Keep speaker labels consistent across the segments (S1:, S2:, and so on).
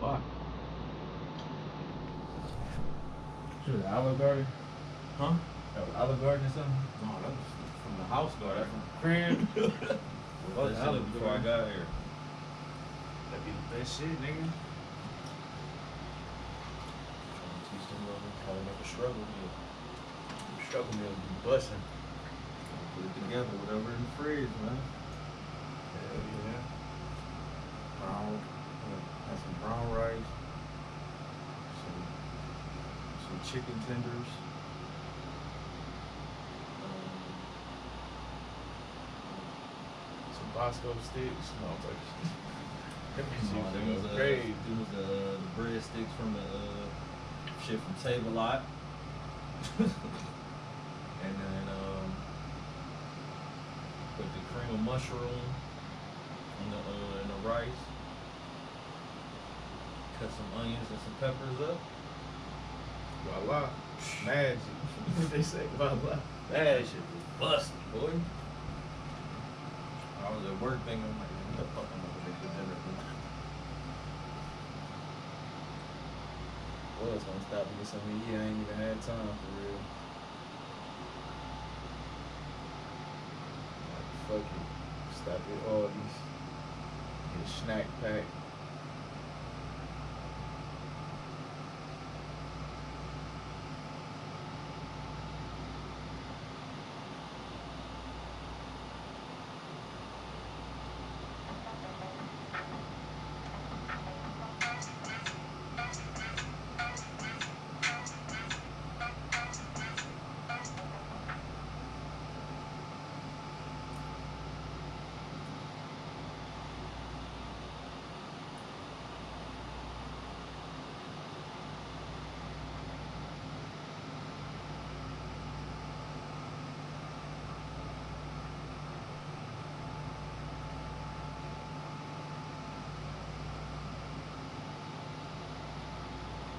S1: Fuck.
S2: Shoot, an Olive Garden?
S1: Huh?
S2: Uh,
S1: Oh,
S2: Olive Garden or something?
S1: No, that's from the house though. That's from
S2: Crib?
S1: Well,
S2: Fuck
S1: that shit
S2: Olive
S1: was before I
S2: Garden.
S1: got here.
S2: That be the best shit, nigga.
S1: Trying to teach them brothers how to make a struggle meal.
S2: Struggle meal be busting.
S1: Put it together, whatever in the fridge, man.
S2: Hell yeah.
S1: brown, uh, had some brown rice, some, some chicken tenders. um,
S2: Some Bosco sticks. No, I'm like, them
S1: some of
S2: bitches
S1: them was,
S2: go
S1: uh,
S2: crazy.
S1: them was uh, the bread sticks from the uh, shit from Table Lot. and then um, put the cream of mushroom in the uh, in the rice. Cut some onions and some peppers up.
S2: Voila. Magic. they say voila.
S1: That shit was busted, boy. I was at work thinking, I'm like, what the fuck am I gonna make for dinner tonight?
S3: was gonna stop and get something to eat. I ain't even had time for real. Like, fuck it. Stop at Aldi's. Get a snack pack.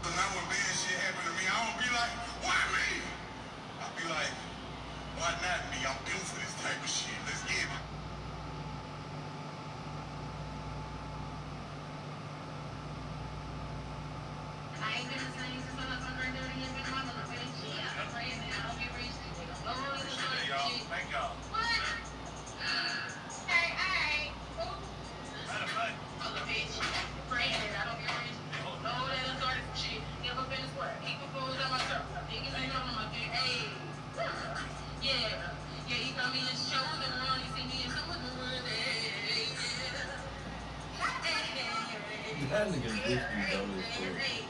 S4: Cause now when bad shit happen to me, I don't be like, why me? I be like, why not me? I'm built for this type of shit. Let's get it. Hey, y'all. Thank y'all. Matter of fact,
S1: That nigga bitch be dumb as shit.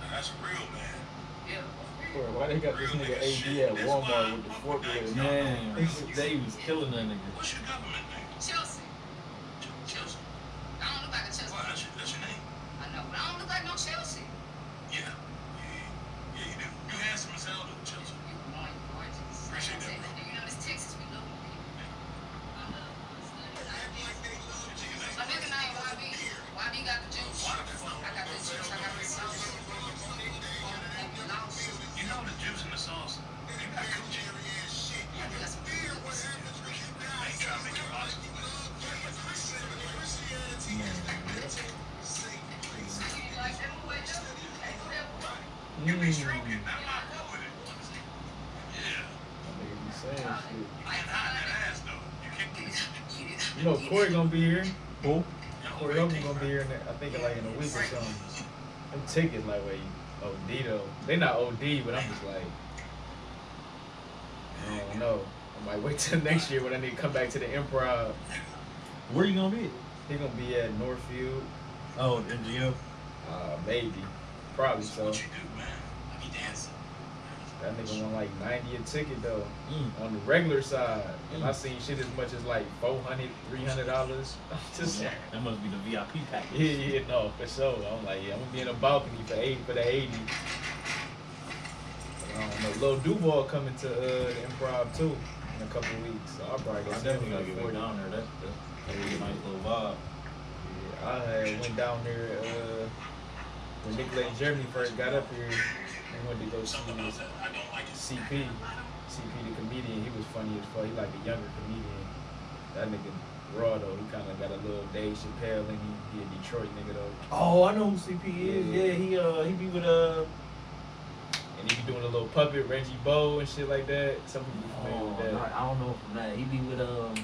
S4: now that's real, man.
S3: Bro, why they got this nigga AD at Walmart with the forklift? and
S1: Man, they was killing that nigga.
S4: What's your government name?
S5: Chelsea.
S4: Chelsea.
S5: I don't look like a Chelsea.
S4: Why, that's your, that's your name?
S5: I know, but I don't look like no Chelsea.
S4: Yeah. Yeah, yeah you do. You handsome as hell, though, Chelsea.
S5: You are gorgeous.
S4: Appreciate that, bro.
S5: You know, this Texas, we love you. My nigga name YB. YB got the juice.
S4: Why the fuck?
S5: I got the juice. I got the sauce. And long shoes.
S4: You know the juice and the sauce. You got coochie.
S5: Yeah, we got some good ones.
S4: I ain't trying to make your body.
S5: You like them with them? Okay, whatever.
S4: You be
S1: Mm.
S4: stroking, not my fault with it. Yeah.
S3: Nigga be saying shit.
S4: You can hide that ass, though. You can't.
S3: You know Corey gonna be here.
S2: Who?
S4: Y'all
S3: Corey
S4: right
S3: Oakley
S4: there,
S3: gonna be
S4: bro.
S3: here in the, I think in like in a week or something. Them tickets like where you OD though. They not OD, but I'm just like I don't know. I might wait till next year when I need to come back to the improv.
S1: Where you gonna be?
S3: He gonna be at Northfield.
S1: Oh, MGM.
S3: Uh maybe. Probably
S4: That's
S3: so.
S4: what you do, man. You dancing.
S3: That nigga won like 90 a ticket though
S1: Mm.
S3: on the regular side. And I seen shit as much as like 400 $300. dollars. I'm just like,
S1: That must be the VIP package.
S3: yeah, yeah, no, for sure. I'm like, yeah, I'm gonna be in a balcony for 80 for the 80. But I don't know. Lil Duval coming to uh, the improv too in a couple weeks. So I'll probably
S1: I
S3: go see
S1: definitely
S3: him
S1: gotta
S3: like
S1: get way
S3: 40.
S1: down there. That's that's a nice little vibe.
S3: Yeah, I had went down there uh, when Nicolay Germany first got up here, they wanted to go see
S4: Something about that. I don't like it.
S3: CP. CP the comedian, he was funny as fuck. He like a younger comedian. That nigga raw though. He kind of got a little Dave Chappelle in him. He a Detroit nigga though,
S1: Oh, I know who CP is.
S3: Yeah.
S1: Yeah, he uh he be with uh
S3: and he be doing a little puppet Reggie Bow and shit like that. Some people be familiar
S1: oh,
S3: with that.
S1: not- I don't know from that. He be with um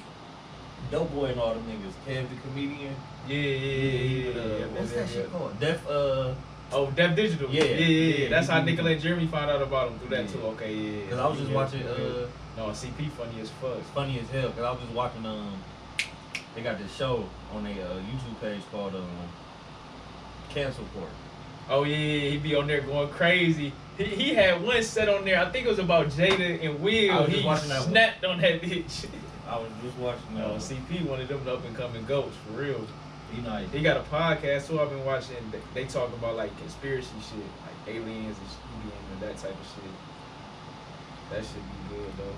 S1: Doughboy and all them niggas. Kev the comedian.
S3: Yeah, yeah,
S1: he
S3: yeah,
S1: with,
S3: yeah.
S1: uh,
S3: yeah,
S1: what's
S3: yeah,
S1: that
S3: yeah.
S1: shit called? Def uh
S3: Oh, Def Digital.
S1: Yeah,
S3: yeah, yeah.
S1: yeah,
S3: That's
S1: he
S3: how
S1: do-
S3: Nickel and Jeremy found out about him through that
S1: Yeah.
S3: too. Okay, yeah. yeah,
S1: Cause I was just
S3: yeah,
S1: watching.
S3: yeah.
S1: Uh,
S3: no, CP funny as fuck.
S1: it's funny as hell. Cause I was just watching. Um, they got this show on their uh, YouTube page called um, Cancel Court.
S3: Oh yeah, yeah, yeah, he be on there going crazy. He, he had one set on there. I think it was about Jada and
S1: I
S3: Will.
S1: was just
S3: He
S1: watching that one.
S3: snapped on that bitch.
S1: I was just watching.
S3: No,
S1: Uh,
S3: CP one of them up and coming goats for real.
S6: He nice.
S3: He got a podcast too. I've been watching. They- They talk about like conspiracy shit, like aliens and shit, he be into that type of shit. That should be good though.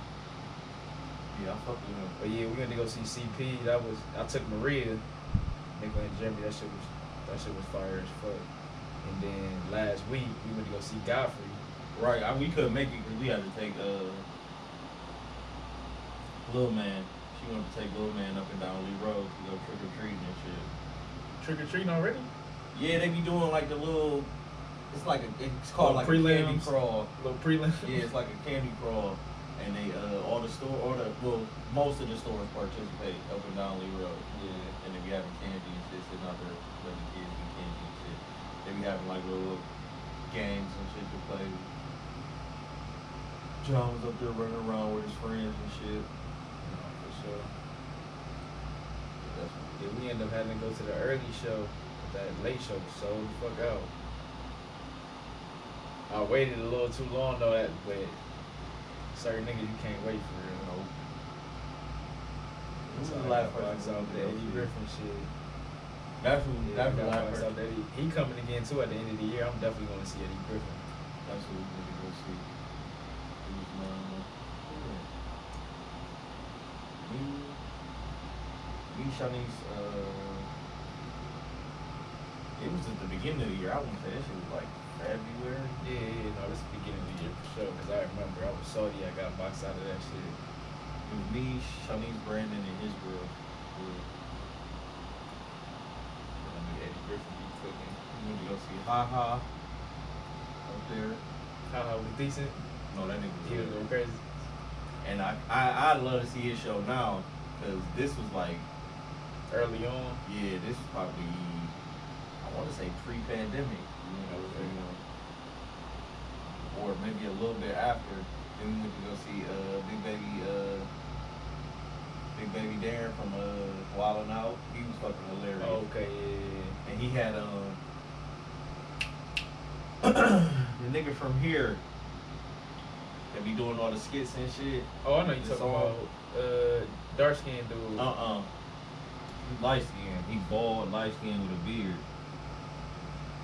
S1: yeah, I fuck with him.
S3: But yeah, we went to go see CP. That was I took Maria, Nickel and Jimmy. That shit was that shit was fire as fuck. And then last week we went to go see Godfrey.
S1: Right, I, we couldn't make it because we had to take uh, Lil Man. She wanted to take Lil Man up and down Lee Road to go trick or treating and shit.
S3: Trick or treating already?
S1: Yeah, they be doing like the little. It's like a. It's called like a candy
S3: Prelims.
S1: crawl.
S3: little prelim.
S1: Yeah, it's like a candy crawl, and they uh, all the store, all the well, most of the stores participate up and down Lee Road.
S3: Yeah.
S1: And they be having candy and shit, sitting out there letting the kids eat candy and shit. They be having like little games and shit to play. John was up there running around with his friends and shit.
S3: For sure.
S1: That's what
S3: Yeah, we end up having to go to the early show. but That late show sold the fuck out. I waited a little too long though, that, but certain niggas you can't wait for real.
S1: Nope.
S3: That's
S1: Who was the
S3: how I
S1: last
S3: got boxed
S1: person
S3: out
S1: we
S3: that
S1: went
S3: Eddie
S1: to?
S3: Griffin shit.
S1: That's who.
S3: Yeah,
S1: that's
S3: we
S1: who
S3: got
S1: I
S3: boxed
S1: heard.
S3: out that Eddie. He coming again too at the end of the year. I'm definitely going to see Eddie Griffin.
S1: That's what we need to go see. It was my, uh, me, me, Shanice, uh, it was at the beginning of the year. I wouldn't say that shit was like February.
S3: Yeah, yeah, no, this is the beginning of the year for sure. Cause I remember I was salty. I got boxed out of that shit.
S1: It was me, Shanice, Brandon, and his girl.
S3: I knew Eddie Griffin be cooking.
S1: We went to go see Ha Ha up there.
S3: How how was decent?
S1: No, that nigga was
S3: He was
S1: lit.
S3: going crazy.
S1: And I, I, I love to see his show now because this was like
S3: Early on.
S1: Yeah, this is probably I want to say pre-pandemic, you know,
S3: Okay.
S1: you know, or maybe a little bit after. Then we went to go see uh, Big Baby, uh, Big Baby Darren from uh, Wild 'N Out. He was fucking hilarious,
S3: Oh, Okay, yeah.
S1: and he had um the nigga from here that be doing all the skits and shit.
S3: Oh, I know you
S1: The
S3: talking
S1: song.
S3: about uh, dark skinned dude.
S1: Uh uh He light skinned. He bald, light skinned with a beard.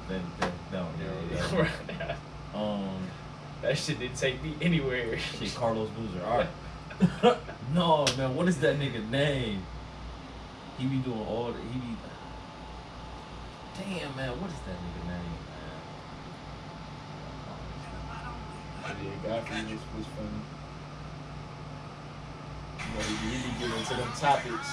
S1: That, that, that one, yeah, that one.
S3: Right.
S1: Um,
S3: that shit didn't take me anywhere.
S1: shit, Carlos Boozer. All right. no, man, what is that nigga name? He be doing all the. He be. Damn, man, what is that nigga name,
S3: But yeah, Godfrey was, was funny. You know, he really get into them topics.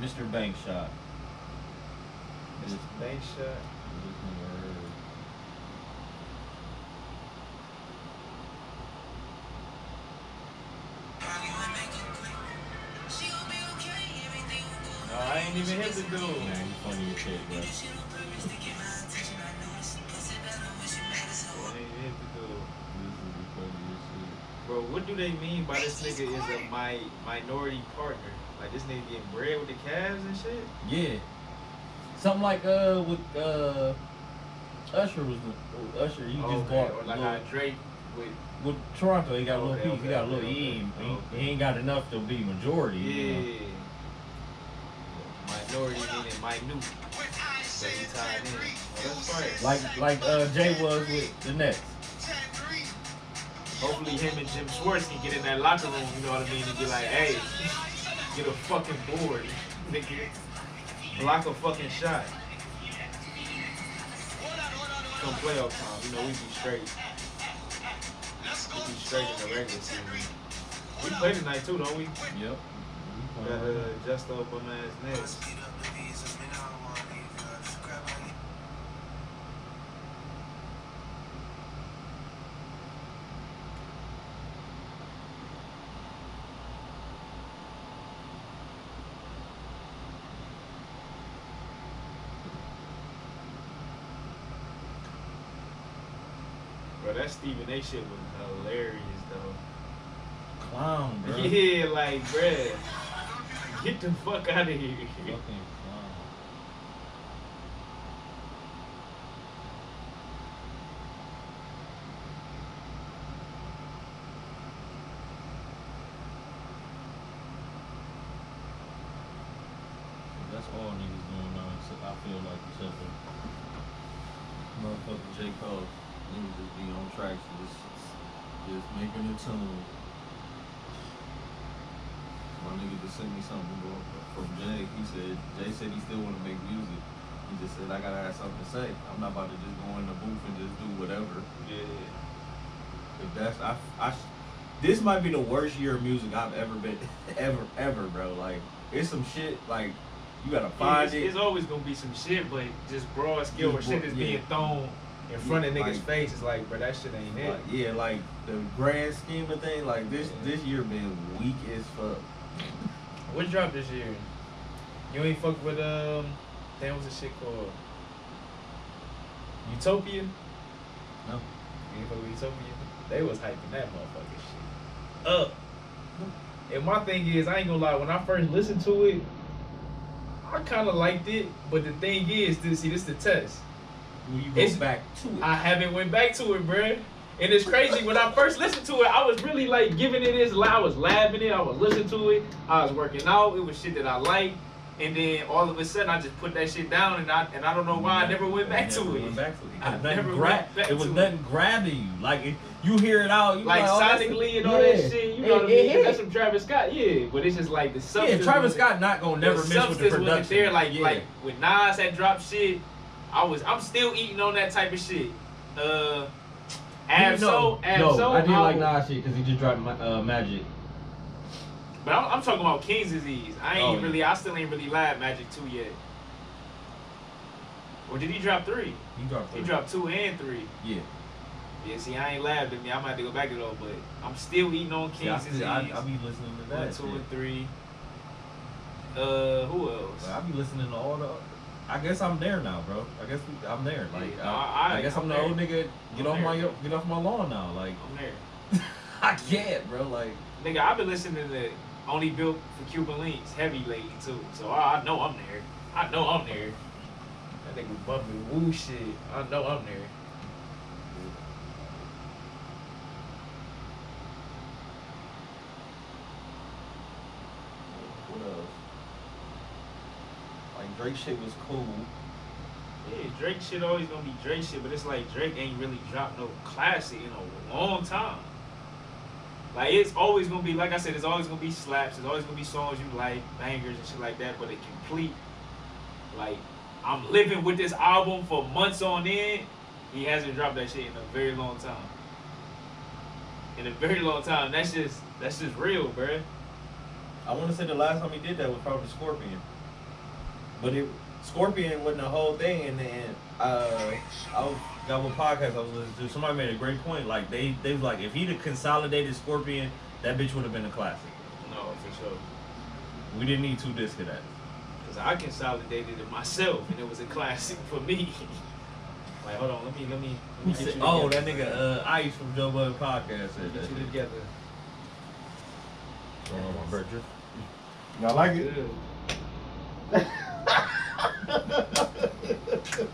S1: man? Mr. Bank Shot.
S3: Mr. Bank shot. No, I ain't even hit the
S1: Man,
S3: dude.
S1: he's funny as shit, bro.
S3: I ain't hit the dude.
S1: Bro, what
S3: do they mean by this nigga is a my minority partner? Like this nigga getting bread with the Cavs and shit?
S1: Yeah. Something like uh with uh Usher was the uh, Usher. You just
S3: okay.
S1: bought
S3: Oh, or like
S1: little-
S3: how Drake with
S1: with Toronto. He got a little
S3: Okay,
S1: piece.
S3: okay,
S1: he got a
S3: okay,
S1: little
S3: okay,
S1: E. He,
S3: okay.
S1: he ain't got enough to be majority.
S3: yeah.
S1: you know?
S3: Minority meaning minute. So he tied in. That's right.
S1: Like like uh Jay was with the Nets.
S3: Hopefully him and Jim Schwartz can get in that locker room, you know what I mean, and be like, hey, get a fucking board, nigga. Block a fucking shot. Come playoff time, you know, we be straight. We be straight in the regular season. We play tonight too, don't we?
S1: Yep.
S3: Got uh, just up on ass Nets. Bro, that Stephen A shit was hilarious though.
S1: Clown, bro.
S3: Yeah, like, bruh, get the fuck out of here.
S1: Fucking clown. That's all niggas going on. Except I feel like except for motherfucking J Cole, niggas just be on tracks, just just making a tune.
S7: My nigga just sent me something bro, from Jay. He said Jay said he still want to make music. He just said I gotta have something to say. I'm not about to just go in the booth and just do whatever.
S3: Yeah.
S7: If that's I, I sh- this might be the worst year of music I've ever been ever ever, bro. Like it's some shit like you gotta find
S3: It's,
S7: it.
S3: it's always gonna be some shit, but just broad skill where
S7: Just
S3: shit
S7: broad-
S3: is
S7: yeah.
S3: being thrown in front of
S7: Yeah,
S3: niggas'
S7: like-
S3: face. It's like, bro, that shit ain't it.
S7: Like, yeah, like the grand scheme of things, like this
S3: Yeah.
S7: this year been weak as fuck.
S3: What dropped this year? You ain't fuck with um, damn, what's the shit called? Utopia.
S1: No.
S3: You ain't fuck with Utopia. They was hyping that motherfucking shit up. And my thing is, I ain't gonna lie. When I first listened to it, I kind of liked it. But the thing is, this see, this the test.
S7: When you go
S3: It's-
S7: back to it,
S3: I haven't went back to it, bruh. And it's crazy. When I first listened to it, I was really like giving it his. I was laughing it. I was listening to it. I was working out. It was shit that I liked. And then all of a sudden, I just put that shit down, and I and I don't know why I never went back
S1: Never
S3: to
S1: went
S3: it.
S1: back to it.
S3: I
S1: Nothing
S3: never
S1: gra-
S3: went back
S1: it was
S3: to
S1: nothing grabbing you. Like it, you hear it out. You
S3: Like
S1: oh, that's-
S3: sonically and all
S1: yeah.
S3: that shit, you know
S1: It-
S3: what I
S1: it
S3: mean? 'Cause
S1: hit.
S3: That's from Travis Scott, yeah. But it's just like the
S1: yeah,
S3: substance.
S1: Travis
S3: wasn't-
S1: Scott not gonna never miss with the
S3: substance wasn't
S1: production.
S3: there. Like
S1: yeah.
S3: like when Nas had dropped shit, I was I'm still eating on that type of shit. Uh,
S1: You
S3: Ab
S1: know-
S3: Soul, Ab
S1: no,
S3: Soul,
S1: I did like
S3: was-
S1: Nas shit because he just dropped my, uh, Magic.
S3: But I'm, I'm talking about King's disease. I ain't
S1: Oh.
S3: really, I still ain't really live Magic two yet. Or did he drop three?
S1: He dropped.
S3: He
S1: three.
S3: dropped two and three.
S1: Yeah.
S3: Yeah, see, I ain't live to me. I might have to go back to those, but I'm still eating on King's
S1: Yeah, I,
S3: disease.
S1: still- I, I be listening to
S3: One,
S1: that.
S3: two,
S1: shit.
S3: and three. Uh, who else?
S1: But I be listening to all the. I guess I'm there now, bro. I guess we, I'm there. Like
S3: Yeah,
S1: I,
S3: I-
S1: I, guess I'm,
S3: I'm
S1: the
S3: there.
S1: old nigga. Get
S3: I'm
S1: off
S3: there,
S1: my
S3: bro.
S1: get off my lawn now. Like
S3: I'm there.
S1: I can't, bro. Like
S3: Nigga, I've been listening to Only Built for Cuban Links heavy lately too, so I, I know I'm there. I know I'm there. That nigga bumping woo shit. I know I'm there.
S7: what else? Like Drake shit was cool.
S3: Yeah, Drake shit always gonna be Drake shit, but it's like Drake ain't really dropped no classic in a long time. Like it's always gonna be, like I said, it's always gonna be slaps. It's always gonna be songs you like, bangers and shit like that. But a complete, like, I'm living with this album for months on end. He hasn't dropped that shit in a very long time. In a very long time. That's just that's just real, bruh.
S7: I want to say the last time he did that was probably Scorpion. But it Scorpion wasn't the whole thing, and then uh,
S1: I was, got one podcast I was listening to. Somebody made a great point. Like they they was like if he'd have consolidated Scorpion, that bitch would have been a classic.
S3: No, for sure.
S1: We didn't need two discs of that.
S3: Cause I consolidated it myself, and it was a classic for me. like, hold on, let me let me. Let
S1: Who
S3: me get
S1: said-
S3: you
S1: oh, that
S3: together.
S1: nigga uh, Ice from Joe Budden podcast said
S3: Let
S1: that.
S3: me Get you
S1: shit.
S3: together.
S2: Going on my burger.
S1: Y'all like it?
S3: Good.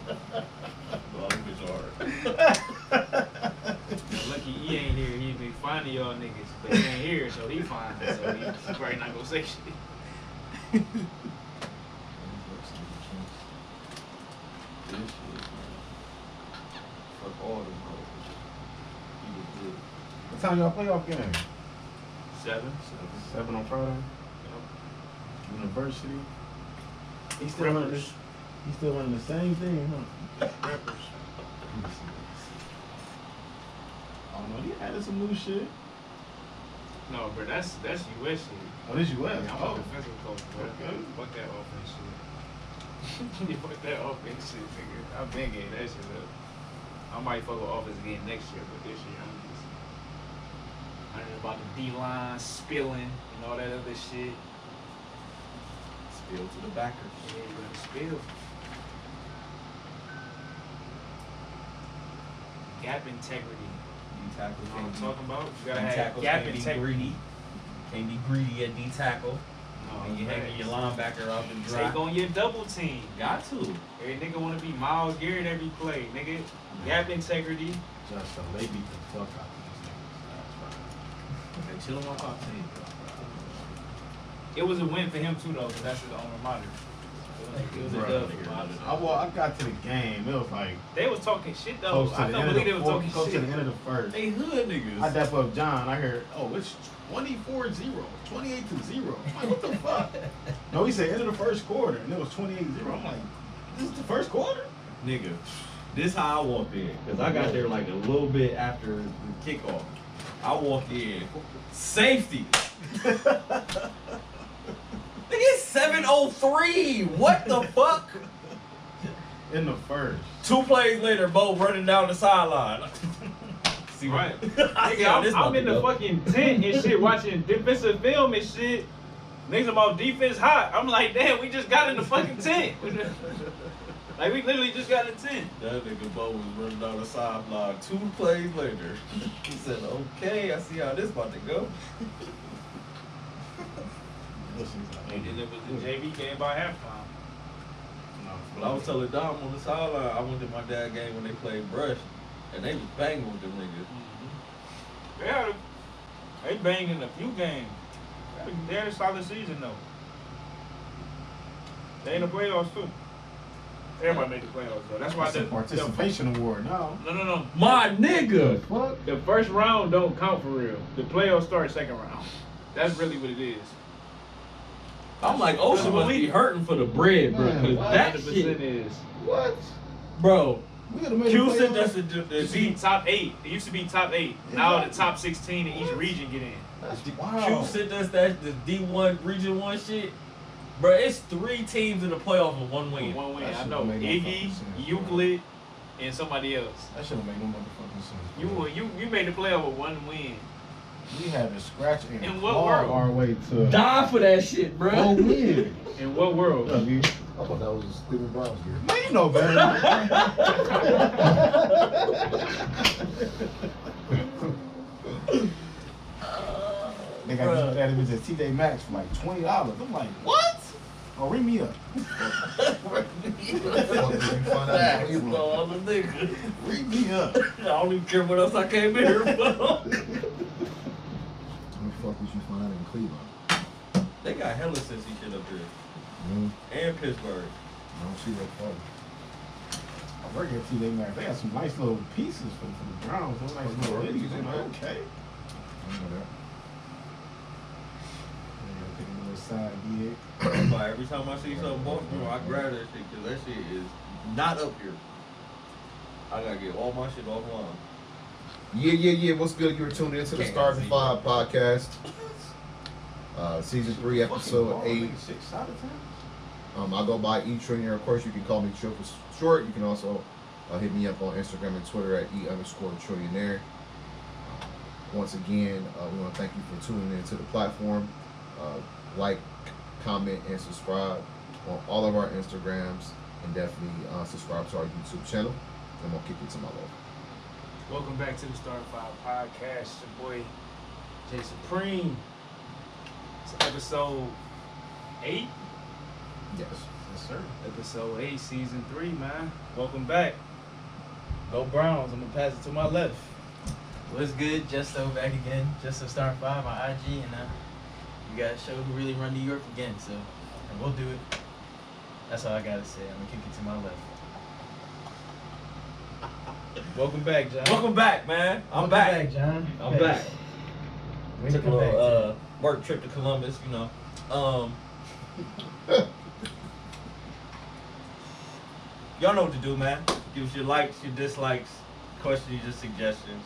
S2: Oh, this bitch hard.
S3: Now, Lucky he ain't here. He be finding y'all niggas, but he ain't here, so he fine. So he's probably not gonna say shit.
S1: This shit, man. Fuck all them hoes. You good.
S8: What time y'all playoff game?
S3: Seven.
S8: Seven on Friday. University. He's still running.
S3: Rippers.
S8: He's still running the same thing, huh?
S3: Rappers.
S8: I
S1: Oh,
S8: don't know. He added some new shit.
S3: No, bro, that's that's US shit.
S8: Oh, this you
S3: I'm
S8: asked.
S3: a
S8: Oh,
S3: defensive coach, bro.
S8: Okay.
S3: Fuck that offense shit. You fuck that offense shit, nigga. I've been getting that shit up. I might fuck with offense again next year, but this year I'm just. I don't know about the D line spilling and all that other shit.
S1: Spill to the backers.
S3: Yeah, but the spill. Gap integrity.
S1: You tackle
S3: You know what I'm
S1: can't
S3: talking Oh, about? You
S1: be-
S3: gotta have
S1: tackles
S3: gap
S1: can't be
S3: integrity.
S1: greedy. Can't be greedy at D tackle.
S3: No,
S1: and you hanging your
S3: facts.
S1: linebacker out and dry.
S3: Oh, Take on your double team.
S1: Got to.
S3: Every nigga wanna be Miles Garrett every play, nigga. Gap integrity.
S8: just so they beat the fuck out of
S1: Hey, chill on my pop team,
S3: It was a win for him too though, because that's his alma mater. It was
S8: these
S3: a
S8: niggas.
S3: dub
S8: That's
S3: for
S8: right.
S3: Miles.
S8: I, wa- I got to the game. It was like
S3: They was talking shit though.
S8: close to
S3: I
S8: the
S3: don't
S8: end of
S3: believe they
S8: the
S3: was
S8: fourth,
S3: talking
S8: close to the
S3: shit.
S8: end of the first.
S1: They hood
S8: I
S1: niggas.
S8: dap up John. I heard, oh, it's 24 0, 28 to 0. I'm like, what the fuck? No, he said end of the first quarter, and it was 28 0. I'm like, this is the first quarter?
S1: Nigga, this how I walked in. Because I got there like a little bit after the kickoff. I walked in. Safety. Nigga, it's 703. What the fuck?
S8: In the first.
S1: Two plays later, Bo running down the sideline. See
S3: Right.
S1: I see
S3: Nigga,
S1: how
S3: I'm,
S1: this
S3: I'm
S1: about to
S3: in the
S1: go.
S3: fucking tent and shit, watching defensive film and shit. Niggas about defense hot. I'm like, damn, we just got in the fucking tent. like, we literally just got in the tent.
S1: That nigga Bo was running down the sideline two plays later. He said, okay, I see how this about to go.
S8: Listen,
S3: And then it was the JV game by halftime.
S1: But I was telling Dom on the sideline, I went to my dad game when they played Brush, and they was banging with them niggas.
S3: They had a, they banged in a few games. They had a- They had a solid season though. They in the playoffs too. Everybody made the playoffs though. That's why
S8: That's
S3: the,
S8: a
S3: the
S8: participation award now.
S3: no no no
S1: My nigga!
S8: What?
S3: the first round don't count for real. The playoffs start second round. That's really what it is.
S1: I'm like, Ocean must be hurting for the bread, bro.
S8: Man,
S1: Cause
S8: why
S1: that
S3: 100%
S1: shit,
S3: is.
S8: What?
S1: bro.
S8: We gotta make
S1: Q said that's the, the, the
S3: It used to be
S1: D.
S3: top eight. It used to be top eight. Now the top sixteen in each region get in.
S8: wow.
S1: Q sent us that the D one region one shit, bro. It's three teams in the playoff with one win.
S3: One win.
S8: That
S3: I
S8: shit
S3: know
S8: don't make no
S3: Iggy,
S8: fucking sense, bro.
S3: Euclid, and somebody else.
S8: That shit don't make no motherfucking sense.
S3: You
S8: bro.
S3: were- you you made the playoff with one win.
S8: We had to scratch and
S3: In what
S8: claw
S3: world?
S8: our way to
S1: Die for that shit, bro.
S8: Oh, win.
S3: In what world?
S8: Look, you-
S9: I thought that was a Cleveland Browns game.
S8: Man, you know better. they got that it was just TJ Maxx for like twenty dollars. I'm like, what? Oh, ring me up.
S9: Fuck, did you find out in
S1: Facts,
S9: Cleveland?
S1: bro. I'm a nigga.
S8: Ring me up.
S1: I don't even care what else I came in here for.
S9: When the fuck did you find out in Cleveland?
S1: they got hella sissy shit up here,
S9: Mm,
S1: and Pittsburgh.
S9: I don't see that part.
S8: I work at TJ Maxx. They got some nice little pieces for, for the Browns. Some nice
S9: Oh,
S8: little hoodies. I'm like, okay.
S9: I don't know that.
S8: Yeah, pick a little side gig.
S1: But every time I see something Baltimore, I grab that shit because that shit is not up here. I gotta get all my shit offline.
S9: Yeah, yeah, yeah. What's good? You're tuned into the
S1: Can't
S9: Starving
S1: see.
S9: Five podcast, uh, season three,
S8: Fucking
S9: episode
S8: ball,
S9: eight.
S8: nigga, Six out of ten.
S9: Um, I go by E Trainer. Of course, you can call me Trill for short. You can also uh, hit me up on Instagram and Twitter at E underscore trillionaire. Once again, uh, we want to thank you for tuning in to the platform. Uh, like, comment, and subscribe on all of our Instagrams, and definitely uh, subscribe to our YouTube channel. I'm gonna kick it to my love.
S3: Welcome back to the Star Five Podcast. It's your boy Jay Supreme. So episode eight.
S9: Yes.
S8: Yes, sir.
S3: Episode eight, season three, man. Welcome back. Go Browns. I'm gonna pass it to my left.
S2: What's good? Just so back again. Just so star five on IG, and uh, you guys show who really run New York again. So, and we'll do it. That's all I gotta say. I'm gonna kick it to my left.
S3: Welcome back, John.
S5: Welcome back, man. I'm
S2: Welcome
S5: back.
S2: John.
S5: I'm
S2: Yes.
S5: back.
S2: Way to
S5: Took a
S2: come back,
S5: little
S2: John.
S5: uh, work trip to Columbus, you know. Um, y'all know what to do, man. Give us your likes, your dislikes, questions, your suggestions,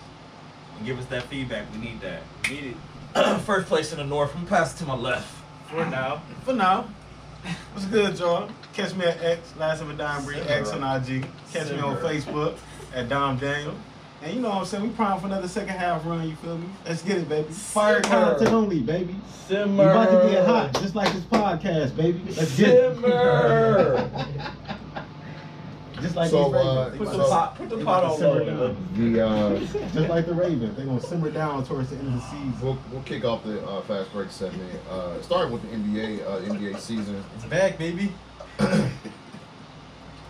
S5: and give us that feedback. We need that.
S3: Need it
S5: First place in the north. I'm passing to my left.
S3: for now.
S8: For now, what's good, y'all? Catch me at X, last of a dime breed, X on IG. Catch me on
S2: Simmer.
S8: Facebook at Dom Daniel. And you know what I'm saying? We prime for another second half run, you feel me? Let's get it, baby. Fire
S2: Simmer.
S8: content only, baby. We
S2: Simmer.
S8: about to get hot, just like this podcast, baby. Let's get
S2: Simmer.
S8: it. just like
S9: So,
S8: these Ravens.
S9: uh,
S8: They
S5: Put the
S8: gonna-
S9: so-
S5: pot. Put the
S8: they
S5: pot
S8: gonna
S5: on
S8: simmer
S5: low.
S8: down.
S9: The uh,
S8: Just like the Ravens, they're gonna simmer down towards the end of the season.
S9: we'll, we'll kick off the uh, fast break segment. Uh, starting with the NBA uh, NBA season
S2: It's back, baby.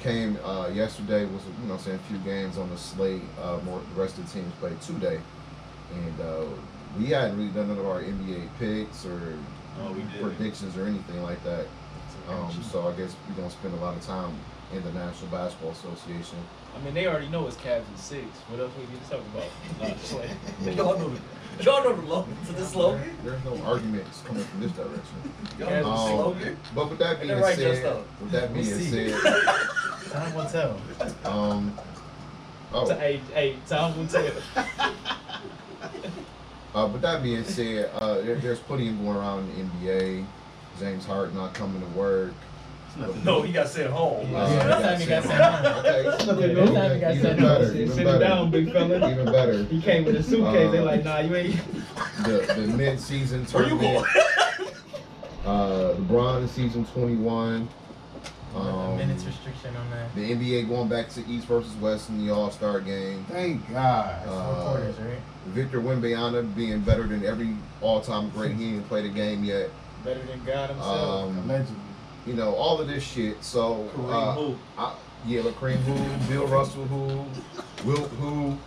S9: came uh, yesterday was you know what I'm saying a few games on the slate. Uh, more the rest of the teams played today, and uh, we hadn't really done none of our NBA picks or
S5: Oh, we did.
S9: predictions or anything like that. Um, so I guess we don't spend a lot of time in the National Basketball Association.
S3: I mean, they already know it's Cavs and six. What else we need to talk about? Nah, just like-
S5: Y'all know the, y'all know the low to the slogan.
S9: There's no arguments coming from this direction.
S3: Cavs
S2: Oh.
S3: and six.
S9: Um, but with that
S5: Ain't
S9: being
S5: that right,
S9: said,
S5: Justo?
S9: with that being
S2: We'll see.
S9: said,
S2: Time will tell.
S9: um,
S3: T-
S9: oh,
S3: Hey, hey, Tom will tell.
S9: uh, with that being said, uh, there, there's plenty going around in the NBA. James Hart not coming to work.
S8: It's nothing.
S5: No, he got sent home.
S9: Uh,
S2: Yeah,
S9: got
S2: time he got
S9: sent
S2: sent
S9: home.
S2: home.
S9: Okay,
S2: Yeah,
S9: even
S2: that time he got
S9: even
S2: sent home.
S9: better,
S2: Sit-
S9: even
S2: sit
S3: him
S9: better,
S3: down, big fella.
S9: Even better.
S2: He came with a suitcase. they like, nah, you ain't.
S9: the, the mid-season
S5: Where you
S9: tournament.
S5: going?
S9: Uh, LeBron in season 21.
S2: a
S9: Um,
S2: minutes restriction on that.
S9: the NBA going back to East versus West in the All Star game.
S8: Thank God.
S2: That's
S9: Uh,
S2: four quarters, right?
S9: Victor Wembanyama being better than every all time great. He didn't play the game yet.
S3: Better than God himself.
S9: Um,
S8: Allegedly.
S9: you know all of this shit. So
S5: Kareem
S9: uh,
S5: who?
S9: I, yeah, Kareem who, Bill Russell who, Wilt who,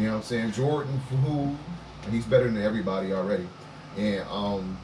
S9: you know what I'm saying Jordan who. He's better than everybody already, and um.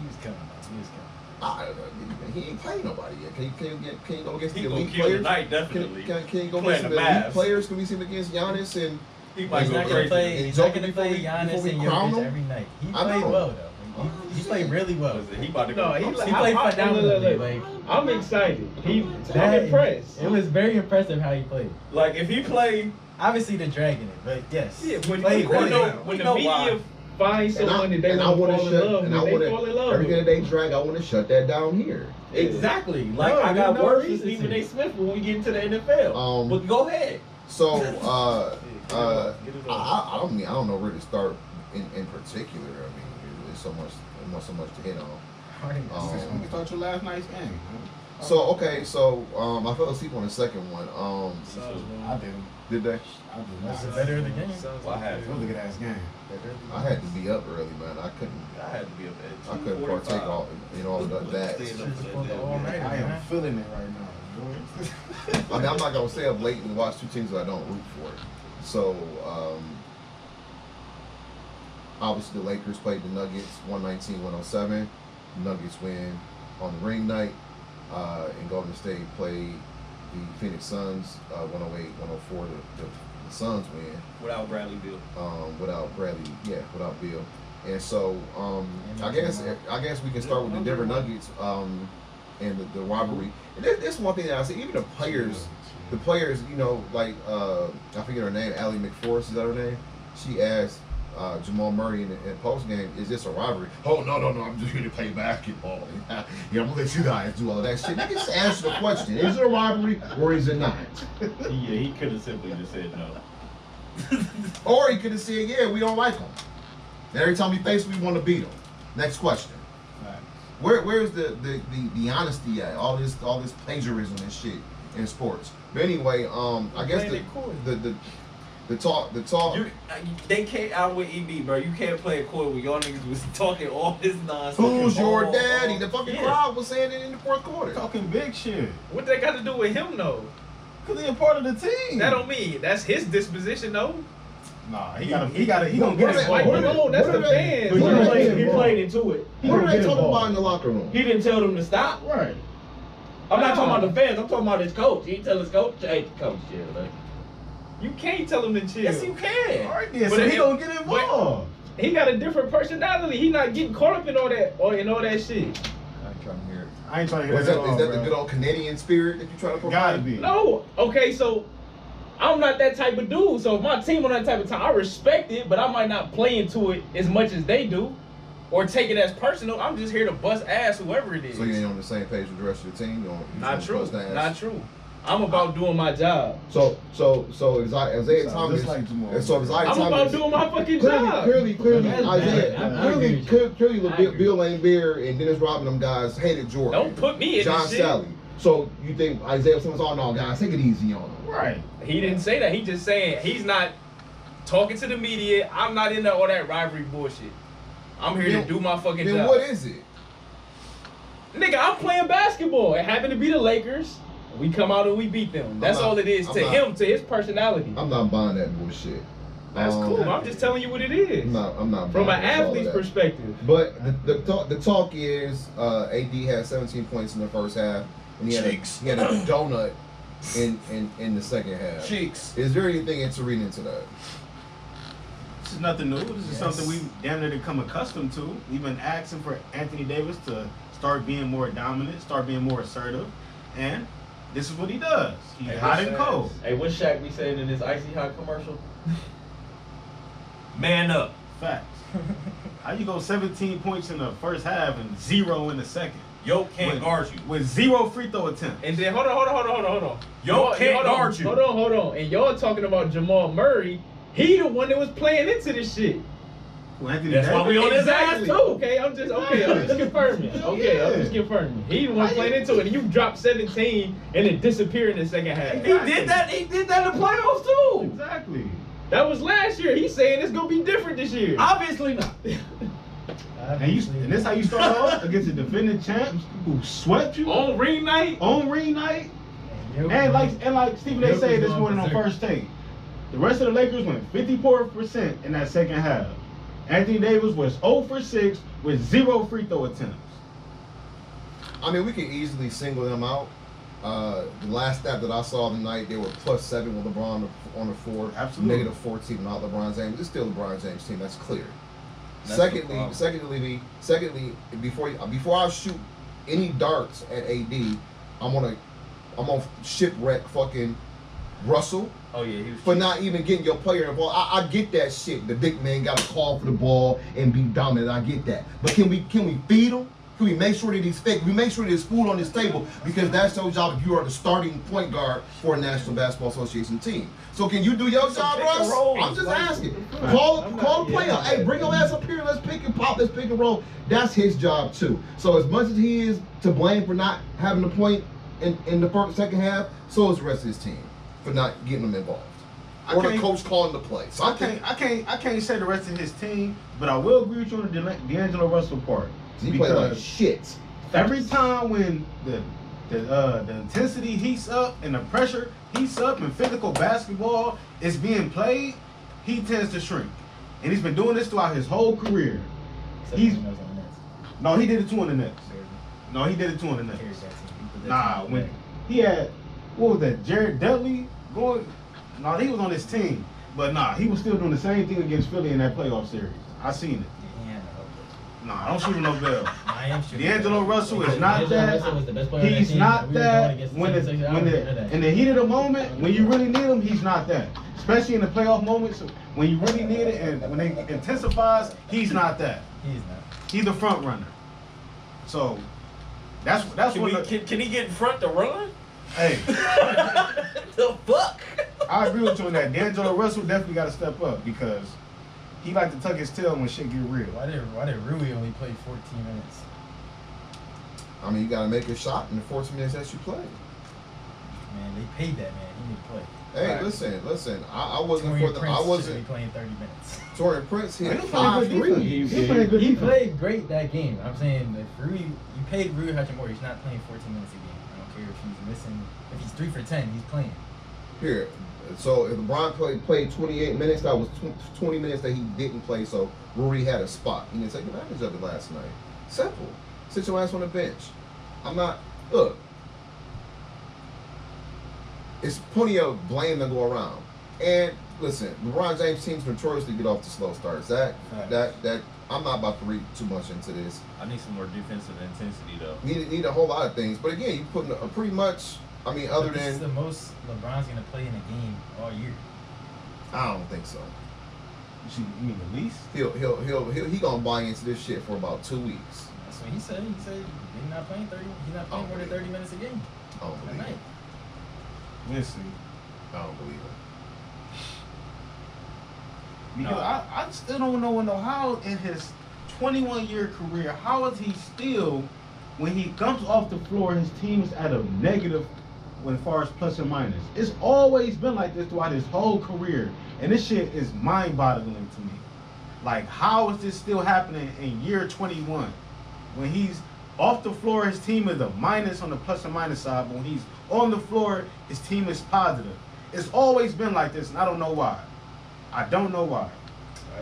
S2: He was coming. He was coming.
S9: I, he ain't played nobody yet. Can you, can you, get, can you go against
S5: He
S9: the
S5: gonna
S9: elite
S5: kill
S9: players?
S5: tonight,
S9: Can,
S5: definitely.
S9: can, can you go
S5: He playing
S9: against the,
S5: the
S9: elite
S5: Mavs.
S9: players? Can we see him against Giannis? And
S5: He might
S2: He's
S5: go
S2: not gonna
S5: crazy.
S2: play. He's
S9: Joker
S2: not gonna play
S9: before we-
S2: Giannis
S9: before we
S2: and
S9: crown
S2: Jokic
S9: him?
S2: every night. He
S9: I
S2: played
S9: know.
S2: well though. He, he played really well.
S5: Listen, He about to
S3: No,
S5: go.
S3: he,
S2: He
S3: I-
S2: played
S3: I-
S2: phenomenally.
S3: look, look,
S2: Like
S3: look. I'm excited. He,
S2: that-
S3: I'm impressed.
S2: It was very impressive how he played.
S5: Like if he played,
S2: Obviously the dragon it, but yes.
S3: Yeah, when,
S2: played
S3: when,
S2: really
S3: the,
S2: well.
S3: when
S5: We
S3: the
S5: know
S3: media
S5: why.
S3: finds
S9: and I,
S3: someone that they
S9: and I
S3: want to
S9: wanna
S3: fall in
S9: shut
S3: love
S9: and I
S3: with, they
S9: wanna
S3: fall in love
S9: everything that
S3: with.
S9: they drag. I want to shut that down here.
S5: exactly. Like
S2: No,
S5: I
S2: there's
S5: got
S2: no
S5: words for
S2: reason to.
S5: Stephen A. Smith when we get into the NFL.
S9: Um,
S5: but go ahead.
S9: So uh,
S3: Yeah,
S9: uh,
S3: get it
S9: I,
S3: on.
S9: I- I don't mean I don't know where to start in, in particular. I mean, there's so much, there's so much to hit on.
S2: Harden got
S9: Um,
S2: six
S8: When we start your last night's game.
S9: So okay, so um, I fell asleep on the second one. Um,
S8: I did.
S9: did they?
S8: I did.
S2: That's the
S8: not.
S2: better of the game.
S3: Sounds
S10: Well, I
S3: like
S10: had
S8: It
S3: it.
S8: was a good ass game.
S9: I had to be up early, man. I couldn't.
S10: I had to be up at
S9: I couldn't partake
S10: 2:45.
S9: all in all of that.
S10: Staying up
S2: Should've
S10: for that
S2: pulled the
S10: damn
S2: all-nighter,
S10: game.
S8: I am
S2: man.
S8: feeling it right now. boy.
S9: I mean, I'm not gonna stay up late and watch two teams that I don't root for. So, um, obviously, the Lakers played the Nuggets 119 107. Nuggets win on the ring night. Uh, and Golden State played the Phoenix Suns uh, 108 104. The, the, the Suns win
S5: Without Bradley Bill.
S9: um, without Bradley, yeah, without Bill. And so, um,
S2: And
S9: I
S2: Andre
S9: guess
S2: Miller.
S9: I guess we can start with the Denver Nuggets um, and the, the rivalry. And this, this one thing that I see, even the players, the players, you know, like uh, I forget her name, Allie McForrest is that her name? She asked uh, Jamal Murray in, in post game, "Is this a rivalry?" Oh no, no, no! I'm just here to play basketball. yeah, I'm gonna let you guys do all that shit. Just answer the question: Is it a rivalry or is it not?
S5: Yeah, he could have simply just said no.
S9: Or he could have said, yeah, we don't like him. And every time he faced, we want to beat him. Next question. Where where's the, the, the, the honesty at? All this all this plagiarism and shit in sports. But anyway, um I guess the, the the The talk, the talk.
S10: You, uh, you- they came out
S1: E
S10: with EB, bro. You can't play a court where y'all niggas was talking all this nonsense.
S9: Who's your
S10: Oh,
S9: daddy?
S10: oh.
S9: The fucking
S2: Yeah.
S9: crowd was saying it in the fourth quarter.
S8: Talking big shit.
S3: What that got to do with him though?
S8: Cause he a part of the team.
S3: That don't mean that's his disposition though.
S8: Nah, he got. He got. He gonna get
S9: What
S8: his
S9: are they-
S8: ball.
S9: what are
S3: No, that's
S9: what
S3: the
S9: are they-
S3: fans.
S9: what are
S1: he,
S9: they-
S1: played, he played into it. He
S9: What
S1: didn't
S9: are they
S1: get
S9: talking
S1: involved.
S9: about in the locker room?
S1: He didn't tell them to stop.
S8: Right.
S1: I'm not talking about the fans. I'm talking about his coach. He didn't tell his coach, "Hey, coach, yeah, like."
S3: You can't tell him to chill.
S1: Yes, you
S8: All
S1: can.
S8: right then.
S3: But
S8: so
S3: it-
S8: he gonna get
S3: but-
S8: involved.
S3: He got a different personality. He not getting caught up in all that or in all that shit.
S9: I'm trying to hear it.
S8: I ain't trying to hear
S9: Was
S8: that.
S9: that,
S8: at all,
S9: is that the
S8: bro.
S9: good old Canadian spirit that you try to proclaim?
S8: Gotta be.
S3: No. Okay, so I'm not that type of dude. So if my team on that type of time, I respect it, but I might not play into it as much as they do, or take it as personal. I'm just here to bust ass, whoever it is.
S9: So you ain't on the same page with the rest of your team. You don't, you
S3: not
S9: just
S3: true.
S9: bust ass.
S3: Not true. I'm about doing my job.
S9: So so so is I- Isaiah
S8: Sound
S9: Thomas.
S8: just like Jamal.
S9: so Isaiah
S3: I'm
S9: Thomas.
S3: about doing my fucking
S9: Clearly,
S3: job.
S9: clearly, clearly,
S1: That's bad.
S9: Isaiah,
S1: I- I agree
S9: clearly,
S1: with you.
S9: clearly, clearly,
S1: I
S9: Bill,
S1: agree.
S9: Bill Lambert and Dennis Robin, them guys hated Jordan.
S3: Don't put me in
S9: John
S3: this shit.
S9: Sally. So you think Isaiah Thomas? Oh no, guys, take it easy on him.
S8: Right.
S3: He didn't say that. He just saying he's not talking to the media. I'm not into all that rivalry bullshit. I'm here
S9: Then-
S3: to do my fucking
S9: Then
S3: job.
S9: what is it?
S3: Nigga, I'm playing basketball. It happened to be the Lakers. We come out and we beat them. That's
S9: not-
S3: all it is
S9: I'm
S3: to
S9: not-
S3: him, to his personality.
S9: I'm not buying that bullshit.
S3: That's
S9: Um,
S3: cool. I'm just telling you what it is.
S9: I'm not. I'm not
S3: From an
S9: buying all of
S3: athlete's
S9: that.
S3: perspective.
S9: But the, the talk the talk is uh, AD had 17 points in the first half, and he had a,
S10: Cheeks.
S9: he had a donut in, in in the second half.
S10: Cheeks.
S9: Is there anything to read into that?
S8: This is nothing new. This is
S2: Yes.
S8: something we damn near become accustomed to. We've been asking for Anthony Davis to start being more dominant, start being more assertive, and this is what he does. He's
S2: Hey,
S8: hot
S2: what's
S8: and
S2: that?
S8: cold.
S2: Hey, what Shaq be saying in his icy hot commercial?
S5: Man up.
S8: Facts. How you go 17 points in the first half and zero in the second?
S5: Yo can't
S8: Wait.
S5: guard you.
S8: With zero free throw attempts.
S3: And then hold on, hold on, hold on, hold on, hold on.
S5: Yo can't
S3: hold
S5: guard
S3: on,
S5: you.
S3: Hold on, hold on. And y'all talking about Jamal Murray. He the one that was playing into this shit.
S8: Well, Anthony
S5: That's why we on his ass
S3: Exactly.
S5: too.
S3: Okay, I'm just okay. I'm just confirming. Okay, I'm just confirming. He the one playing into it, and you dropped 17 and then disappear in the second half.
S5: He did that. He did that in the playoffs too.
S8: Exactly.
S3: That was last year. He's saying it's gonna be different this year.
S5: Obviously not.
S8: And, you, and this how you start off against the defending champs who swept you
S3: On ring night,
S8: on ring night. And like and like Stephen A.
S2: Jokic
S8: said this
S2: don't
S8: morning on
S2: deserve it.
S8: first take, the rest of the Lakers went 54 percent in that second half. Anthony Davis was 0 for 6 with zero free throw attempts.
S9: I mean, we could easily single them out. Uh, the last stat that I saw tonight, they were plus seven with LeBron on the floor,
S8: Absolutely.
S9: negative fourteen without LeBron James. It's still LeBron James' team. That's clear.
S10: That's the
S9: secondly,
S10: problem.
S9: secondly, secondly, before before I shoot any darts at AD, I'm gonna I'm gonna shipwreck fucking Russell
S5: Oh yeah, he was.
S9: for not even getting your player involved. I, I get that shit. The big man got to call for the ball and be dominant. I get that. But can we can we feed him? Can we make sure that he's fed? Can we make sure there's food on his table? Because that's your job if you are the starting point guard for a National Basketball Association team. So can you do your job,
S5: pick and
S9: Russ?
S5: rolls.
S9: I'm just
S5: Like,
S9: asking. Call
S3: I'm not-
S9: call the
S3: yeah,
S9: player.
S3: I'm not-
S9: Hey, bring your ass up here. Let's pick and pop. Let's pick and roll. That's his job too. So as much as he is to blame for not having a point in, in the first second half, so is the rest of his team for not getting them involved.
S8: I
S9: Or the
S8: can't-
S9: coach calling the play. So
S8: I can't I can't I can't say the rest of his team, but I will agree with you on the De- D'Angelo Russell part.
S9: he played like shit.
S8: every time when the the uh, the intensity heats up and the pressure heats up and physical basketball is being played, he tends to shrink. And he's been doing this throughout his whole career. He's- No, he did it two on the Nets. No, he did it two on the Nets. Nah, when he had what was that? Jared Dudley going. No, he was on his team, but nah, he was still doing the same thing against Philly in that playoff series. I seen it. Nah, I don't shoot him no bell. D'Angelo Russell is not that. He's not that when the, when the, in the heat of the moment, when you really need him, he's not that. Especially in the playoff moments, when you really need it and when it intensifies, he's not that.
S2: He's not.
S8: He's the front runner. So that's that's
S5: Can,
S8: what.
S5: we,
S8: The,
S5: can, can he get in front to run?
S8: hey,
S5: the fuck?
S8: I agree with you on that. D'Angelo Russell definitely got to step up because he like to tuck his tail when shit get real.
S2: Why did Why did Rui only play 14 minutes?
S9: I mean, you gotta make a shot in the 14 minutes that you play.
S2: man. They paid that man. He need to play.
S9: Hey,
S10: Right.
S9: listen, listen. I, I wasn't for
S2: Torian
S9: the.
S2: Prince
S9: I
S2: should
S9: wasn't.
S2: be playing 30 minutes.
S9: Torian Prince
S8: He
S9: hit
S8: playing
S9: five
S8: good defense.
S9: threes.
S8: He
S2: He,
S8: playing good
S2: he
S8: defense.
S2: played great that game. I'm saying if Rui, you paid Rui Hachimura. He's not playing 14 minutes a game. I don't care if he's missing. If he's three for 10, he's playing.
S9: Here, so if LeBron played played 28 minutes, that was tw- 20 minutes that he didn't play. So Rui had a spot. He didn't take advantage of it last night. Simple. Sit your ass on the bench. I'm not. Look, it's plenty of blame to go around. And listen, LeBron James seems notoriously get off to slow starts. That
S2: Facts.
S9: that that. I'm not about to read too much into this.
S5: I need some more defensive intensity though.
S9: Need need a whole lot of things, but again, you putting a pretty much. I mean, other
S2: But this is
S9: than
S2: the most LeBron's gonna play in a game all year.
S9: I don't think so.
S8: She, you mean the least?
S9: he'll he'll he'll, he'll he gonna buy into this shit for about two weeks.
S2: That's what he said. He said he's not playing 30. He's not
S1: Oh,
S2: playing more than 30 minutes a game
S9: I don't
S2: a
S9: believe
S2: night.
S9: it.
S8: Listen,
S9: I don't believe it.
S8: because
S5: No.
S8: I, I still don't know no how in his 21 year career, how is he still, when he comes off the floor, his team is at a negative when far as plus and minus. It's always been like this throughout his whole career, and this shit is mind boggling to me. Like, how is this still happening in year 21 when he's off the floor? His team is a minus on the plus and minus side, but when he's on the floor, his team is positive. It's always been like this, and I don't know why. I don't know why.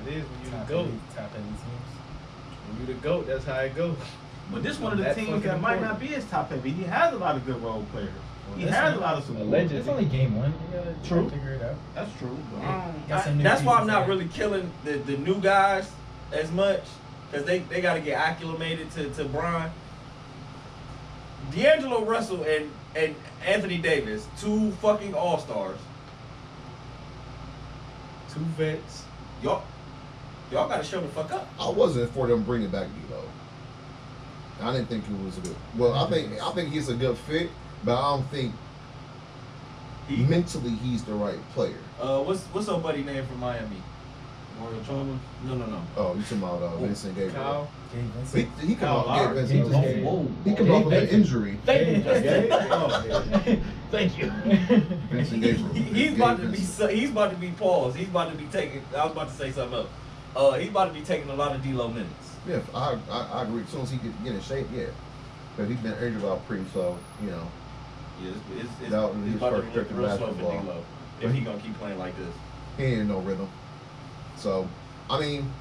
S3: It is when you the
S2: Top
S3: goat.
S2: eight- Top eight teams.
S3: When you the goat, that's how it goes.
S8: But this one of the
S3: That's
S8: teams
S3: fucking
S8: that might
S3: important.
S8: not be as top heavy. He has a lot of good role players. he
S2: that's
S8: has
S2: not-
S8: a lot of support.
S3: Alleged.
S2: It's only game one. You gotta try
S8: True.
S2: to figure it out.
S8: That's true. But
S2: Yeah.
S8: I don't-
S2: Got some new
S1: Um, That's why I'm
S2: pieces
S1: not
S2: there.
S1: really killing the, the new guys as much because they, they got to get acclimated to, to Brian. D'Angelo Russell and, and Anthony Davis, two fucking all stars.
S3: Two vets.
S1: Y'all, y'all got to show the fuck up.
S9: I wasn't for them bringing back D'Lo. I didn't think it was a good. Well, I think I think he's a good fit, but I don't think
S1: He-
S9: mentally he's the right player.
S1: Uh, what's what's our buddy name from Miami? Mario Chalmers? No, no, no.
S9: Oh, you talking about uh, Vincent Gabriel?
S3: Kyle.
S2: Gabe
S9: He,
S2: Vincent.
S9: Oh, he come
S8: Kyle
S9: off yeah,
S8: Lowry?
S9: Vincent.
S2: Gabe Vincent.
S9: Gabriel. He come off of an
S2: Gabe
S9: injury.
S1: Thank you.
S3: Oh.
S2: Thank you.
S9: Vincent Gabriel.
S1: He- he's about to be so- he's about to be paused. He's about to be taking. I was about to say something else. Uh, he's about to be taking a lot of D'Lo minutes.
S9: Yeah, I, I I agree. As soon as he get, get in shape, yeah, because he's been injured about pre, so you know.
S1: Yeah, it's, it's, it's,
S9: That
S1: it's
S9: was his
S1: about to
S9: first
S1: look
S9: trip in
S1: real slow for
S9: basketball.
S1: D'Lo if he gonna keep playing like this.
S9: He ain't in no rhythm. So, I mean,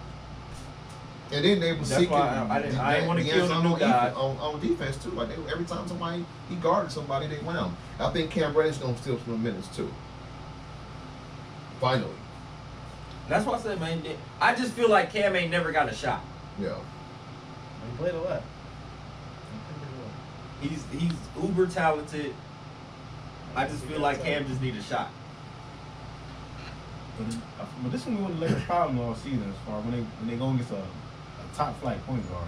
S9: and then they were
S1: That's
S9: seeking.
S1: why I- I didn't- I didn't wanna
S9: the
S1: kill
S9: answer
S1: the
S9: on,
S1: new guy.
S9: Defense, on, on defense too. Like they, every time somebody he guarded somebody, they wound. I think Cam Reddish gonna steal some minutes too. Finally,
S1: That's why I said, man. it- I just feel like Cam ain't never got a shot.
S9: yeah.
S2: He played a lot.
S1: He's he's uber talented. I just feel like Cam just need a shot.
S8: But, but this is one of the Lakers' problem all season as far when they when they go against a, a top flight point guard.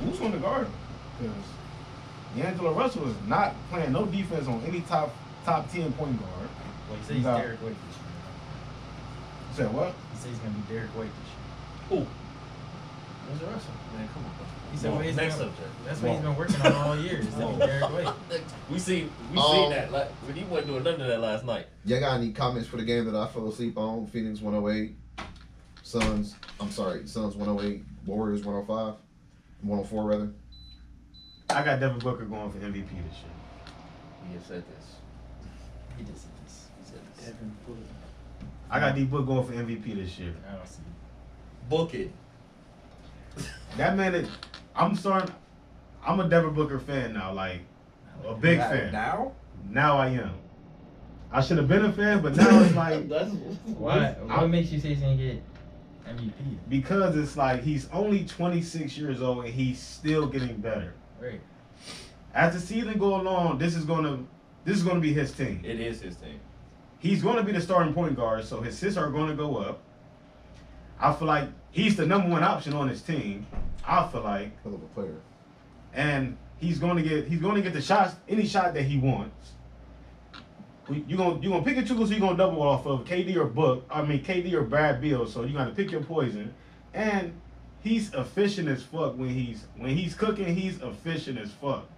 S8: Who's going to guard him? Because D'Angelo Russell is not playing no defense on any top top ten point guard.
S2: Well, he said he's
S8: No.
S2: Derek White this year.
S8: You said what?
S2: He said he's gonna be Derek White this year.
S1: Who?
S2: Where's the Russell?
S1: Man, come on.
S2: He said what he's
S1: next
S2: gonna-
S1: subject.
S2: That's what he's been working on all year. Is to be Derek White.
S1: We seen we
S9: Um,
S1: seen that. Like, but he wasn't doing none of that last night.
S9: Y'all got any comments for the game that I fell asleep on? Phoenix 108, Suns. I'm sorry, Suns 108, Warriors 105, 104 rather.
S8: I got Devin Booker going for MVP this year.
S1: He had said this.
S2: He did say this.
S1: He said this.
S8: I got D Book going for MVP this year.
S2: I don't see.
S1: Book it.
S8: That man is. I'm starting. I'm a Devin Booker fan now. Like a big
S1: Right
S8: fan.
S1: Now?
S8: Now I am. I should have been a fan, but now it's like
S1: That's
S2: Why? What makes you say he's gonna get MVP?
S8: because it's like he's only 26 years old and he's still getting better.
S2: Right.
S8: As the season go along, this is gonna this is gonna be his team.
S1: It is his thing.
S8: He's gonna be the starting point guard, so his assists are gonna go up. I feel like he's the number one option on his team. I feel like,
S9: Hell of a player.
S8: and he's gonna get he's gonna get the shots any shot that he wants. We- You gonna you gonna pick and choose who you gonna double off of KD or Book. I mean KD or Brad Bill. So you gotta pick your poison. And he's efficient as fuck when he's when he's cooking. He's efficient as fuck.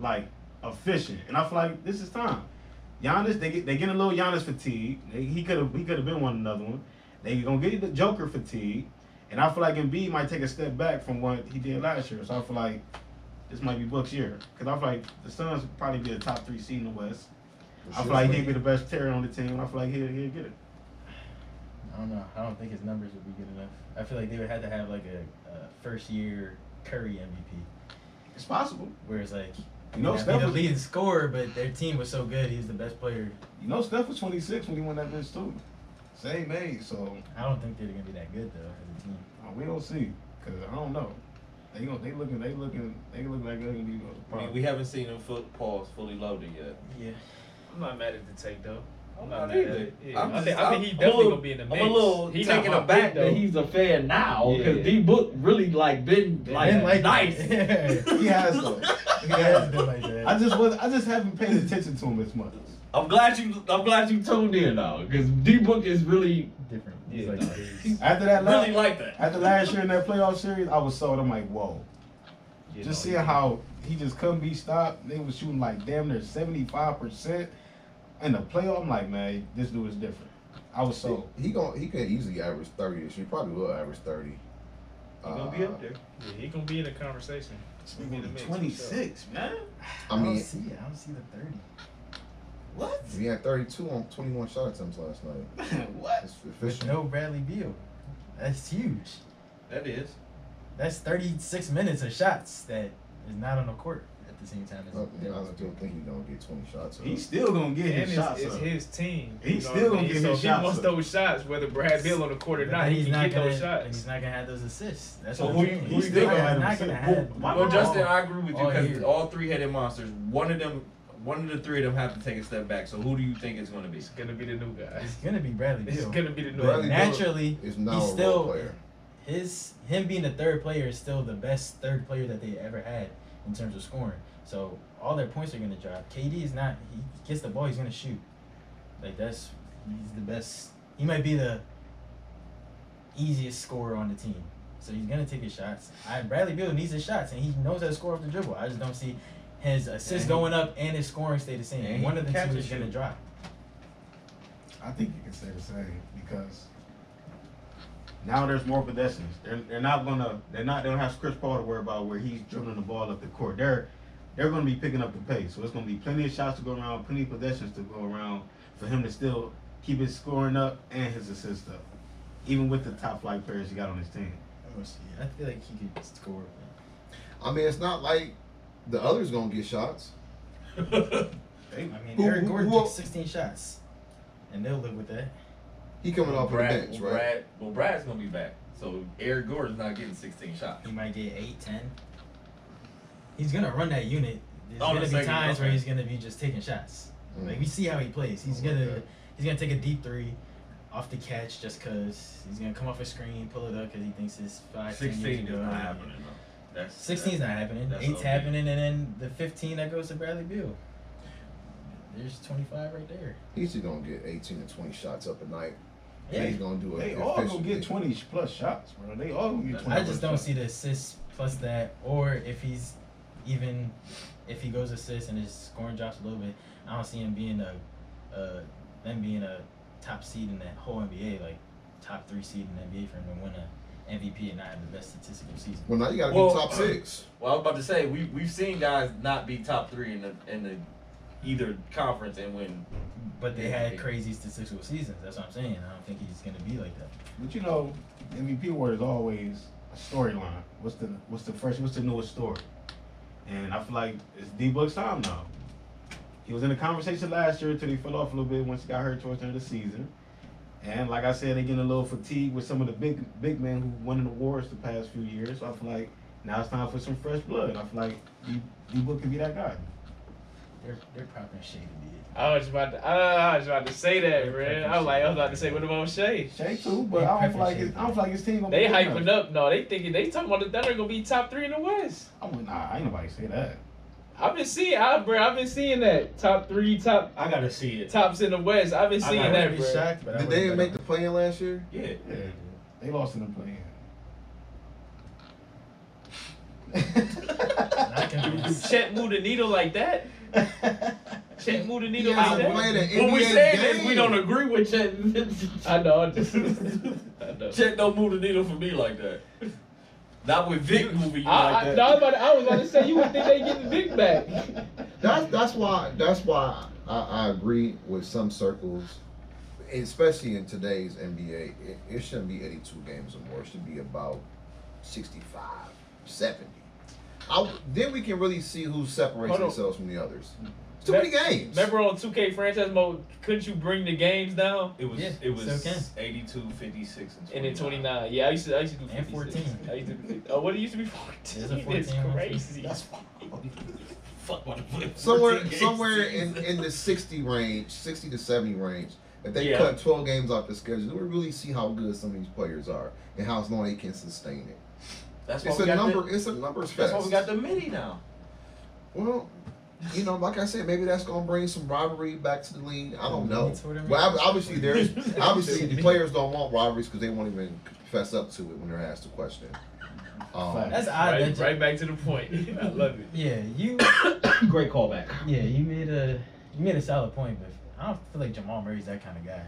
S8: Like efficient, and I feel like this is time. Giannis, they get they get a little Giannis fatigue. They, he could have he could have been one another one. They gonna get the Joker fatigue, and I feel like Embiid might take a step back from what he did last year. So I feel like this might be Buck's year because I feel like the Suns would probably be a top three seed in the West. I feel like he'd be the best player on the team. and I feel like he'll he'll get it.
S2: I don't know. I don't think his numbers would be good enough. I feel like they would have to have like a, a first year Curry MVP,
S8: It's possible.
S2: where it's like
S8: You know,
S2: yeah,
S8: Steph
S2: be the
S8: was
S2: leading scorer, but their team was so good, he was the best player.
S8: you know Steph was 26 when he won that bitch too. Same age, so
S2: I don't think they're gonna be that good though as a team.
S8: uh, we don't see because I don't know. They gonna they looking they looking they look like they're gonna be a
S1: We,
S8: problem.
S1: we haven't seen them foot paws fully loaded yet.
S2: Yeah.
S3: I'm not mad at the take though.
S1: I'm
S3: I'm
S1: not
S3: not mad at
S1: either.
S3: it. Yeah.
S1: I'm
S3: I,
S1: just-
S3: think, I think he
S1: I'm a
S3: definitely
S1: little-
S3: gonna be in the
S1: I'm
S3: mix.
S1: a little
S3: He's
S1: taken
S3: not my
S1: aback
S3: pick,
S1: that he's a fan now because
S3: Yeah.
S1: D Book really like been like
S2: Been like
S1: nice.
S2: that.
S8: he has though. He has.
S2: Yeah, like that.
S8: I just was I just haven't paid attention to him as much.
S1: I'm glad you I'm glad you tuned in now because D Book is really
S2: different. He's
S1: Yeah,
S2: like,
S1: nah,
S2: he's-
S8: After that last,
S1: really like that.
S8: after last year in that playoff series, I was sold. I'm like, whoa.
S1: You
S8: just
S1: know,
S8: seeing how he just couldn't be stopped. They was shooting like damn near 75 percent in the playoff. I'm like, man, this dude is different. I was sold.
S9: He gon' he could easily average thirty this year. He probably will average thirty.
S1: He
S9: Uh,
S1: gonna be up there.
S3: yeah, he gonna be in the conversation. He's gonna be in the mix, for sure.
S8: 26, man.
S9: I
S2: I don't
S9: mean,
S2: see it. I don't see the thirty.
S8: What?
S9: he had thirty-two on twenty-one shot attempts last night.
S8: what?
S9: It's efficient.
S2: No Bradley Beal. That's huge.
S1: That is.
S2: That's 36 minutes of shots that is not on the court at the same time. As
S9: I Uh, I still think he's gonna get twenty shots. up.
S8: He's still gonna get
S3: And
S8: his
S3: it's,
S8: shots
S3: it's
S8: up.
S3: his team.
S8: He's
S3: You know
S8: still
S3: what I
S8: gonna
S3: mean?
S8: get
S3: so
S8: his
S3: if
S8: shots
S3: He wants
S8: up.
S3: those shots, whether Brad Bill on the court or
S2: But
S3: not.
S2: then
S3: He can
S2: gonna,
S3: get those
S2: and He's
S3: shots.
S2: not gonna have those assists. That's
S1: So
S2: what
S1: who
S2: I'm
S1: you-
S2: saying.
S1: who
S2: He's
S1: you think
S2: not
S8: had him
S2: gonna
S8: assist?
S2: have them.
S8: Why
S1: Well,
S8: not?
S1: Justin, I agree with you
S2: all
S1: because
S2: year.
S1: all three-headed monsters. One of them, one of the three of them have to take a step back. So who do you think it's gonna be?
S3: It's gonna be the new guy.
S2: It's gonna be Bradley
S3: It's
S2: Beal.
S3: gonna be the new
S2: But
S9: Bradley
S3: guy.
S9: Beal
S2: naturally,
S9: is not a
S2: he's
S9: role
S2: still
S9: player.
S2: his him being the third player is still the best third player that they ever had in terms of scoring. So all their points are gonna drop. KD is not. He gets the ball. He's gonna shoot. Like that's he's the best. He might be the easiest scorer on the team. So he's gonna take his shots. I, Bradley Beal needs his shots, and he knows how to score off the dribble. I just don't see his assists
S1: And he-
S2: going up and his scoring stay the
S1: and
S2: same.
S1: he
S2: One of the
S1: catch
S2: two
S1: and
S2: is gonna
S1: shoot.
S2: drop.
S8: I think you can say the same because now there's more possessions. They're, they're not gonna they're not they don't have Chris Paul to worry about where he's dribbling the ball up the court. They're they're gonna be picking up the pace. So it's gonna be plenty of shots to go around, plenty of possessions to go around for him to still keep his scoring up and his assist up. Even with the top flight players he got on his team.
S2: I feel like he could score.
S9: I mean, it's not like the others gonna get shots.
S2: I mean,
S9: Who-
S2: Eric
S9: who-
S2: Gordon
S9: who-
S2: took 16 shots, and they'll live with that.
S9: He coming off of the
S10: Brad,
S9: bench,
S10: well,
S9: right?
S10: Brad, well, Brad's gonna be back, so Eric Gordon's not getting 16 shots.
S2: He might get 8, 10. He's gonna run that unit. There's
S10: Oh,
S2: gonna
S10: the
S2: be
S10: second-
S2: times where
S10: okay.
S2: he's gonna be just taking shots.
S9: Mm.
S2: Like we see how he plays. He's
S9: I like
S2: gonna
S9: that.
S2: he's gonna take a deep three, off the catch just cause. He's gonna come off a screen, pull it up cause he thinks it's five. 16
S1: Sixteen is not happening though. That's
S2: 16's not happening.
S1: That's
S2: Eight's
S1: OD.
S2: happening, and then the 15 that goes to Bradley Beal. There's 25 right there.
S9: He's just gonna get eighteen to twenty shots up a night.
S2: Yeah.
S9: He's gonna do it.
S8: They all gonna
S9: efficiently.
S8: get twenty plus shots, bro. They all gonna get
S10: That's-
S8: twenty.
S2: I just
S8: plus
S2: don't
S8: shots.
S2: see the assists plus that, or if he's even if he goes assists and his scoring drops a little bit, I don't see him being a uh, them being a top seed in that whole NBA, like top three seed in the NBA for him to win a MVP and not have the best statistical season.
S9: Well, now you gotta
S10: Well,
S9: be top six.
S10: Well, I was about to say we we've seen guys not be top three in the in the either conference and win.
S2: But they had crazy statistical seasons. That's what I'm saying. I don't think he's gonna be like that.
S8: But you know, MVP award is always a storyline. What's the what's the first what's the newest story? And I feel like it's D Book's time now. He was in the conversation last year until he fell off a little bit once he got hurt towards the end of the season. And like I said, they getting a little fatigued with some of the big big men who won the awards the past few years. So I feel like now it's time for some fresh blood. I feel like D, D Book could be that guy.
S2: They're they're propping Shady.
S3: I was about to. I was about to say that, man. I was like, I was about to say, what about Shay?
S8: Shay too, but I don't feel like his, I don't feel like his team. Gonna
S3: They
S8: be good
S3: hyping
S8: enough.
S3: up. No, they thinking they talking about the Thunder gonna be top three in the West.
S8: I would, nah, ain't nobody say that.
S3: I've been seeing, I, bro. I've been seeing that top three, top
S1: I gotta see it.
S3: tops in the West. I've been
S1: I
S3: seeing
S1: got
S3: that, bro.
S9: Did they make the play in last year?
S1: Yeah.
S8: Yeah, they lost in the play-in.
S2: Not
S3: If
S2: convinced.
S3: Chet moved the needle like that. Chet move the
S9: He
S3: needle like
S9: hasn't
S3: that.
S9: played an
S1: What we
S9: NBA
S1: saying is we
S9: game.
S1: don't agree with Chet.
S11: I know. I just, I know.
S1: Chet don't move the needle for me like that. Not with Vic moving you
S11: I,
S1: like
S11: I,
S1: that.
S11: no, I, was about to, I was about to say you would think they get the Vic back.
S9: That's that's why that's why I, I agree with some circles, especially in today's NBA. It, it shouldn't be 82 games or more. It should be about 65, 70. I, then we can really see who separates
S11: Hold on.
S9: themselves from the others. It's too
S11: Me-
S9: many games.
S11: Remember on 2K franchise mode, couldn't you bring the games down?
S1: It was
S2: Yeah,
S1: it was
S2: it's okay.
S1: 82, 56, and 29.
S11: And then 29. Yeah, I used to, I used to do 56.
S2: And 14.
S11: I used to do, oh, what it used to be 14.
S2: There's a 14
S11: It's
S2: one.
S11: crazy.
S1: Fuck my
S9: somewhere somewhere in, in the 60 range, 60 to 70 range. If they
S1: Yeah.
S9: cut 12 games off the schedule, we really see how good some of these players are and how long they can sustain it.
S1: That's why
S9: It's
S1: we
S9: a
S1: got
S9: number.
S1: The,
S9: it's a numbers
S1: that's
S9: fest.
S1: why we got the mini now.
S9: Well, you know, like I said, maybe that's gonna bring some rivalry back to the league. I don't know.
S2: That's what I mean.
S9: Well, ob- obviously there's obviously the players don't want rivalries because they won't even fess up to it when they're asked the question. Um,
S2: That's odd.
S11: Right,
S2: that you-
S11: right back to the point. I love it.
S2: Yeah, you.
S1: Great callback.
S2: Yeah, you made a you made a solid point, but I don't feel like Jamal Murray's that kind of guy.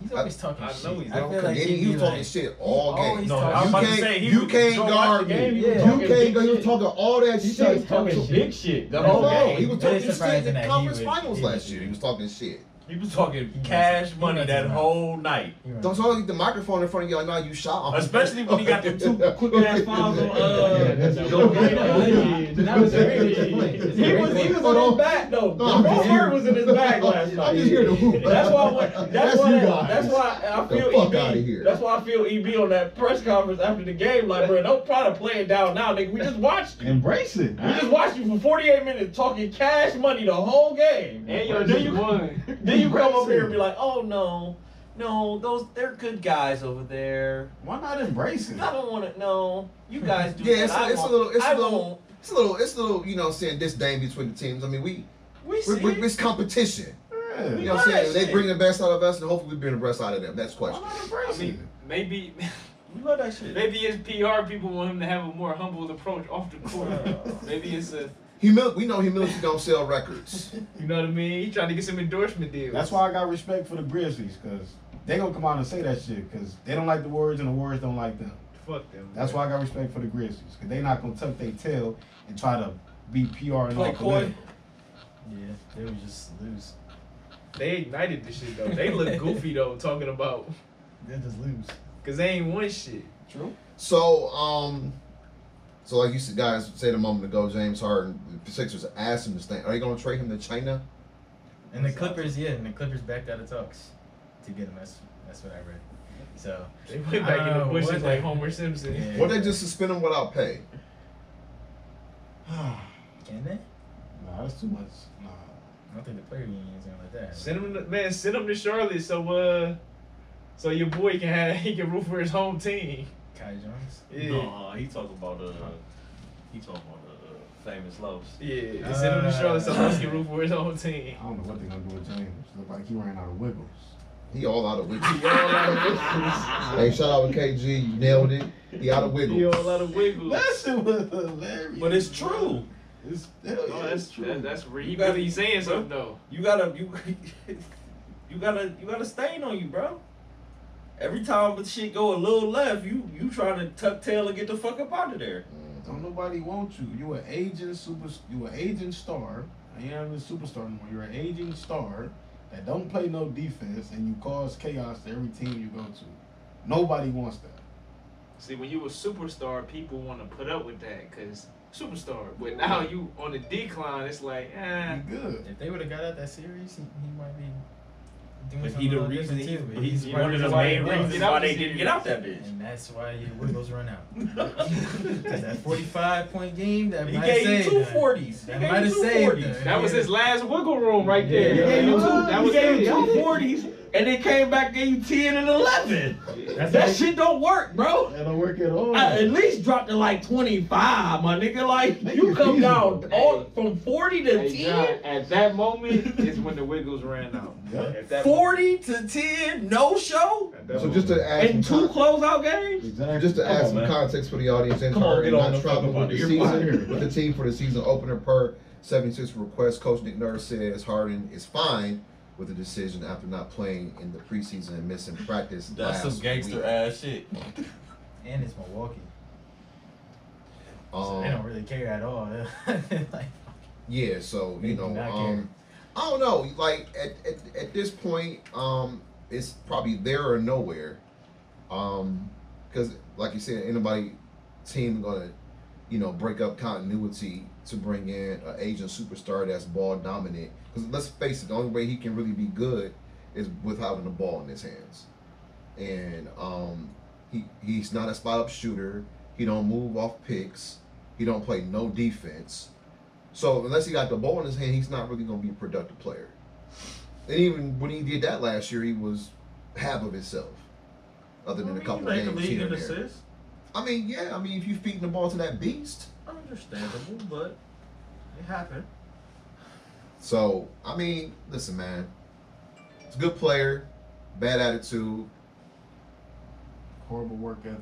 S2: He's always talking
S11: I
S2: shit.
S11: know he's
S2: I
S9: I
S2: feel like
S9: he,
S2: he'd
S9: was
S2: be
S9: talking
S2: like-
S9: shit all
S2: he
S9: game.
S2: always
S9: You
S3: No, I was
S2: talking
S3: about
S2: shit.
S3: to say,
S9: can't,
S3: he
S9: you
S3: was-
S9: can't
S3: Joe watched the
S9: guard
S11: game,
S9: me.
S11: he
S9: You
S11: was
S2: talking
S9: can't.
S11: big
S9: go- He was
S11: shit.
S9: talking all that
S11: He
S9: shit.
S11: started talking big shit. The whole
S9: Hold on,
S11: game.
S9: he was
S2: That
S9: talking
S2: is
S9: shit
S2: surprising
S9: in
S2: that he
S9: conference
S2: would-
S9: finals
S2: he
S9: last
S2: would-
S9: year. He was talking shit.
S1: He was talking
S2: He
S1: cash
S2: runs- he
S1: money
S2: runs
S1: that
S2: his mouth.
S1: whole night.
S2: He runs-
S9: Don't talk like the microphone in front of you like, nah, you shot him.
S1: Especially when he got them two quick-ass fouls on, uh,
S11: Yeah, that's
S9: Joe
S11: dope.
S9: Green.
S11: Yeah,
S2: That was
S11: that's
S2: great.
S11: dope.
S2: He was- he
S9: was on his
S11: back though.
S9: No, I'm just here. I'm just here to hoop.
S11: That's why. When, that's,
S9: you
S11: why.
S9: guys.
S11: That's why I
S9: Get the
S11: feel EB.
S9: fuck outta here.
S11: That's why I feel EB on that press conference after the game. Like, bro, don't try to play it down now, nigga. We just watched you.
S8: Embrace it.
S11: We just watched you for 48 minutes talking cash money the whole game.
S3: And
S11: yo,
S3: your
S11: then
S3: G
S11: you,
S3: one.
S11: then you come up here and be
S1: like, oh no, no, those they're good guys over there.
S8: Why not embrace it?
S1: I don't want to. No, you guys do.
S9: Yeah,
S1: that.
S9: it's
S1: I
S9: a, it's a
S1: won't.
S9: little, it's
S1: I
S9: a little,
S1: won't.
S9: it's a little, it's a little, you know, what I'm saying disdain between the teams. I mean, we,
S1: We
S9: we,
S1: see.
S9: we it's competition. You know,
S8: Yeah.
S9: what I'm saying
S1: Right.
S9: they bring the best out of us, and hopefully we bring the best out of them. That's the
S1: Why
S9: question.
S1: not
S3: I
S1: embrace it?
S3: mean, maybe
S1: We love that shit.
S3: maybe his PR people want him to have a more humble approach off the court. maybe it's a
S9: Humil- we know humility don't sell records.
S11: You know what I mean? He trying to get some endorsement deals.
S8: That's why I got respect for the Grizzlies, cause they gonna come out and say that shit, cause they don't like the Warriors and the Warriors don't like them.
S11: Fuck them.
S8: That's why I got respect for the Grizzlies, cause they not gonna tuck their tail and try to be PR and
S1: Play
S8: all
S1: coy.
S8: political.
S2: Yeah, they would just lose.
S11: They ignited this shit though. They look goofy though, talking about
S2: They just lose.
S11: because they ain't won shit.
S8: True.
S9: So, um, so like you said, guys said a moment ago, James Harden, the Sixers asked him to stay. Are they gonna trade him to China?
S2: And the Clippers, yeah, and the Clippers backed out of talks to get him. That's that's what I read. So
S11: They went back in
S2: Oh,
S11: the bushes
S2: what
S11: like
S2: the-
S11: Homer Simpson.
S2: yeah.
S9: Or they just suspend him without pay?
S8: nah,
S2: can they?
S8: that's too much. Nah.
S2: I don't think the player union is gonna let that. happen.
S11: Send him, to, man. Send him to Charlotte so uh, so your boy can have he can root for his home team.
S2: Kai Jones.
S11: Yeah,
S1: No, he talking about uh, he talking about uh, famous loves.
S11: yeah. send him to Charlotte so Los can root for his home team.
S8: I don't know what they're gonna do with James. Look like he ran out of wiggles.
S9: He all out of wiggles. hey, shout out to KG, you nailed it. He out of wiggles.
S11: He all out of wiggles.
S8: That shit was hilarious.
S1: But it's true.
S8: It's, hell yeah,
S3: No, that's
S8: it's true.
S3: that, that's
S11: Oh,
S3: real.
S11: you
S3: You
S11: got
S3: gotta
S11: he
S3: you
S11: saying
S3: saying
S11: something
S3: something.
S11: though.
S1: You gotta you you gotta you gotta stain on you, bro. Every time the shit go a little left, you you trying to tuck tail and get the fuck up out of there.
S8: Don't nobody want you. You an aging super. You an aging star. You ain't even a superstar anymore. You're an aging star that don't play no defense and you cause chaos to every team you go to. Nobody wants that.
S3: See, when you a superstar, people want to put up with that because superstar. But now you on the decline, it's like, eh.
S8: You good.
S2: If they would have got out that series, he, he might be doing
S1: But
S2: something
S1: he
S2: a
S1: the
S2: little
S1: reason
S2: different,
S1: he,
S2: too, but
S1: he's
S2: he's
S1: one of the
S2: probably
S1: main
S2: the
S1: reasons
S2: reason
S1: why
S3: why
S1: they
S3: they
S1: didn't get out that bitch.
S2: And that's why your wiggles run out. 'Cause that 45 point game that
S1: He
S2: might
S1: gave you
S2: have saved
S1: two
S2: that.
S1: forties. He
S2: That
S1: gave
S2: might
S1: you
S2: have
S1: two
S2: saved
S1: forties.
S2: them.
S3: That was his last wiggle room right
S2: Yeah,
S3: there.
S2: he gave you two-
S3: that was
S1: he gave
S3: it.
S1: you two forties and they came back gave you ten and eleven.
S8: That's
S1: that
S8: not-
S1: shit don't work, bro.
S8: That don't work at all.
S1: I at least dropped to like twenty five, my nigga. Like
S8: Make
S1: you
S8: it
S1: come
S8: feasible.
S1: down all from forty to
S3: Hey, John,
S1: ten.
S3: at that moment is when the Wiggles ran out.
S8: Yup.
S3: At that moment-
S1: 40 to 10, no show,
S3: at that
S9: So
S3: moment.
S9: just to add
S1: and two
S9: some con-
S1: closeout games.
S8: Exactly.
S9: just to
S8: Come
S9: add
S8: on,
S9: some
S8: man.
S9: context for the audience and
S8: Come on,
S9: for
S8: get on,
S9: not
S8: don't
S9: traveling
S8: talk about
S9: with the
S8: it. You're fine.
S9: season with the team for the season opener per 76 request. Coach Nick Nurse says Harden is fine with the decision after not playing in the preseason and missing practice.
S10: That's
S9: last
S10: some gangster
S9: week.
S10: ass shit.
S2: And it's Milwaukee. So they don't
S9: Um,
S2: really care at all. like,
S9: yeah, so
S2: They
S9: you
S2: do
S9: know,
S2: not
S9: um, I don't know. Like at, at at this point, um, it's probably there or nowhere. Um, because like you said, anybody team gonna you know, break up continuity to bring in an Asian superstar that's ball dominant. Because let's face it, the only way he can really be good is with having the ball in his hands. And um, he he's not a spot up shooter. He don't move off picks. He don't play no defense. So unless he got the ball in his hand, he's not really gonna be a productive player. And even when he did that last year, he was half of himself. Other than a couple
S5: you the
S9: games
S5: league
S9: here
S5: in
S9: and there.
S5: assists.
S9: I mean, yeah. I mean, if you're feeding the ball to that beast,
S5: Understandable, but it happened.
S9: So I mean, listen, man. It's a good player, bad attitude.
S8: Horrible work ethic.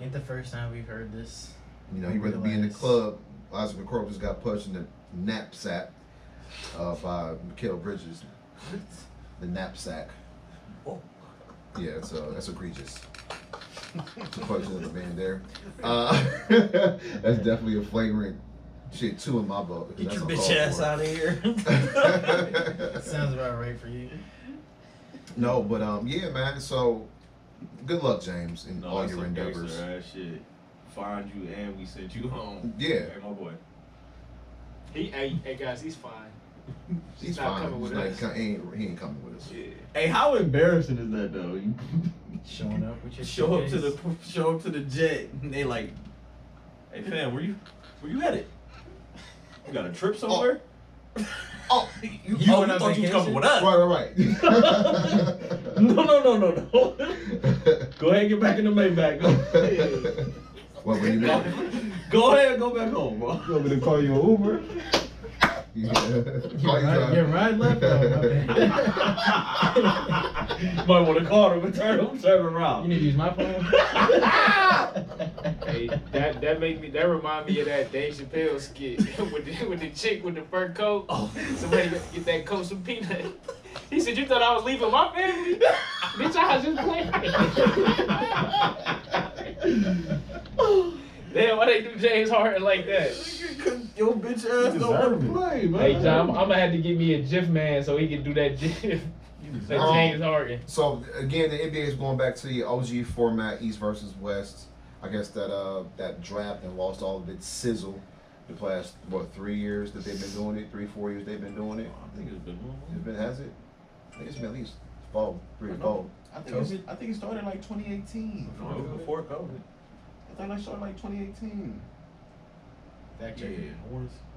S2: ain't the first time we've heard this.
S9: You know, he'd rather be in the
S2: Realize.
S9: club. Isaac McCorkle just got punched in the knapsack uh, by Mikael Bridges. The knapsack. Yeah, it's uh, that's egregious. It's a punch in the man there. Uh, that's definitely a flagrant shit too in my book.
S10: Get your bitch ass out of here.
S2: That sounds about right for you.
S9: no, but um, yeah, man. So good luck, James, in
S10: No,
S9: all
S10: that's
S9: your
S10: some
S9: endeavors.
S10: gangster ass shit. Find you and we sent you home.
S9: Yeah.
S10: Hey, my boy.
S3: He, hey, hey guys, he's fine. She's
S9: He's
S3: not
S9: fine.
S3: coming
S9: He's
S3: with
S9: not,
S3: us.
S9: he, ain't, he ain't coming with us.
S3: Yeah.
S1: Hey, how embarrassing is that though? You
S2: Showing up with your
S1: show up to the
S2: suitcase.
S1: show up to the jet, and they like, hey fam, where you where you headed? You got a trip somewhere?
S9: Oh,
S1: You,
S2: You
S1: oh,
S2: went
S1: you
S2: on
S1: thought you was
S2: vacation?
S1: coming with us?
S9: right, right,
S1: no, no, no, no, no. go ahead, and get back in the Maybach. Go,
S9: right. what were you doing?
S1: go ahead, and go back home, bro.
S8: You want me to call you an Uber?
S9: Yeah.
S2: Your
S9: Are you
S2: ride,
S9: driving?
S2: your ride left out.
S1: Might want to call them and turn them turn
S2: You
S1: around.
S2: need to use my phone.
S3: Hey, that that made me that remind me of that Dave Chappelle skit with the, with the chick with the fur coat. Somebody get that coat some peanut. He said, "You thought I was leaving my family? Bitch, I was just playing." Damn, why they do James Harden like that?
S1: Yo, bitch ass
S8: You
S1: don't want
S8: deserve
S1: to
S8: it.
S1: play, man.
S11: Hey, John, I'm, I'm gonna have to give me a GIF man so he can do that GIF. That
S9: Um,
S11: James Harden.
S9: So again, the NBA is going back to the OG format, East versus West. I guess that uh that draft and lost all of its sizzle. The last what three years that they've been doing it, three four years they've been doing it.
S10: I think it's been
S9: It's been has it? I think it's been at least four, three or four.
S10: I
S8: think it's-
S10: I think it started like 2018. No, it was before COVID. I think it started like 2018.
S8: That
S10: Yeah.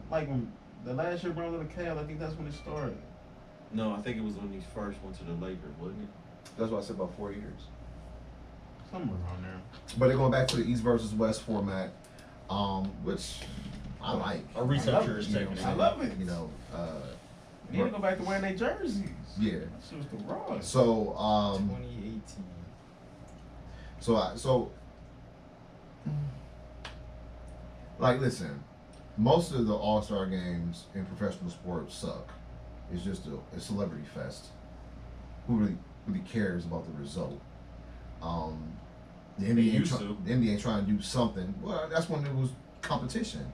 S8: Like when the last year Brown the Cavs, I think that's when it started.
S10: No, I think it was when he first went to the Lakers, wasn't it?
S9: That's why I said about four years.
S8: Somewhere around there.
S9: But they're going back to the East versus West format, um, which I like.
S5: A researcher is
S9: You know
S5: taking
S9: what
S5: it.
S9: I'm
S8: I love
S9: saying?
S8: it.
S9: You know, uh,
S8: They need to go back to wearing their jerseys.
S9: yeah.
S8: That shit was the raw.
S9: So, um,
S2: 2018.
S9: so I, so, like, listen, most of the All Star games in professional sports suck. It's just a, a celebrity fest. Who really really cares about the result? Um, the NBA,
S5: used
S9: try,
S5: to.
S9: the NBA trying to do something. Well, that's when it was competition.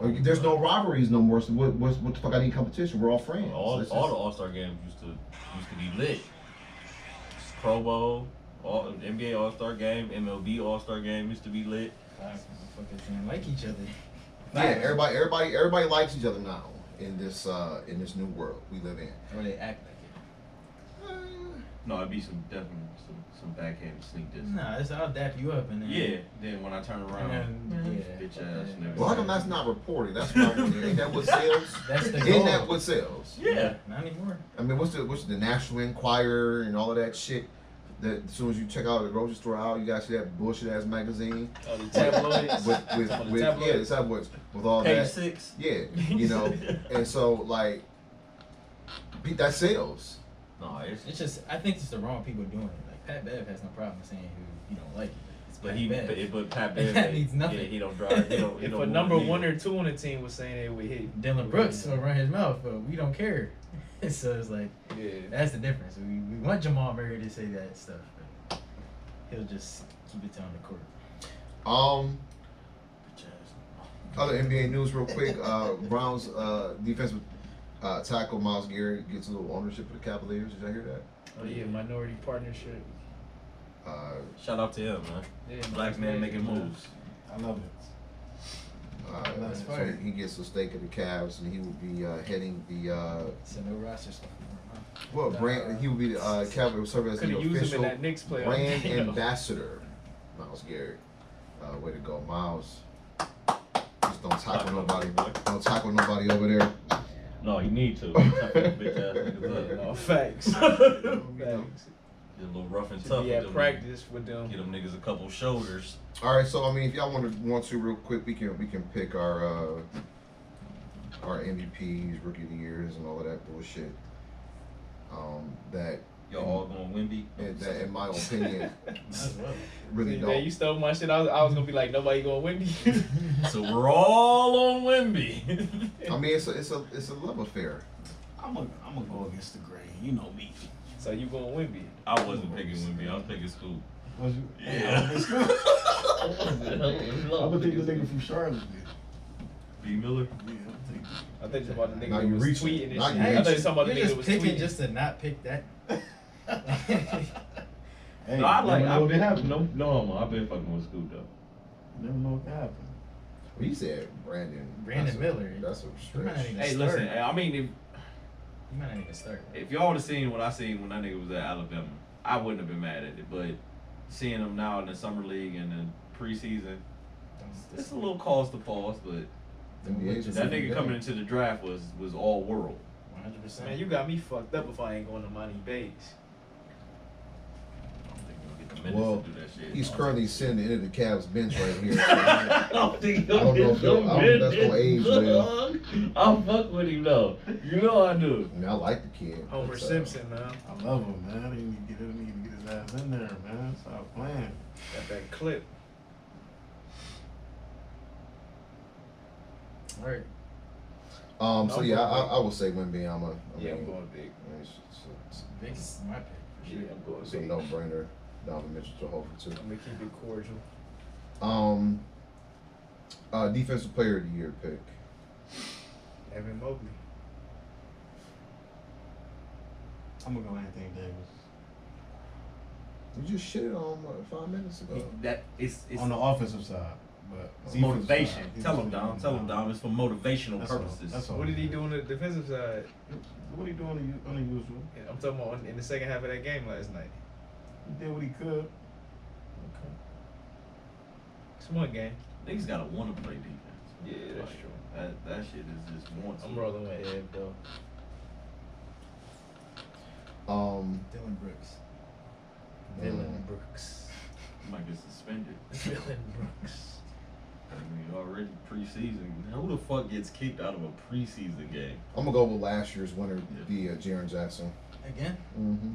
S9: Like, there's no rivalries no more. So what, what's what the fuck? I need competition. We're all friends.
S5: All,
S9: Let's
S5: all
S9: just-
S5: the All Star games used to used to be lit. Pro Bowl, all NBA All Star game, MLB All Star game used to be lit.
S2: Motherfuckers didn't like each other.
S9: Um, Yeah, everybody, everybody, everybody likes each other now in this uh in this new world we live in.
S1: Or they act like it.
S9: Uh,
S1: No, it'd be some definitely some, some backhand sneak this.
S2: Nah, it's, I'll dap you up and then.
S1: Yeah. Then when I turn around,
S2: And then, yeah.
S1: bitch ass nigga.
S9: Well, how come that's not reported? That's what I'm Ain't that what sells?
S2: That's the goal.
S9: Ain't that what sells?
S1: Yeah.
S2: Not anymore.
S9: I mean, what's the what's the National Enquirer and all of that shit? That as soon as you check out the grocery store aisle, you got to see that bullshit ass magazine
S12: Oh, the
S9: with
S12: tabloids.
S9: with, with,
S12: Oh, the
S9: yeah, the
S12: tabloids.
S9: tabloids with all
S1: Page
S9: that.
S1: six.
S9: Yeah, you know, and so like, beat that sales.
S1: No, it's
S2: It's just I think it's the wrong people doing it. Like Pat Bev has no problem saying who you don't like. It's
S13: But
S2: Pat
S13: he,
S2: Bev.
S13: but, but Pat Bev,
S2: That means nothing.
S13: Yeah, he don't drive. He don't, he
S3: If
S13: don't
S3: a
S13: move
S3: number
S13: the needle.
S3: one or two on the team was saying it would hit.
S2: Dylan Brooks will run his mouth, but we don't care. so it's like
S12: Yeah.
S2: that's the difference. We, we want Jamal Murray to say that stuff, but he'll just keep it on the court.
S9: Um, other NBA news, real quick. Uh, Browns uh, defensive uh, tackle Miles Garrett gets a little ownership of the Cavaliers. Did I hear that?
S3: Oh yeah, minority partnership.
S9: Uh,
S13: Shout out to him, man.
S3: Yeah,
S13: Black man making moves.
S8: I love it.
S9: Uh,
S8: That's
S9: so
S8: fire.
S9: he gets a stake of the Cavs, and he will be uh, heading the uh,
S2: So no roster stuff.
S9: well, brand. he will be the uh, Cavalier serve as
S3: Could
S9: the
S3: have used him
S9: official
S3: in that Knicks play.
S9: brand ambassador. Miles Garrett, uh, way to go, Miles! Just don't tackle nobody. Don't tackle nobody over there.
S13: No, he need to. Bitch ass niggas
S3: Oh,
S13: up.
S3: facts. facts.
S13: Get a little rough and
S3: To
S13: tough.
S3: be
S13: with
S3: at
S13: them.
S3: practice with them.
S13: Get them niggas a couple shoulders.
S9: All right, so I mean, if y'all want to want to real quick, we can we can pick our uh, our MVPs, rookie of the years, and all of that bullshit. Um, that
S13: Y'all all going Wimby.
S9: and that, in my opinion,
S2: well.
S9: really
S3: Man, you
S9: don't.
S3: stole my shit. I was, I was gonna be like, nobody gonna win me.
S13: So we're all on Wimby.
S9: I mean, it's a it's a it's a love affair.
S12: I'm gonna I'm gonna go against the grain. You know me.
S3: so you gonna win me?
S13: I wasn't picking Wimby. I was picking Scoop.
S8: Was you?
S13: Yeah.
S8: I'm gonna take this nigga from Charlotte.
S13: B Miller.
S8: Yeah, I'm
S3: I think it's about the nigga
S9: Now
S3: that
S9: you
S3: was
S9: reaching.
S3: tweeting and shit.
S9: Now you
S3: I thought you
S9: reaching.
S3: talking about the
S2: You're
S3: nigga that
S2: just
S3: was
S2: picking
S3: tweeting.
S2: just to not pick that.
S8: gonna take
S2: yeah,
S8: Hey,
S13: no, I like.
S8: never know
S13: I've
S8: what
S13: been
S8: happened.
S13: no, no, homo. I've been fucking with Scoop though.
S8: Never know what happened.
S9: Well, you said Brandon.
S2: Brandon
S9: that's a-
S2: Miller.
S9: That's a
S2: You might not
S9: stretch.
S2: even
S1: Hey,
S2: start.
S1: listen. I mean, if
S2: You might not even start. bro.
S1: If y'all would have seen what I seen when that nigga was at Alabama, I wouldn't have been mad at it. But seeing him now in the summer league and the preseason,
S2: Don't-
S1: it's a little cause to pause. But
S9: NBA 's a
S1: that
S9: different
S1: nigga
S9: game.
S1: coming into the draft was was all world.
S2: 100%.
S3: Man, you got me fucked up if I ain't going to Monty Bates.
S1: I don't think he'll get the minutes
S9: Well,
S1: to do that shit.
S9: He's currently sitting into the Cavs bench right here. So I
S1: don't think
S9: don't know if he'll- I don't think that's gonna age well.
S1: I fuck with him though. You know I do.
S9: I mean, I like the kid.
S3: Homer
S9: but, uh,
S3: Simpson, man.
S8: I love him, man. I didn't get him. Need to get his ass in there, man. Stop playing.
S3: Got that clip.
S2: All right.
S9: Um. So
S3: I'm
S9: yeah,
S3: going
S9: I, I would say Wimbyama. I
S3: Yeah, I'm
S9: mean,
S3: going big.
S9: I mean, it's- it's- it's-
S2: Vic is my pick.
S3: Yeah, I'm going
S9: It's a
S3: big.
S9: no brainer. Donovan Mitchell to Hofer too.
S3: I'm gonna keep it cordial.
S9: Um uh defensive player of the year pick.
S3: Evan Mobley.
S8: I'm gonna go Anthony Davis.
S9: You just shit on what, five minutes ago.
S1: That it's it's
S8: on the offensive side, but
S9: It's
S8: defensive
S13: Motivation.
S8: side, he
S13: Tell
S8: was
S13: him, Dom.
S8: really-
S13: Tell him, Dom. It's for motivational
S8: That's all-
S13: purposes.
S8: that's all.
S3: What did he do on the defensive side?
S8: What he doing unusual?
S3: Yeah, I'm talking about on- in the second half of that game last night.
S8: He did what he could.
S3: It's one game.
S1: niggas gotta want to play defense.
S3: Yeah, that's
S1: Like,
S3: true.
S1: That that shit is just wants.
S3: I'm rolling with Ev though.
S9: Um uh,
S2: Dylan Brooks.
S3: Mm.
S9: Dylan
S2: Brooks.
S1: Might get suspended.
S2: Dylan Brooks.
S1: I mean, already preseason. Who the fuck gets kicked out of a preseason game?
S9: I'm gonna go with last year's winner, the uh, Jaron Jackson.
S2: Again?
S9: Mm-hmm.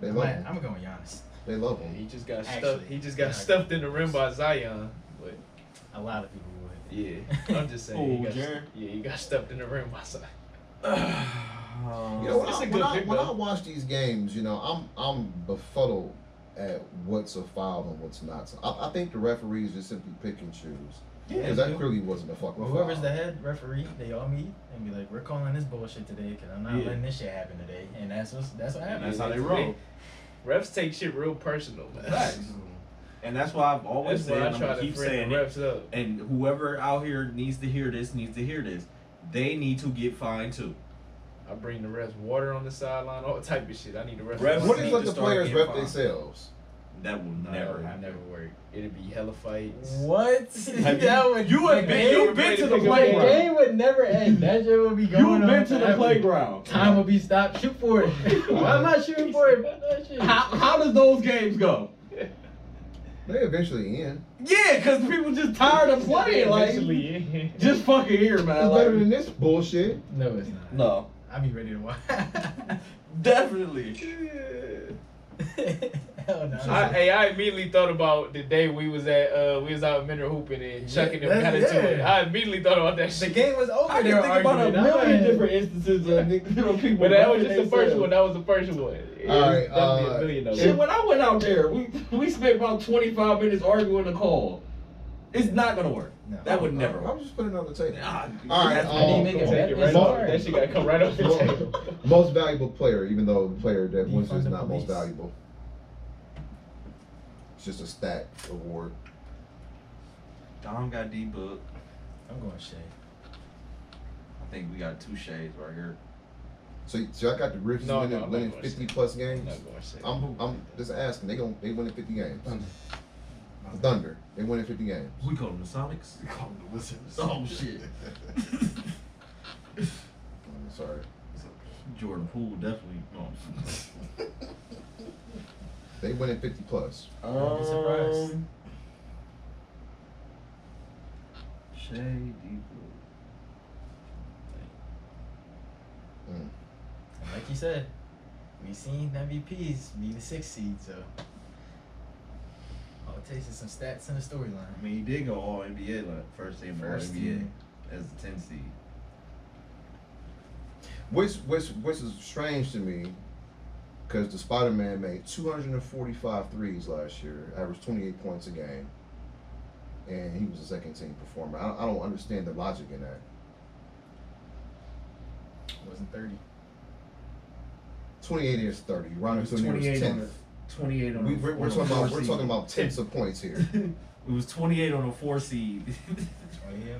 S9: They
S2: I'm
S9: love
S2: gonna
S9: him.
S2: I'm going with Giannis.
S9: They love
S3: Yeah,
S9: him.
S3: he just got
S2: Actually,
S3: stuffed. He just got
S2: yeah.
S3: stuffed in the rim by Zion. But
S2: A lot of people would.
S3: yeah, I'm just saying.
S1: Oh,
S3: he got,
S1: Jaren?
S3: yeah, he got stuffed in the rim by Zion.
S9: You know, when,
S3: That's
S9: I,
S3: a
S9: when,
S3: good
S9: I,
S3: pick,
S9: when I
S3: though.
S9: watch these games, you know, I'm I'm befuddled at what's a foul and what's not. So I, I think the referees just simply pick and choose.
S2: Yeah,
S9: Because that clearly wasn't a fucking
S2: Well,
S9: foul.
S2: whoever's the head referee, they all meet and be like, "We're calling this bullshit today because I'm not
S1: Yeah.
S2: letting this shit happen today." And that's what's that's what
S1: And
S2: happened.
S1: that's how they
S3: Yeah.
S1: roll.
S3: Refs take shit real personal, man.
S1: Facts. And that's why I've always
S3: That's why I
S1: said,
S3: try
S1: I
S3: to
S1: keep
S3: bring
S1: saying
S3: the
S1: it.
S3: refs up.
S1: And whoever out here needs to hear this needs to hear this. They need to get fined too.
S11: I bring the refs water on the sideline, all type of shit. I need the refs.
S1: Refs
S9: What
S1: need
S9: if
S1: to
S9: let the
S1: start
S9: players
S1: getting
S9: rep
S1: fined.
S9: themselves?
S1: That will
S11: No,
S1: never
S11: it would
S1: happen.
S11: never work. It'd be hella fights.
S2: What?
S11: Have you-
S2: that would
S11: you have been- you
S2: the
S11: been to the
S2: game-
S11: playground.
S2: The game would never end. That shit would be going on.
S1: You've been to the
S2: forever.
S1: playground.
S2: Time will be stopped. Shoot for it. Why am I shooting for it? Fuck that shit.
S1: How, how does those games go?
S9: They eventually end.
S1: Yeah, because people just tired of playing. Like,
S11: Eventually, yeah.
S1: just fucking here, man.
S9: It's better than
S1: Like,
S9: this bullshit.
S2: No, it's not.
S1: no,
S2: I'd be ready to watch.
S1: definitely.
S2: Hell no.
S11: I, hey, I immediately thought about the day we was at uh we was out in Mineral hooping and chucking them
S2: Yeah,
S11: got
S2: that's-
S11: into it.
S2: yeah.
S11: I immediately thought about that
S2: the
S11: shit.
S2: game was over.
S1: I
S2: they
S1: can
S2: were
S1: think about a
S2: arguing.
S1: million
S2: I'm-
S1: different instances of niggas- you know, people.
S11: But that was
S1: rapping
S11: just the first
S1: themselves.
S11: one. That was the first one. It
S9: All
S11: was
S9: right,
S11: definitely
S9: uh,
S11: a million of
S9: if-
S11: them.
S1: Shit, when I went out there, we we spent about 25 minutes arguing a call. It's not gonna work.
S2: No.
S1: That would never
S9: I'm
S1: work.
S9: just putting it on the table.
S1: Ah,
S9: All right,
S1: that's-
S2: I didn't
S9: um,
S2: make
S11: Take
S2: it
S11: it
S2: That
S11: right
S2: is
S11: off.
S2: hard.
S11: That shit gotta come right off the table.
S9: most valuable player, even though the player that wins
S2: Defund
S9: is
S2: the
S9: not most
S2: police.
S9: valuable. It's just a stat award.
S10: Dom got D book.
S2: I'm going shade.
S10: I think we got two shades right here.
S9: So, so I got the Grizzlies
S11: No, no,
S9: winning,
S11: I'm not
S9: winning
S11: gonna
S9: 50
S11: say.
S9: plus
S11: I'm
S9: games.
S11: not gonna say.
S9: I'm I'm just asking. They going they winning 50 games. Thunder. They winning 50 games.
S10: We call them the Sonics.
S8: We call them the Wizards.
S10: Oh, shit.
S9: I'm sorry.
S10: Jordan Poole definitely. No.
S9: They winning 50 plus.
S2: I'd be surprised.
S1: Um,
S10: Shade D book.
S9: Mm.
S2: And like you said, we seen MVPs be the sixth seed, so all it takes is some stats and a
S10: I
S2: storyline.
S10: mean, he did go all NBA like first team
S2: First
S10: all NBA
S2: team.
S10: as a 10 seed.
S9: Which which which is strange to me, because the Spider Man made 245 threes last year, averaged 28 points a game, and he was a second team performer. I, I don't understand the logic in that.
S2: wasn't thirty.
S9: 28 is 30. Ron
S10: It was
S9: was 28
S10: on
S9: tenth.
S10: the 28 on
S9: We,
S10: the,
S9: we're,
S10: on
S9: we're
S10: the
S9: talking about
S10: four
S9: we're
S10: seed.
S9: talking about tenths of points here.
S10: it was 28 on a four seed.
S2: Oh yeah,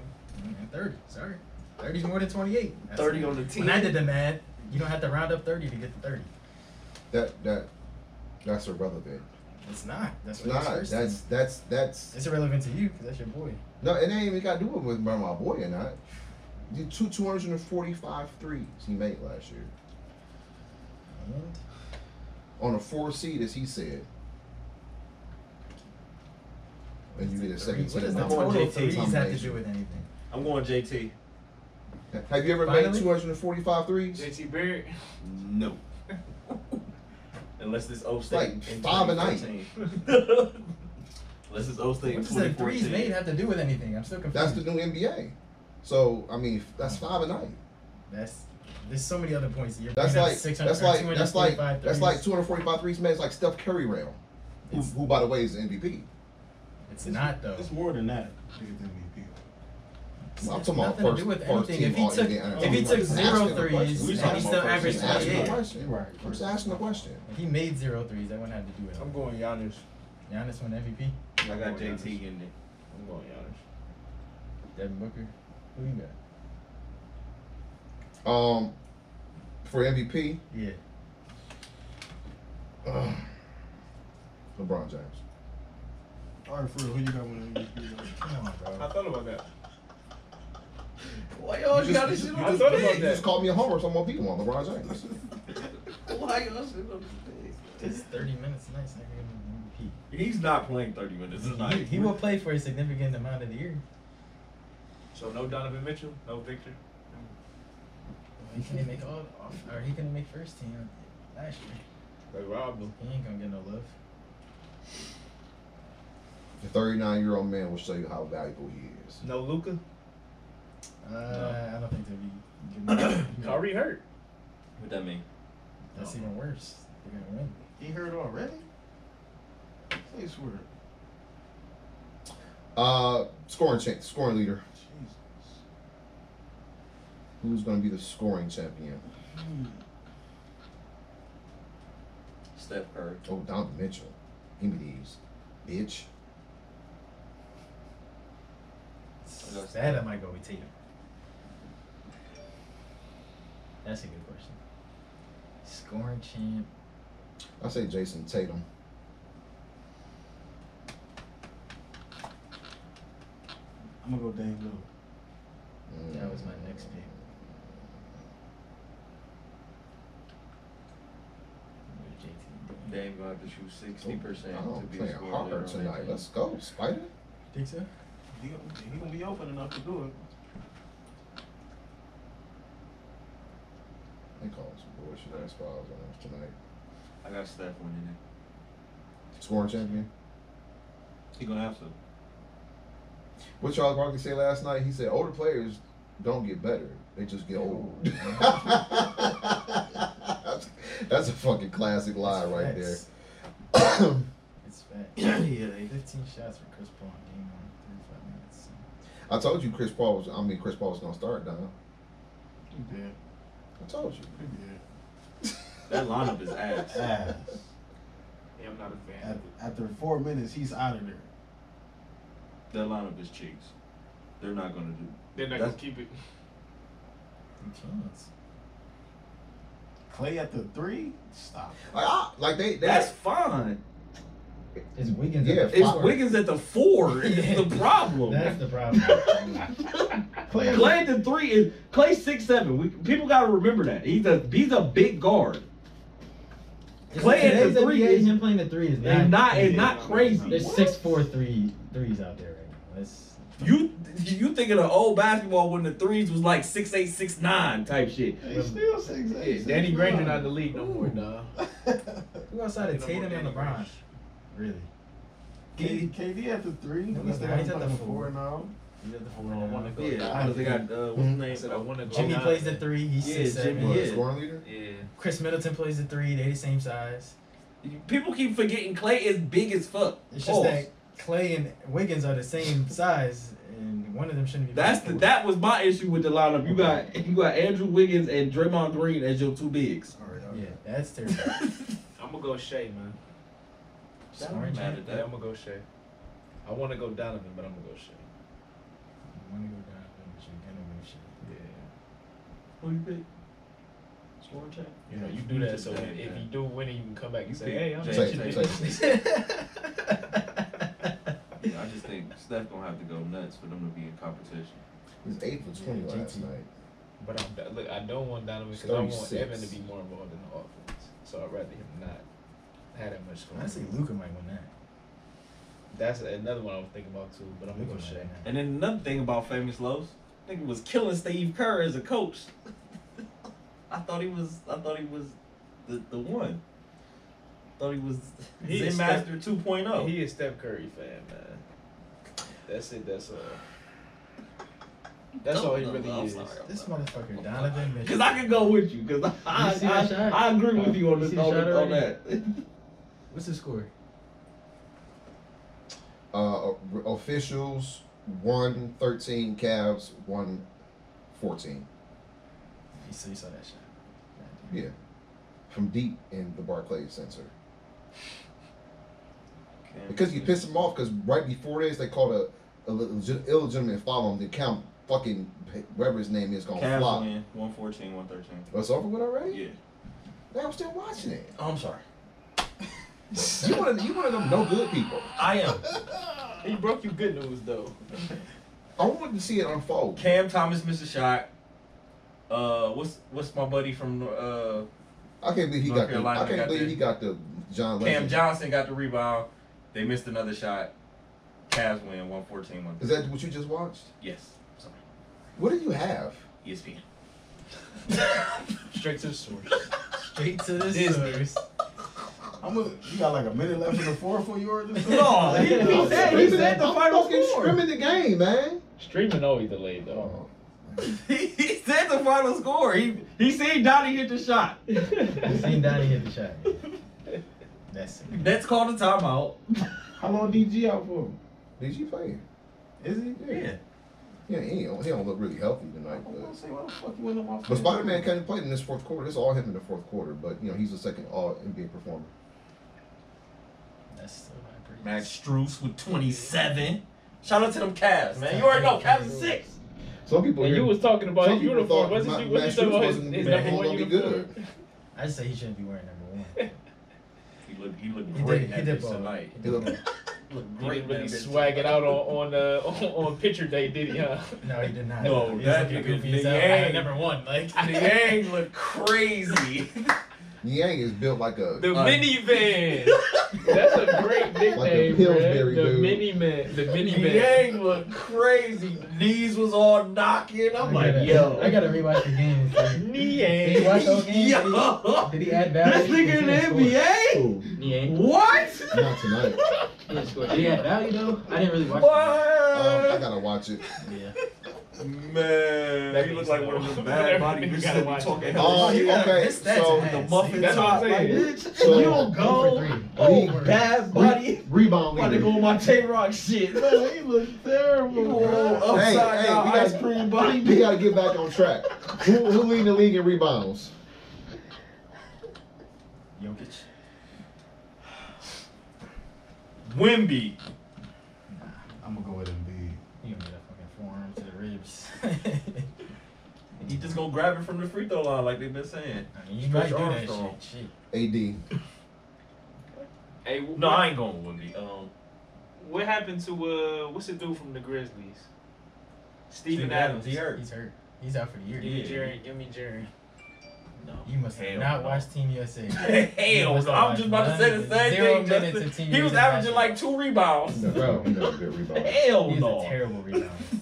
S2: and thirty. Sorry, thirty's more than twenty-eight. That's-
S1: 30 on the
S2: When I
S1: team.
S2: did the math, you don't have to round up thirty to get to thirty.
S9: That that that's irrelevant.
S2: It's not. That's
S9: It's
S2: what it's
S9: not.
S2: first.
S9: That's that's that's
S2: it's irrelevant to you because that's your boy.
S9: no. It ain't even got to do with whether my boy or not. The two 245 threes he made last year
S2: And
S9: on a four seed, as he said. And you get a second
S2: What does
S9: team.
S2: the
S9: I'm
S2: total
S9: going
S2: threes E
S9: JT
S2: have to
S9: nomination.
S2: do with anything?
S10: I'm going JT.
S9: Have you ever made
S2: Finally? E.
S9: 245 threes?
S11: JT Barrett.
S10: No. Unless this O State.
S9: like
S10: in
S9: five a night.
S10: 2014. Unless it's O State in
S2: What does the threes
S10: 2014.
S2: made have to do with anything? I'm still confused.
S9: That's the new NBA. So I mean, that's five a night.
S2: That's there's so many other points. You're
S9: That's
S2: bringing up
S9: like
S2: 600
S9: that's
S2: or
S9: like that's like
S2: 245
S9: that's
S2: threes.
S9: like 245 threes made. It's like Steph Curry round, who,
S2: It's-
S9: who by the way is the MVP.
S2: It's not though.
S8: It's more than that to get the MVP.
S2: It's
S9: I'm talking about
S2: nothing to
S9: first,
S2: do with
S9: first
S2: anything.
S9: team
S2: If he
S9: all
S2: took
S9: NBA.
S2: if he took
S9: Just
S2: zero
S9: asking a question.
S2: threes
S10: We
S2: and
S10: talking
S2: he still
S10: about
S2: averaged
S10: first
S9: Just asking a
S2: 28.
S9: question.
S8: Right.
S9: I'm just asking a question.
S2: If he made zero threes, that wouldn't have to do it.
S11: I'm going Giannis.
S2: Giannis won MVP.
S10: I got JT in there.
S11: I'm going Giannis.
S2: Devin Booker. Who you got?
S9: Um, for MVP,
S2: Yeah.
S9: uh, LeBron James.
S8: All right, for real, who you got winning MVP?
S2: Come on,
S11: I
S2: bro.
S11: thought about that.
S1: Why y'all
S9: You
S1: got
S9: just-
S1: this shit
S9: you
S11: I
S1: on
S9: just-
S11: thought
S1: the
S11: about
S9: You
S1: big?
S11: that.
S9: just called me a homer, so I'm gonna beat him on LeBron James.
S1: Why y'all shit on the
S2: It's 30 minutes tonight, so I can give him
S10: He's not playing 30 minutes
S2: MVP.
S10: tonight.
S2: He, he will play for a significant amount of the year.
S3: So no Donovan Mitchell, no Victor.
S2: He couldn't make all, or he couldn't make first team last year.
S11: They robbed him.
S2: He ain't gonna get no love.
S9: The 39 year old man will show you how valuable he is.
S11: No Luca.
S2: Uh, I don't think they'll be good.
S11: Kyrie hurt.
S10: What that mean?
S2: That's even worse. They're gonna win.
S8: He heard already. Please swear.
S9: Uh, scoring champ, scoring leader.
S8: Jesus.
S9: Who's gonna be the scoring champion?
S10: Steph Curry.
S9: Oh, Donovan Mitchell. Give me these, bitch.
S2: That I might go with Tatum. That's a good question. Scoring champ.
S9: I say Jason Tatum.
S8: I'm gonna go Dame Lillard.
S2: That was my next pick.
S9: Oh,
S2: JT.
S1: Dame gonna have to shoot sixty percent
S9: Oh,
S1: to be a
S9: playing
S1: scorer.
S9: hard
S1: later on
S9: tonight.
S1: that
S9: Let's
S1: team.
S9: go, Spider.
S2: Think so?
S8: He, gon- he gonna be open enough to do it.
S9: They calling some bullshit ass fouls on us tonight.
S1: I got Steph winning it.
S9: Scoring champion.
S1: He gonna have to.
S9: What Charles Barkley said last night, he said older players don't get better; they just get old. that's, that's a fucking classic lie
S2: It's
S9: right there.
S2: facts.
S9: I
S2: It's fat.
S8: yeah, they
S2: 15 shots for Chris Paul in game one, 35 minutes.
S9: told you Chris Paul was. I mean, Chris Paul was gonna start. Don.
S8: he did.
S9: I told you.
S8: He did.
S1: That lineup is ass.
S8: Ass.
S14: Yeah, I'm not a fan.
S8: At- After four minutes, he's out of there.
S1: That lineup is cheeks. They're not gonna do.
S14: They're not gonna
S1: That's-
S14: keep it.
S2: You can't.
S8: Clay at the three? Stop.
S9: Like, I, like they. they
S1: That's fine.
S2: It's Wiggins.
S9: Mm, Yeah,
S2: at the
S9: it's
S2: four.
S1: It's Wiggins at the four. It's the problem.
S2: That's the problem.
S8: Clay at
S1: Clay at the three is Clay six seven. We, people gotta remember that he's a he's a big guard. Clay at the
S2: Today's
S1: three
S2: NBA,
S1: is-
S2: him playing the three is not.
S1: And not and
S2: Yeah.
S1: not crazy.
S2: There's six, four, three threes out there right now. That's
S1: You you thinking of old basketball when the threes was like six eight six nine type shit.
S8: He's still six
S3: Yeah, Danny Granger not in the league no more, dog.
S2: who outside of
S14: You know,
S2: Tatum and
S14: Danny
S2: LeBron?
S14: Green.
S2: Really?
S8: KD, KD at the three.
S2: No,
S8: At
S2: he's
S8: least they
S2: at
S8: got him
S2: the
S8: playing the
S2: four.
S8: four now.
S2: He's at the four
S14: I
S2: now.
S14: want to go.
S1: Yeah,
S14: down.
S1: because they got uh, what's
S2: Mm-hmm.
S1: his
S14: I
S1: name?
S14: said I want to go.
S2: Jimmy
S14: down.
S2: plays the three. He's
S1: Yeah,
S2: six, seven.
S1: Jimmy,
S9: what,
S1: yeah.
S9: scoring leader.
S14: Yeah.
S2: Chris Middleton plays the three. They the same size.
S1: People keep forgetting Clay is big as fuck.
S2: It's just
S1: Pause.
S2: that Clay and Wiggins are the same size, and one of them shouldn't be.
S1: That's the,
S2: playing
S1: that was my issue with the lineup. You got you got Andrew Wiggins and Draymond Green as your two bigs.
S8: All right,
S2: four.
S8: all right.
S2: Yeah, that's terrible.
S14: I'm gonna go Shea, man.
S3: That
S2: Scoring
S3: don't matter.
S2: champ.
S3: That I'm gonna go Shea. I want to go Donovan, but I'm gonna go Shea.
S2: You wanna go down, but you gotta go shit.
S3: Yeah.
S1: Who you pick? Scoring check.
S3: You know, you do that so
S1: Yeah.
S3: if if you do win it, you can come back
S1: You
S3: and say,
S1: pick
S3: "Hey, I'm
S1: Jason
S3: actually
S1: Tatum.
S3: picking
S1: Yeah, I just think Steph gonna have to go nuts for them to be in competition.
S9: He's eight for twenty
S2: Yeah,
S9: last
S2: JT.
S9: night.
S3: But I'm, look, I don't want Donovan because I want
S9: 36.
S3: Evan to be more involved in the offense. So I'd rather him not have that much scoring.
S2: Honestly, Luca might win that.
S3: That's another one I was thinking about too, but I'm gonna
S2: Luka
S3: go
S2: might
S3: Shea.
S2: win that.
S1: And then another thing about Famous Lowe's, I think it was killing Steve Kerr as a coach. I thought he was I thought he was the, the one. Thought he was
S3: He
S1: Zen
S3: is
S1: Master oh. 2.0.
S3: He is Steph Curry fan, man. That's it. That's all. That's
S1: Don't-
S3: all he
S1: no,
S3: really
S1: I'm
S3: is.
S1: sorry.
S2: This motherfucker, Donovan
S1: Cause
S2: Mitchell.
S1: I can go with you, cause I I,
S2: You see that shot?
S1: I, I agree with you on
S2: You
S1: this
S2: see the
S1: on,
S2: shot
S1: on that.
S2: already? What's the score?
S9: Uh, officials one thirteen Cavs one fourteen.
S2: You saw, you saw that shot. God damn.
S9: Yeah, from deep in the Barclays Center. Because you pissed him off. Because right before this, they called a, a legit, illegitimate foul on the count. Fucking whatever his name is gonna
S1: Cavs
S9: flop.
S1: win 114, 113.
S9: Oh, it's over with already?
S1: Yeah.
S9: Man, I'm still watching it.
S1: Oh, I'm sorry.
S9: You want you want them no good people.
S1: I am.
S3: He broke you good news though.
S9: I wanted to see it unfold.
S1: Cam Thomas missed a shot. Uh, what's what's my buddy from uh
S9: I can't believe he
S1: North
S9: got. The,
S1: Carolina
S9: I can't
S1: got
S9: believe
S1: that.
S9: he got the John
S1: Cam
S9: Legend.
S1: Johnson got the rebound. They missed another shot. Cavs win 114
S9: Is that what you just watched?
S1: Yes. Sorry. E
S9: What do you have?
S1: ESPN.
S3: Straight to the source.
S2: Straight to the
S3: Disney.
S2: source.
S8: I'm gonna, you got like a minute left in the four for yours? or something?
S1: No, he, he said he
S9: Streaming-
S1: said the
S9: I'm
S1: final
S9: fucking
S1: score.
S9: Streaming the game, man.
S3: Streaming always delayed though.
S1: He, he said the final score. He he seen Donnie hit the shot.
S2: Seen Donnie hit the shot. That's it.
S1: That's called a timeout.
S8: How long DG out for?
S9: Did you play?
S8: Is he?
S9: Yeah. Yeah, he don't, he don't look really healthy tonight.
S8: I'm
S9: But,
S8: gonna say, why the fuck you went on my
S9: but
S8: phone?
S9: Spider Man kind of played in this fourth quarter. It's all him in the fourth quarter. But you know he's the second All NBA performer.
S2: That's still my pretty.
S1: Max Struess with 27. Shout out to them Cavs, man. You already know Cavs is six.
S9: Some people
S3: And
S9: here,
S3: you was talking about
S9: some
S3: his
S9: people
S3: uniform.
S9: thought
S3: Wasn't
S9: Ma-
S3: you? What you
S9: Max
S3: talking about
S9: Cruz
S3: his,
S9: wasn't-
S3: his
S9: man,
S3: number
S9: he
S3: one
S9: gonna be
S3: uniform?
S2: I just say he shouldn't be wearing number one.
S1: He looked he looked
S2: He
S1: great
S2: did- he
S1: at
S2: did
S1: this
S2: ball.
S1: tonight.
S9: He looked-
S1: Looked
S3: He
S1: great
S3: didn't really
S1: at this
S3: swag it
S1: tonight.
S3: out on on uh, on, on picture day, did he? Huh?
S2: No, he did not.
S1: No,
S2: He was
S1: that
S2: looking
S1: nigga
S2: goofy as hell. I
S1: Niang.
S2: had number one. Like
S1: Yang looked crazy.
S9: Yang is built like a
S3: The
S1: Uh,
S3: minivan. That's a great nickname, bruh.
S9: Pillsbury dude.
S3: The minivan. The minivan.
S1: Yang looked crazy. Knees was all knocking.
S2: I
S1: I'm
S2: gotta-
S1: like, yo.
S2: I gotta rewatch the game. Like, did he watch the whole game? Did he-
S1: Yo.
S2: Did he add value?
S1: This nigga in the NBA?
S9: Ooh,
S2: Yeah,
S1: What?
S9: not tonight.
S2: Did he add value though? I didn't really watch. Oh,
S9: Um, I
S1: What?
S9: gotta watch it.
S2: the game. Yeah.
S1: Man,
S3: That
S1: he looked
S3: means
S1: like
S3: no.
S1: one of those bad body
S3: You
S1: bitches
S3: gotta
S1: that be
S3: watch
S1: talking
S3: it.
S9: Oh,
S1: hell.
S9: he-
S1: shit.
S9: okay,
S2: His stats
S9: so
S2: ass.
S1: The muffin
S3: That's
S1: top,
S3: what I'm
S1: like,
S3: saying.
S1: bitch, if
S9: So-
S1: you don't
S2: Go for
S1: go,
S2: three.
S1: oh,
S9: League-
S1: bad
S9: Re-
S1: body.
S9: rebound
S1: I'm about to
S9: leader.
S1: go on my J-Rock shit.
S8: Man, he looked terrible.
S1: Whoa,
S8: bro.
S9: Hey, hey, we
S1: upside down
S9: gotta-
S1: ice cream body.
S9: We gotta get back on track. Who, who leading the league in rebounds?
S2: Jokic.
S1: Wimby.
S8: I'm gonna go with Embiid.
S2: You gonna get a fucking forearm to the ribs.
S1: He just gonna grab it from the free throw line like they've been saying.
S2: I mean, you might do that
S1: Armstrong.
S2: shit. shit.
S9: AD.
S15: Hey, wh-
S1: No,
S15: what,
S1: I ain't going with me. Um,
S15: what happened to uh, what's the dude from the Grizzlies? Steven,
S1: Steven
S15: Adams.
S1: Adams. He hurt.
S2: He's hurt. He's out for the year.
S15: Give me
S1: Yeah.
S15: Jerry. Give me Jerry.
S1: no.
S2: You must have
S1: Hell
S2: not
S1: no.
S2: watched Team USA. You
S1: Hell,
S2: must
S1: no.
S2: have
S1: I'm
S2: watched
S1: just about to say the
S2: none.
S1: same
S2: Zero
S1: thing.
S2: minutes
S1: Justin.
S2: of Team
S1: He was
S2: USA
S1: averaging like
S2: basketball.
S1: two rebounds.
S9: No, bro, he not a good rebound.
S1: Hell
S2: He's a
S1: no.
S2: terrible rebound.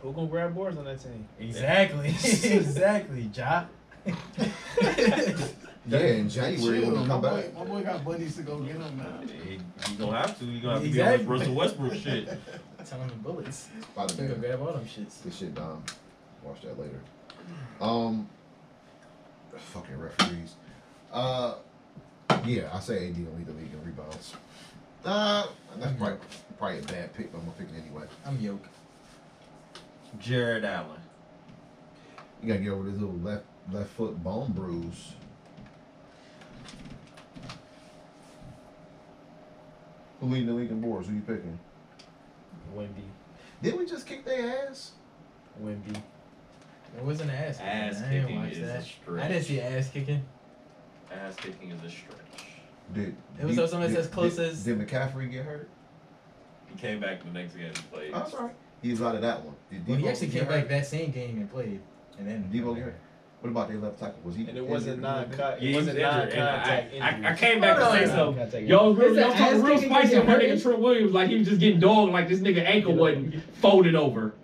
S3: Who gonna grab boards on that team?
S2: exactly. exactly, Ja.
S9: Yeah, in January when
S8: Chill,
S9: we
S8: my
S9: come back.
S8: boy, my boy got buddies to go get him now.
S1: He he gonna have to. He gonna have to be on this
S2: Exactly.
S1: Russell Westbrook shit.
S2: Tell him the bullets.
S9: By the
S2: You
S9: way,
S2: can grab all them shits.
S9: This shit dumb. Watch that later. Um, fucking referees. Uh, yeah, I say AD will lead the league in rebounds. Uh, that's probably probably a bad pick, but I'm gonna pick it anyway.
S2: I'm yoke.
S1: Jared Allen.
S9: You gotta get over this little left left foot bone bruise. Who leading the league in boards? Who you picking?
S2: Wimby.
S9: Did we just kick their ass?
S2: Wimby. It wasn't an ass kicking.
S1: Ass
S2: I didn't
S1: kicking
S2: watch
S1: is a
S2: that. I
S1: stretch.
S2: didn't see ass kicking.
S1: Ass kicking is a stretch.
S9: Did
S2: It was
S9: did-
S2: someone that's
S9: did-
S2: close
S9: did-
S2: as-
S9: Did McCaffrey get hurt?
S1: He came back the next game and played.
S9: I'm sorry. He was out of that one. Did
S2: Well, he
S9: Debo
S2: actually
S9: get
S2: came
S9: hurt?
S2: back that same game and played. And then
S9: Debo Gary. What about their left tackle? Was he?
S3: And it wasn't
S9: injured?
S3: non-contact.
S1: Yeah,
S3: It
S1: he was
S3: wasn't
S1: injured. and
S3: non-contact.
S1: I, I, I came back to
S2: Hold
S1: say
S2: on.
S1: something.
S3: Y'all
S2: Is
S3: real,
S2: that
S3: y'all talking
S2: ass
S3: real
S2: kicking
S3: spicy
S2: getting
S3: on my
S2: hurt?
S3: nigga Trent Williams like he was just getting dogged like this nigga ankle wasn't folded over.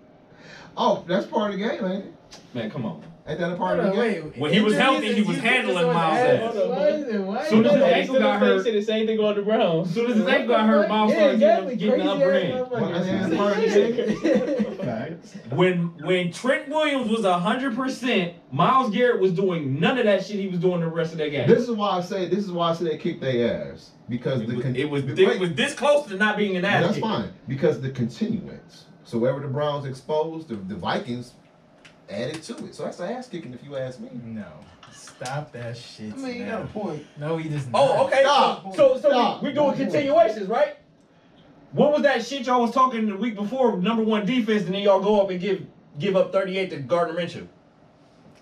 S9: Oh, that's part of the game, ain't it?
S1: Man, come on.
S9: Ain't that a part
S2: Hold
S9: of
S2: on,
S9: the game?
S2: wait.
S1: When he was
S2: Injuries
S1: healthy, he
S2: is-
S1: was
S2: you
S1: handling
S2: put this on
S1: Miles'
S2: the
S1: ass.
S2: Why is it? Why is
S3: Soon as
S2: it?
S3: his
S2: like-
S3: ankle got hurt, the same thing on the ground. Soon as his ankle got hurt, Miles
S2: yeah,
S3: started getting
S2: exactly.
S3: up- getting
S2: Crazy
S3: the
S2: ass
S3: upper hand.
S2: motherfuckers.
S8: Facts.
S3: When when Trent Williams was hundred percent, Miles Garrett was doing none of that shit he was doing the rest of that game.
S9: This is why I say. This is why I say they kicked their ass because
S1: It
S9: the
S1: was,
S9: con-
S1: it, was,
S9: the-
S1: it
S9: wait,
S1: was this close to not being an ass
S9: that's
S1: kick.
S9: fine because the continuance. So wherever the Browns exposed, the, the Vikings added to it. So that's an ass kicking, if you ask me.
S2: No. Stop that shit.
S8: I mean, you
S2: now.
S8: got a point.
S2: No, he does not.
S3: Oh, okay.
S9: Stop.
S3: So, so
S9: Stop.
S3: we, we doing continuations, right? What was that shit y'all was talking the week before? Number one defense, and then y'all go up and give give up 38 to Gardner Minshew.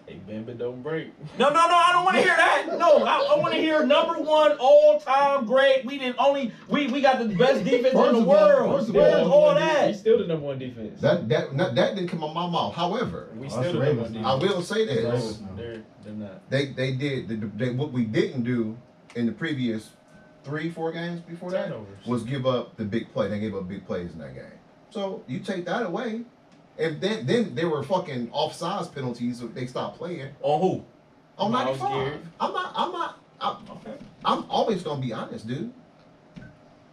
S16: Hey, bend but don't break.
S3: No, no, no. I don't want to hear that. No, I, I want to hear number one all time great. We didn't only we we got the best defense
S9: First
S3: in the
S9: of all-
S3: world.
S9: first of
S3: Where's
S9: all,
S3: all that?
S16: still the number one defense.
S9: That that not, that didn't come on my mouth. However,
S16: We
S8: Us
S16: still the number
S8: Ravens
S16: one
S8: now.
S9: I
S16: defense.
S9: will say this.
S8: Ravens now.
S16: They're, they're not.
S9: They they did the, they, what we didn't do in the previous three four games before that
S3: Turnovers.
S9: was give up the big play. They gave up big plays in that game. So you take that away, and then then there were fucking offsides penalties. So they stopped playing
S1: On who?
S9: on
S16: Miles
S9: ninety five.
S16: Garrett.
S9: I'm not I'm not I'm,
S1: Okay.
S9: I'm always gonna be honest, dude.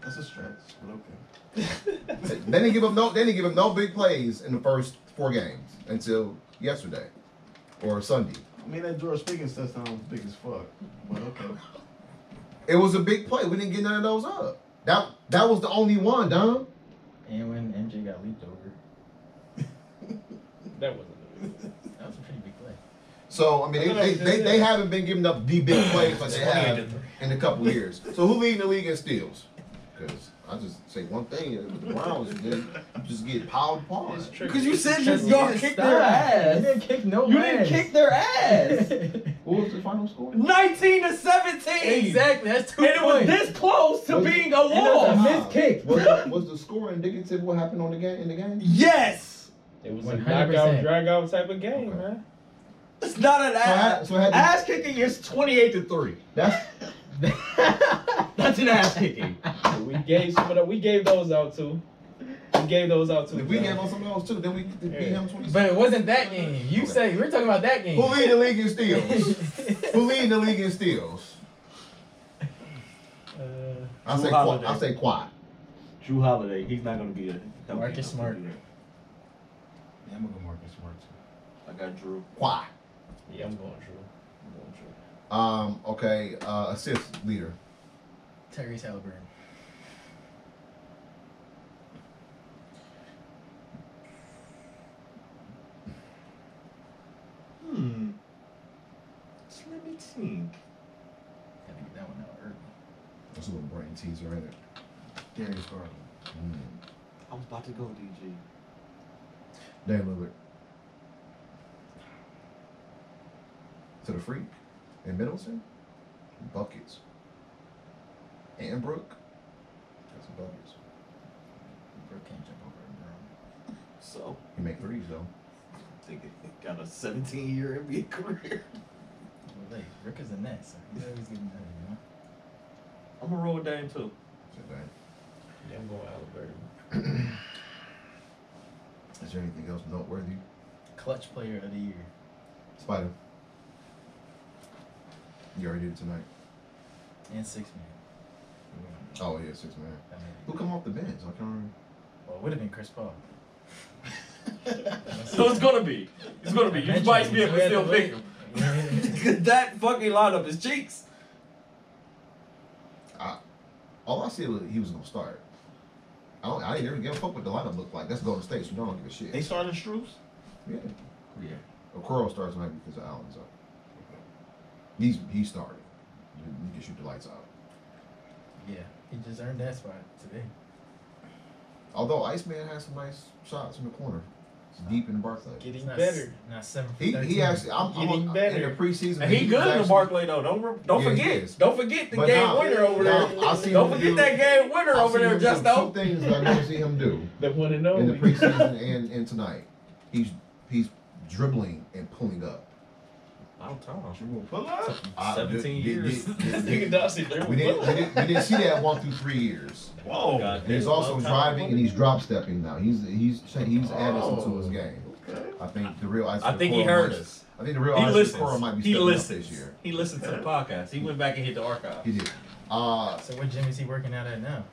S8: That's a stretch, but okay.
S9: They didn't give up no they didn't give up no big plays in the first four games until yesterday or Sunday.
S8: I mean, that George Pickens touchdown was big as fuck, but okay.
S9: It was a big play. We didn't get none of those up. That that was the only one, Dom.
S2: And when MJ got leaped over,
S16: That wasn't. it.
S2: that was a pretty big play.
S9: So I mean, they, they, they, they haven't been giving up the big plays like they have in a couple years. So who leading the league in steals? Because I I just say one thing. With the Browns, you just get piled upon.
S1: Because you said
S2: Because
S1: just
S2: you
S1: y'all
S2: didn't
S1: kicked
S2: stop.
S1: their ass.
S2: You didn't kick no
S1: You
S2: ass.
S1: didn't kick their ass.
S9: What was the final score?
S1: 19 to 17.
S2: exactly. That's two
S1: And it was
S2: points.
S1: this close to
S9: Was it-
S1: being a
S2: and that's a
S1: loss.
S2: missed kick.
S9: Was, the- was the score indicative of what happened on the game in the game?
S1: Yes.
S3: It was
S2: 100%.
S3: a knockout, drag out type of game,
S9: Okay.
S3: man.
S1: It's not an
S9: So, I,
S1: ass.
S9: so I had to-
S1: Ass kicking is 28 to 3.
S9: that's
S1: That's an ass kicking.
S3: We gave some of the, we gave those out too. We gave those out too.
S9: if we
S3: man.
S9: gave on something else too, then we get to beat him twenty.
S2: But it wasn't that game. You say we're talking about that game.
S9: Who lead the league in steals? Who lead the league in steals? I
S1: Uh, Drew
S9: say quad.
S1: Holiday.
S9: I say quad.
S1: Drew Holiday, he's not going to get it.
S2: Marcus Smart.
S8: Yeah, I'm gonna go Marcus Smart too.
S10: I got Drew.
S9: Quad.
S2: Yeah, I'm going Drew.
S10: I'm going Drew.
S9: Um. Okay. Uh. Assist leader.
S2: Tyrese Halliburton.
S1: Hmm. So let me think.
S2: Gotta get that one out early.
S9: That's a little brain teaser, ain't it?
S8: Darius Garland.
S9: Mm.
S1: I was about to go DG.
S9: Dame Lillard. To the freak in Middleton. Buckets. And Brooke. That's some buckets.
S2: Brooke can't jump over him, bro.
S1: So,
S9: He make threes though.
S1: I think it got a 17 year NBA career.
S2: Well, hey, Brooke is a net, so he's always getting that, you know?
S1: I'm going to roll with Dame too.
S9: Is that
S3: Yeah, I'm going Halliburton.
S9: bad? Is there anything else noteworthy?
S2: Clutch player of the year.
S9: Spider. You already did it tonight.
S2: And six man.
S9: Oh yeah, six man.
S2: I
S9: Who
S2: mean,
S9: come off the bench? um, I can't remember.
S2: well, it would have been Chris Paul.
S1: So it's gonna be. It's gonna be. You might be able to still pick him. Cause that fucking lineup is cheeks.
S9: All I said was he was gonna start. I don't, I didn't even give a fuck what the lineup looked like. That's Golden State, so you don't give a shit.
S8: They started Struce.
S9: Yeah.
S1: Yeah.
S9: Okoro starts tonight because of Allen's up. He's he started. You, you can shoot the lights out.
S2: Yeah, he just earned that spot today.
S9: Although Iceman has some nice shots in the corner. It's deep in the Barclay.
S2: He's
S3: Getting
S2: not
S3: better.
S2: Not seven. for
S9: He, he
S2: 13.
S9: actually I'm, I'm
S3: Getting
S9: on- in
S3: better.
S9: the preseason.
S1: And he
S9: was
S1: good in the
S9: actually-
S1: Barclay though. Don't re- don't
S9: Yeah, he is.
S1: forget. Don't forget the
S9: But
S1: game
S9: nah,
S1: winner over
S9: nah,
S1: there.
S9: I seen
S1: Don't
S9: him
S1: forget
S9: do-
S1: that game winner
S9: I've
S1: over
S9: seen
S1: there,
S9: him do
S1: just
S9: Two things that I never see him do.
S3: They want to know.
S9: in the preseason and, and tonight. He's he's dribbling and pulling up.
S1: Pull up.
S9: I- did-
S3: 17
S9: Ah, did-
S3: years.
S9: did- did-
S3: Nigga Dawson dribble.
S9: We didn't, we, didn't, we didn't see that one through three years.
S8: Whoa.
S9: And he's also driving and he's drop stepping now. He's he's he's added some to his game. I think the real Isaac
S5: Oh, I think he heard us.
S9: I think the real
S5: He
S9: Isaac Coral
S5: listens.
S9: might be
S5: He
S9: stepping up this
S5: listens.
S9: year.
S5: He listens to the podcast. He went back and hit the archive.
S9: He did. Uh,
S2: So what gym is he working out at now?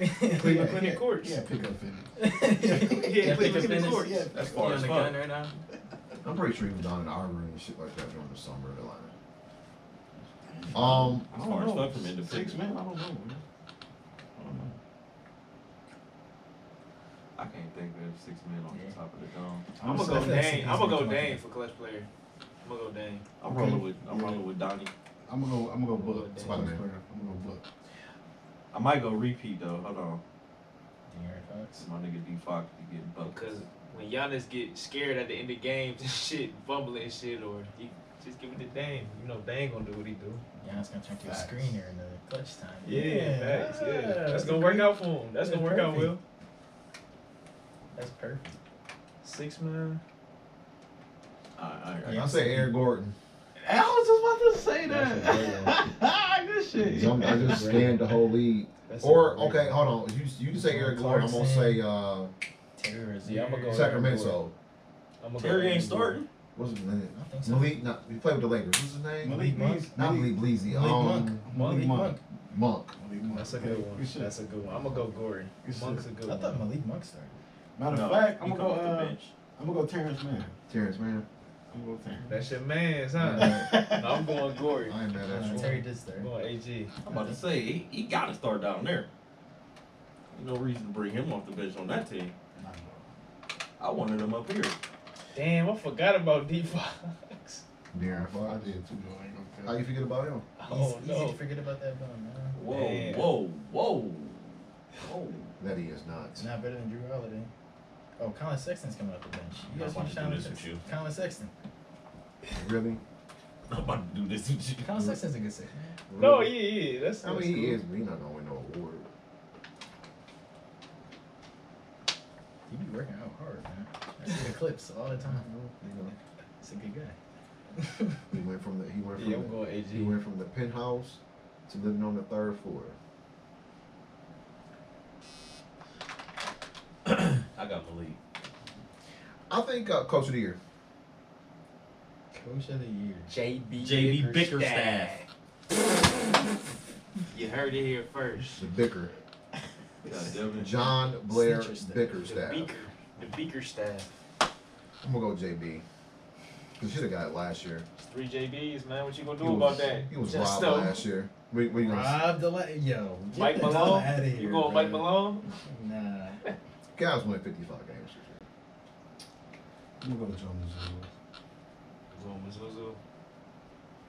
S9: yeah,
S3: Cleveland
S9: yeah,
S3: Courts.
S9: Yeah, pick up fitness.
S3: Yeah, Cleveland
S2: Fitness.
S3: Courts.
S2: Yeah,
S9: That's
S2: he
S9: far
S2: on
S9: as
S2: the
S9: fuck.
S2: gun right now.
S9: I'm pretty sure he was down in Arbor and shit like that during the summer of Atlanta. Um,
S10: As far as fuck from
S1: Six
S10: independent.
S1: man, I don't know. man. I don't know.
S10: I can't think of six men on the top of the dome.
S3: I'm gonna go Dane. I'm gonna go Dane for clutch player. I'm gonna go Dane.
S10: I'm
S8: Okay.
S10: rolling with I'm rolling with Donnie.
S8: I'm gonna go. I'm gonna go book.
S2: Damn.
S8: Spider Man. I'm gonna go book.
S10: I might go repeat though. Hold on.
S2: De'Aaron Fox.
S10: My nigga D Fox be getting
S3: Because
S10: buckets.
S3: when Giannis get scared at the end of games and shit, fumbling and shit, or he just give it to Dame. You know Dame gonna do what he do.
S2: Giannis gonna turn to a
S8: Facts.
S2: screener in the clutch time.
S3: facts, yeah. That's
S2: That's
S3: gonna work out for him. That's gonna work out well.
S2: Perfect. That's perfect.
S3: Six man.
S10: I, I, I,
S9: I say Eric Gordon.
S1: I was just about to say
S2: That's
S1: that. Good shit.
S9: Some- I just scanned the whole league.
S2: That's
S9: Or
S2: a great
S9: okay,
S2: one.
S9: hold on. You you can say Eric Gordon. I'm gonna say uh,
S2: Terry
S3: Yeah, I'ma go-
S9: Sacramento.
S3: I'm gonna
S1: Terry ain't starting.
S9: What's his name?
S2: I think so.
S9: Malik. Not, he played with the Lakers. What's his name?
S2: Malik Monk.
S9: Not Malik Bleazy.
S8: Malik Monk.
S9: Um,
S2: Malik Monk.
S9: Monk.
S8: Malik Monk.
S3: That's a good one.
S8: Good shit.
S3: That's a good one. I'm gonna go Gordon.
S8: Good shit.
S3: Monk's a good
S2: I thought
S3: one.
S2: Malik Monk started.
S8: Matter of
S10: no,
S8: fact, I'm
S10: he
S8: gonna
S10: come
S8: go.
S10: off the
S8: Uh,
S10: bench.
S8: I'm gonna go Terrence Man.
S9: Terrence man.
S8: I'm gonna go Terrence.
S3: That's your man's,
S9: I
S3: huh?
S9: ain't mad-
S3: No, I'm going Gordon.
S9: I ain't mad
S2: Uh,
S9: at you.
S2: Terry did start.
S3: I'm going AG.
S10: I'm about to say he, he gotta start down there. No reason to bring him off the bench on that team. I wanted him up here.
S3: Damn, I forgot about D Fox.
S9: Darren
S10: I
S9: Fox.
S10: did too, though. I ain't gonna tell
S9: How you forget about him?
S2: Oh, easy, easy to forget about that bone, man.
S1: Whoa,
S3: Damn.
S1: whoa, whoa. Whoa.
S9: That he is not.
S2: It's not better than Drew Holiday. Oh, Colin Sexton's coming off the bench.
S5: I'm
S2: You guys
S5: not about
S2: keep
S5: to
S2: shouting
S5: do this
S2: at
S5: with you.
S2: Colin Sexton.
S9: Really?
S5: I'm about to do this with you.
S2: Colin Sexton's a good six, man.
S3: No,
S9: Really?
S3: yeah, yeah. That's
S9: I mean, he is, but he's not gonna win no award.
S2: He be working out hard, man. I see the clips all the time.
S9: You know,
S2: He's a good guy.
S9: he went from the he went from
S11: Yeah, I'm
S9: the,
S11: going
S9: he
S11: AG.
S9: went from the penthouse to living on the third floor.
S5: I got Malik.
S9: I think uh, Coach of the Year.
S2: Coach of the year.
S11: JB.
S5: JB Bickerstaff.
S3: You heard it here first.
S9: The Bicker.
S10: you. Yeah, Devin.
S9: John Blair
S2: Snitcher
S9: Bickerstaff.
S3: The Beaker. The Beaker staff.
S9: I'm gonna go JB. Cause you should have got it last year.
S3: It's three JBs, man. What you gonna
S9: He
S3: do
S9: was,
S3: about that?
S9: He was
S3: Just
S9: robbed
S3: so.
S9: last year. We, we gonna,
S2: Rob Dele- Yo. get
S3: Mike
S2: the hell
S3: Malone?
S2: outta
S3: You
S2: here,
S3: going
S2: bro.
S3: Mike Malone?
S2: Nah.
S9: guys won 55 games.
S17: I'm gonna go to John Mizzou.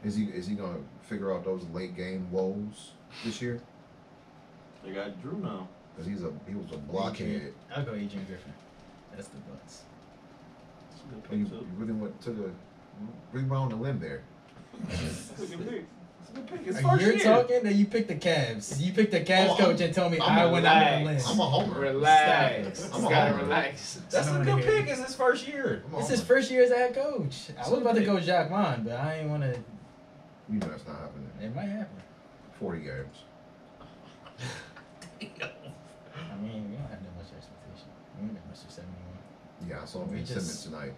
S9: Is he is he gonna figure out those late game woes this year?
S10: They got Drew now.
S9: Cause he's a he was a blockhead.
S2: I'll go Adrian Griffin. That's the butts.
S10: That's a good
S9: You,
S10: pick,
S9: you
S10: too.
S9: really went took a rebound the limb there.
S3: That's a good pick. That's a good pick. It's
S2: You're
S3: first year.
S2: talking that you picked the Cavs. You picked the Cavs
S9: Oh, I'm-
S2: coach and told me
S9: I'm
S2: i went out on the
S3: relaxed.
S2: list.
S9: I'm a homer.
S3: Relax.
S9: I'm
S3: You
S9: a
S3: gotta
S9: homer.
S3: relax.
S1: That's a
S2: Somebody
S1: good
S2: get-
S1: pick. It's his first year.
S9: I'm a
S2: It's
S9: homer.
S2: his first year as a head coach. I was about to
S9: Stupid.
S2: go Jacques Vaughn, but I ain't want to.
S9: You know that's not happening.
S2: It might happen.
S9: 40 games.
S2: I mean, we don't have that much expectation. We don't have much of 71.
S9: Yeah, I saw him
S2: We
S9: in
S2: just-
S9: Simmons tonight.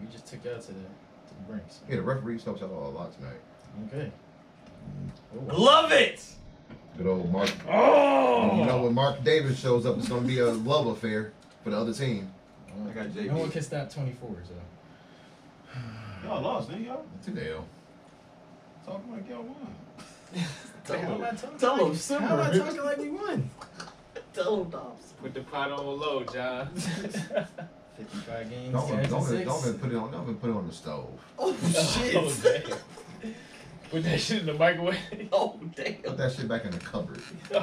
S2: We just took y'all to the, to the brinks.
S9: Yeah, the referee helps out a lot tonight.
S2: Okay.
S5: Love it.
S9: Good old Mark. You know
S5: Oh.
S9: when Mark Davis shows up, it's gonna be a love affair for the other team.
S10: I got
S2: No
S10: JB.
S2: one can stop 24, so.
S10: Y'all lost, nigga. Y'all
S9: Too damn.
S10: talking like y'all won.
S2: How am I talking
S11: tell
S2: like-
S11: him, Simmer.
S2: How am I talking like we won?
S11: Tell him, Dobbs.
S3: Put the pot on low, John.
S2: 55 games,
S9: Don't
S2: Cavs in
S9: don't
S2: six.
S9: don't put it on don't put it on the stove.
S3: Oh, damn. Put that shit in the microwave.
S11: Oh, damn.
S9: Put that shit back in the cupboard.
S2: I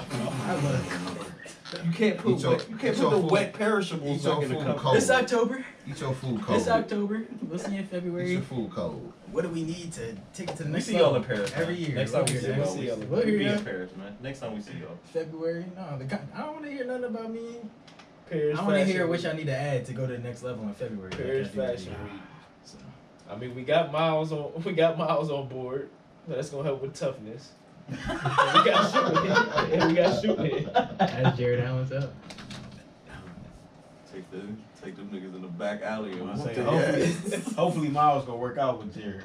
S2: love it.
S1: You can't put
S9: Eat your-
S1: wet, you can't
S9: eat
S1: put
S9: your
S1: the
S9: food.
S1: wet
S9: Eat
S1: perishables
S9: your
S1: back in the
S9: food
S1: cup.
S9: cold.
S2: It's October.
S9: Eat your food
S2: It's
S9: cold.
S2: October. We'll see you in
S9: Eat your
S2: February.
S9: food cold.
S2: What do we need to take it to the
S10: We
S2: next
S10: see y'all
S2: level?
S10: in Paris. man.
S2: Every year.
S10: Next time we
S2: We'll
S10: see
S2: hear
S10: y'all,
S2: that.
S10: we
S2: We'll hear
S10: see- we be
S2: that.
S10: in Paris, man. Next time we see y'all.
S2: February? No, the con- I don't want to hear nothing about me.
S3: Paris
S2: I want to hear
S3: Fashion
S2: what y'all
S3: Week.
S2: need to add to go to the next level in February. like
S3: Paris
S2: at the end of the
S3: Fashion
S2: year.
S3: Week.
S2: So,
S3: I mean, we got Miles on. We got Miles on board. That's gonna help with toughness. and we got shooting. and we got shooting.
S2: that's Jared Allen's up.
S10: Take the take them niggas in the back alley and
S17: I'm
S10: whoop
S17: saying,
S10: their ass.
S17: hopefully, hopefully Miles gonna work out with Jared.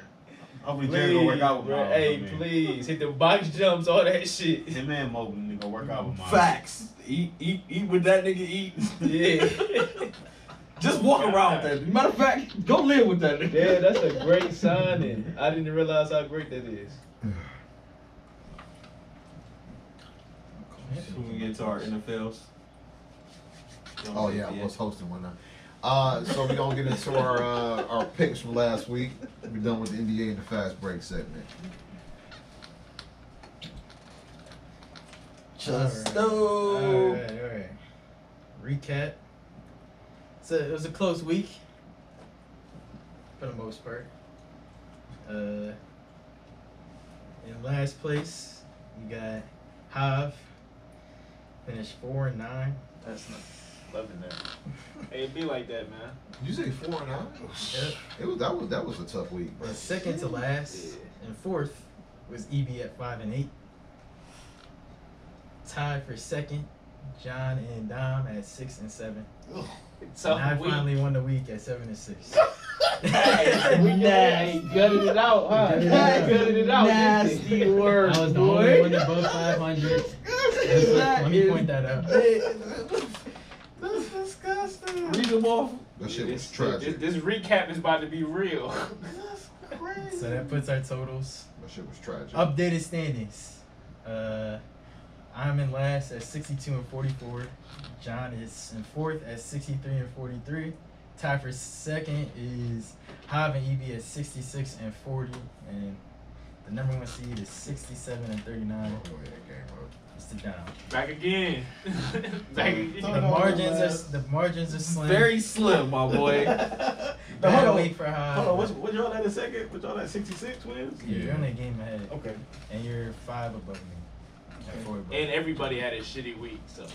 S17: Hopefully Jared gonna work out with
S3: bro.
S17: Miles.
S3: hey,
S17: I mean.
S3: please hit the box jumps, all that shit.
S17: Him and Mobley need to work out with Miles.
S1: Facts. Eat, eat, eat with that nigga. Eat.
S3: Yeah,
S1: Just walk around with that. Matter of fact, go live with that nigga.
S3: yeah, that's a great signing. I didn't realize how great that is.
S10: When we get to our NFLs. Y'all
S9: Oh
S10: see
S9: yeah,
S10: it
S9: I
S10: yet?
S9: was hosting one night. Uh, so we're gonna get into our uh, our picks from last week. We're done with the NBA and the fast break segment.
S2: Just
S1: Oh.
S2: Alright, alright. Recap. So it was a close week. For the most part. Uh in last place, you got Hive. Finished four and nine.
S3: That's not loving that. Hey, it be like that, man.
S9: Did you say four and out?
S2: Yep.
S9: It was that was that was a tough week, bro.
S2: And second to last and fourth was EB at five and eight. Tied for second, John and Dom at six and seven.
S3: Tough
S2: and I
S3: week.
S2: finally won the week at seven and six.
S3: Hey, you gutted it out, huh? You gutted it out. didn't you?
S2: I was the only one above 500. Let's- let me point that out.
S1: That's disgusting.
S3: Read them off.
S9: That shit
S3: This-
S9: was tragic.
S3: This, this recap is about to be real.
S1: That's crazy.
S2: So that puts our totals.
S9: That shit was tragic.
S2: Updated standings. Uh, I'm in last at 62 and 44. John is in fourth at 63 and 43. Tied for second is Hav and EB at 66 and 40, and the number one seed is 67 and 39. It's the down.
S3: Back again. Back again.
S2: The margins are the margins are slim.
S1: Very slim, my boy.
S2: Bad
S8: hold on.
S2: week for Hav.
S8: Hold on, what's, what y'all at in second? What y'all at 66 wins?
S2: Yeah, You're only a game ahead,
S8: Okay.
S2: and you're five above me. And four above.
S3: And everybody had a shitty week, so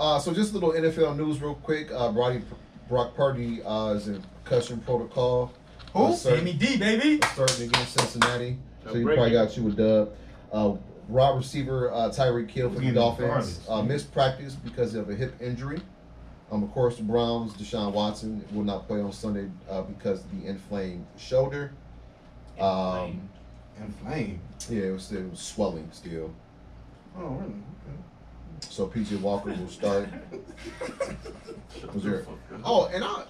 S9: Uh, so just a little NFL news real quick. Uh, Roddy, Brock Purdy uh, is in concussion protocol.
S2: Who?
S9: Uh, certain-
S2: Sammy D, baby.
S9: starting against Cincinnati.
S3: No
S9: So you
S3: break.
S9: probably got you a dub. Uh, wide receiver uh, Tyreek Hill for
S8: We're
S9: the
S8: getting
S9: Dolphins
S8: regardless.
S9: uh, missed practice because of a hip injury. Um, of course, the Browns, Deshaun Watson will not play on Sunday uh, because of the inflamed shoulder. Um,
S8: And flame.
S9: yeah, it was, it was swelling still.
S8: Oh, really?
S9: So PJ Walker will start. Was there- Oh, and I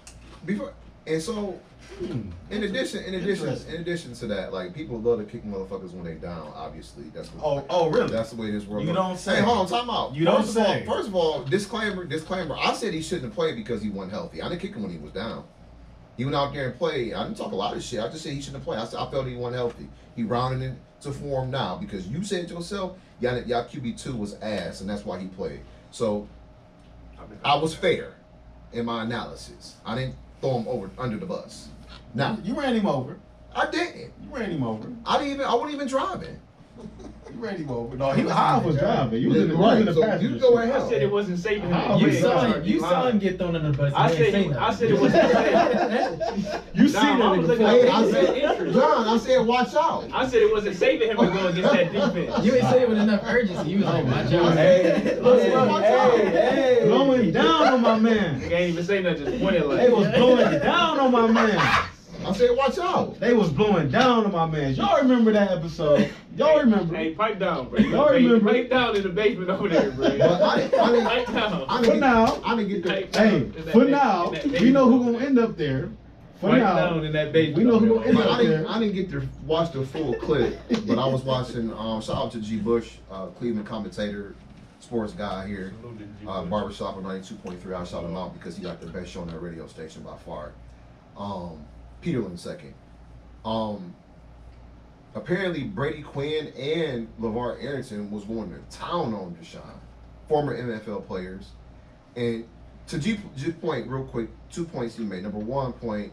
S9: before and so
S8: Hmm.
S9: in addition, in addition, in addition to that, like people love to kick motherfuckers when they down. Obviously, that's what,
S8: Oh, oh, really?
S9: that's the way this world.
S8: You
S9: goes.
S8: don't say.
S9: Hey, hold on, time out.
S8: You don't
S9: first
S8: say.
S9: Of all, first of all, disclaimer, disclaimer. I said he shouldn't have played because he wasn't healthy. I didn't kick him when he was down. He went out there and played. I didn't talk a lot of shit. I just said he shouldn't have played. I said I felt he wasn't healthy. He rounded it to form now because you said yourself, y'all, y'all QB two was ass, and that's why he played. So I was fair in my analysis. I didn't throw him over under the bus. Now
S8: You ran him over.
S9: I didn't.
S8: You ran him over.
S9: I didn't even. I wasn't even driving.
S8: You ran him over. No,
S2: he- Hav
S8: was driving.
S9: You was in the- you was in the passenger seat.
S3: I said it wasn't safe. in the
S8: Oh,
S2: you
S8: yeah.
S3: beginning.
S2: saw
S8: Sorry,
S2: him,
S8: you
S2: you saw
S8: lying.
S2: him get thrown under the bus.
S3: I
S2: You didn't
S3: said
S2: say
S3: he- I
S2: nothing.
S3: said it wasn't safe.
S11: You
S3: Nah,
S11: seen
S3: I
S11: that
S3: was
S11: nigga
S3: looking
S11: play.
S3: at-
S9: I said, John. I said, watch out.
S3: I said it wasn't safe in him to go against that defense.
S2: You didn't say it with enough urgency. You was like, my job.
S11: Hey,
S9: Listen,
S11: look, hey, hey.
S8: Blowing down on my
S3: You
S8: man.
S3: can't even say nothing. Just pointed like.
S8: They was blowing down on my man.
S9: I said, watch out.
S8: They was blowing down on my man. Y'all remember that episode? Y'all remember?
S3: Hey, pipe down, bro. You
S8: Y'all remember-
S3: Pipe down in the basement over there, bro.
S9: But I didn't. I didn't,
S3: Pipe down.
S9: I didn't
S8: For
S9: get,
S8: now.
S9: I didn't get the.
S8: Hey, for now, we know who gonna end up there. For
S3: Pipe
S8: now,
S3: down in that basement.
S8: we know who
S3: over
S8: gonna
S3: there.
S8: end
S9: But
S8: up
S9: I didn't.
S8: there.
S9: I didn't get to watch the full clip. But I was watching. Um, shout out to G. Bush, uh, Cleveland commentator, sports guy here. Uh, barbershop on ninety two point three. I shout him out because he got the best show on that radio station by far. Um, Peterlin second. Um, apparently Brady Quinn and LeVar Arrington was going to town on Deshaun, former NFL players. And to G, G point, real quick, two points he made. Number one point,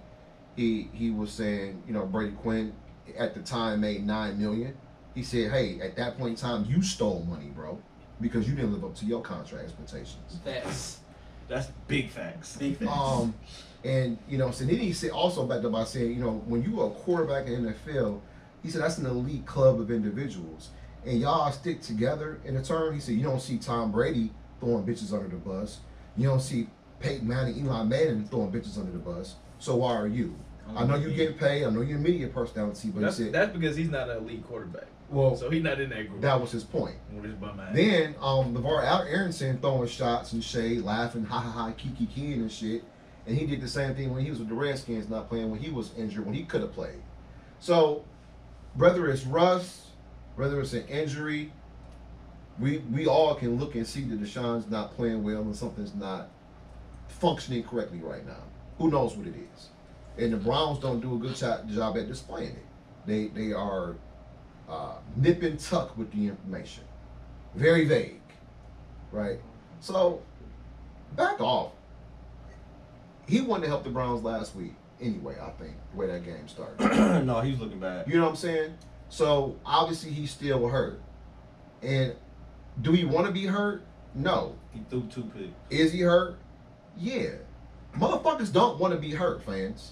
S9: he he was saying, you know, Brady Quinn at the time made nine million. He said, hey, at that point in time, you stole money, bro, because you didn't live up to your contract expectations.
S1: That's that's big facts. Big
S9: Um, and you know, so then he said also backed up by saying, you know, when you are a quarterback in the NFL, he said that's an elite club of individuals, and y'all stick together. In a term, he said you don't see Tom Brady throwing bitches under the bus, you don't see Peyton Manning, Eli Manning throwing bitches under the bus. So why are you? I know you
S2: Um,
S9: get paid. I know you're a media personality, but
S1: That's,
S9: he said,
S1: that's because he's not an elite quarterback.
S9: well,
S1: So he's not in that group.
S9: that was his point.
S1: With his bum ass.
S9: Then um LeVar Al- Aronson throwing shots and shade, laughing, ha ha ha, kiki kin and shit. And he did the same thing when he was with the Redskins, not playing when he was injured, when he could have played. So, whether it's rust, whether it's an injury, we we all can look and see that Deshaun's not playing well and something's not functioning correctly right now. Who knows what it is? And the Browns don't do a good jo- job at displaying it. They they are uh, nip and tuck with the information very vague, right? So back off. He wanted to help the Browns last week anyway. I think the way that game started,
S1: no, he was looking bad.
S9: you know what I'm saying? So obviously he's still hurt, and do we want to be hurt? No.
S10: He threw two picks.
S9: Is he hurt? Yeah. Motherfuckers don't want to be hurt, fans.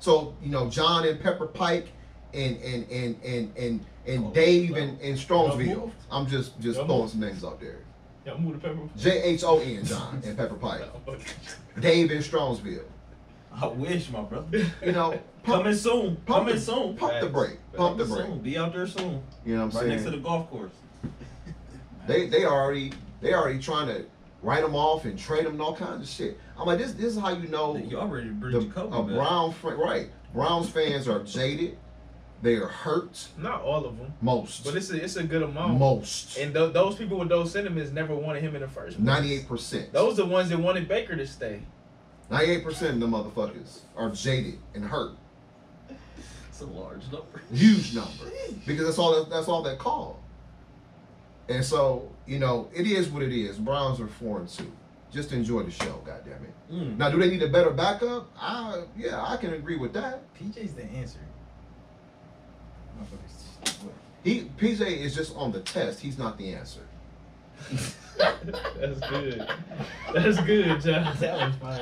S9: So you know John and Pepper Pike and and and and and and
S3: Oh,
S9: Dave and, and Strongsville.
S3: moved.
S9: I'm just just
S3: Y'all
S9: throwing some names out there.
S3: Y'all move the pepper.
S9: J H O N John and Pepper Pike. Dave in Strongsville.
S10: I wish, my brother.
S9: You know, pump,
S10: Coming soon.
S9: pump,
S10: Coming
S9: the,
S10: soon.
S9: pump the brake. Pump the
S10: Coming
S9: brake.
S10: soon. Be out there soon.
S9: You know what
S10: Right
S9: I'm
S10: next to the
S9: saying?
S10: golf course.
S9: They they already they already trying to write them off and trade them and all kinds of shit. I'm like, this this is how you know
S10: You already
S9: Oh, the,
S10: bridged the,
S9: a
S10: COVID. man.
S9: Brown fr- right. Browns fans are jaded. They are hurt
S3: Not all of them,
S9: most.
S3: but it's a it's a good amount.
S9: most.
S3: And th- those people with those sentiments never wanted him in the first place.
S9: Ninety eight percent.
S3: Those the ones that wanted Baker to stay.
S9: Ninety eight percent of the motherfuckers are jaded and hurt.
S10: It's a large number.
S9: huge number because that's all that, that's all that called. And so you know it is what it is. Browns are four and two. Just enjoy the show, goddamn it.
S11: Mm.
S9: Now, do they need a better backup? I yeah, I can agree with that.
S2: PJ's the answer.
S9: He PJ is just on the test. He's not the answer.
S3: That's good. That's good, John.
S2: That was fire.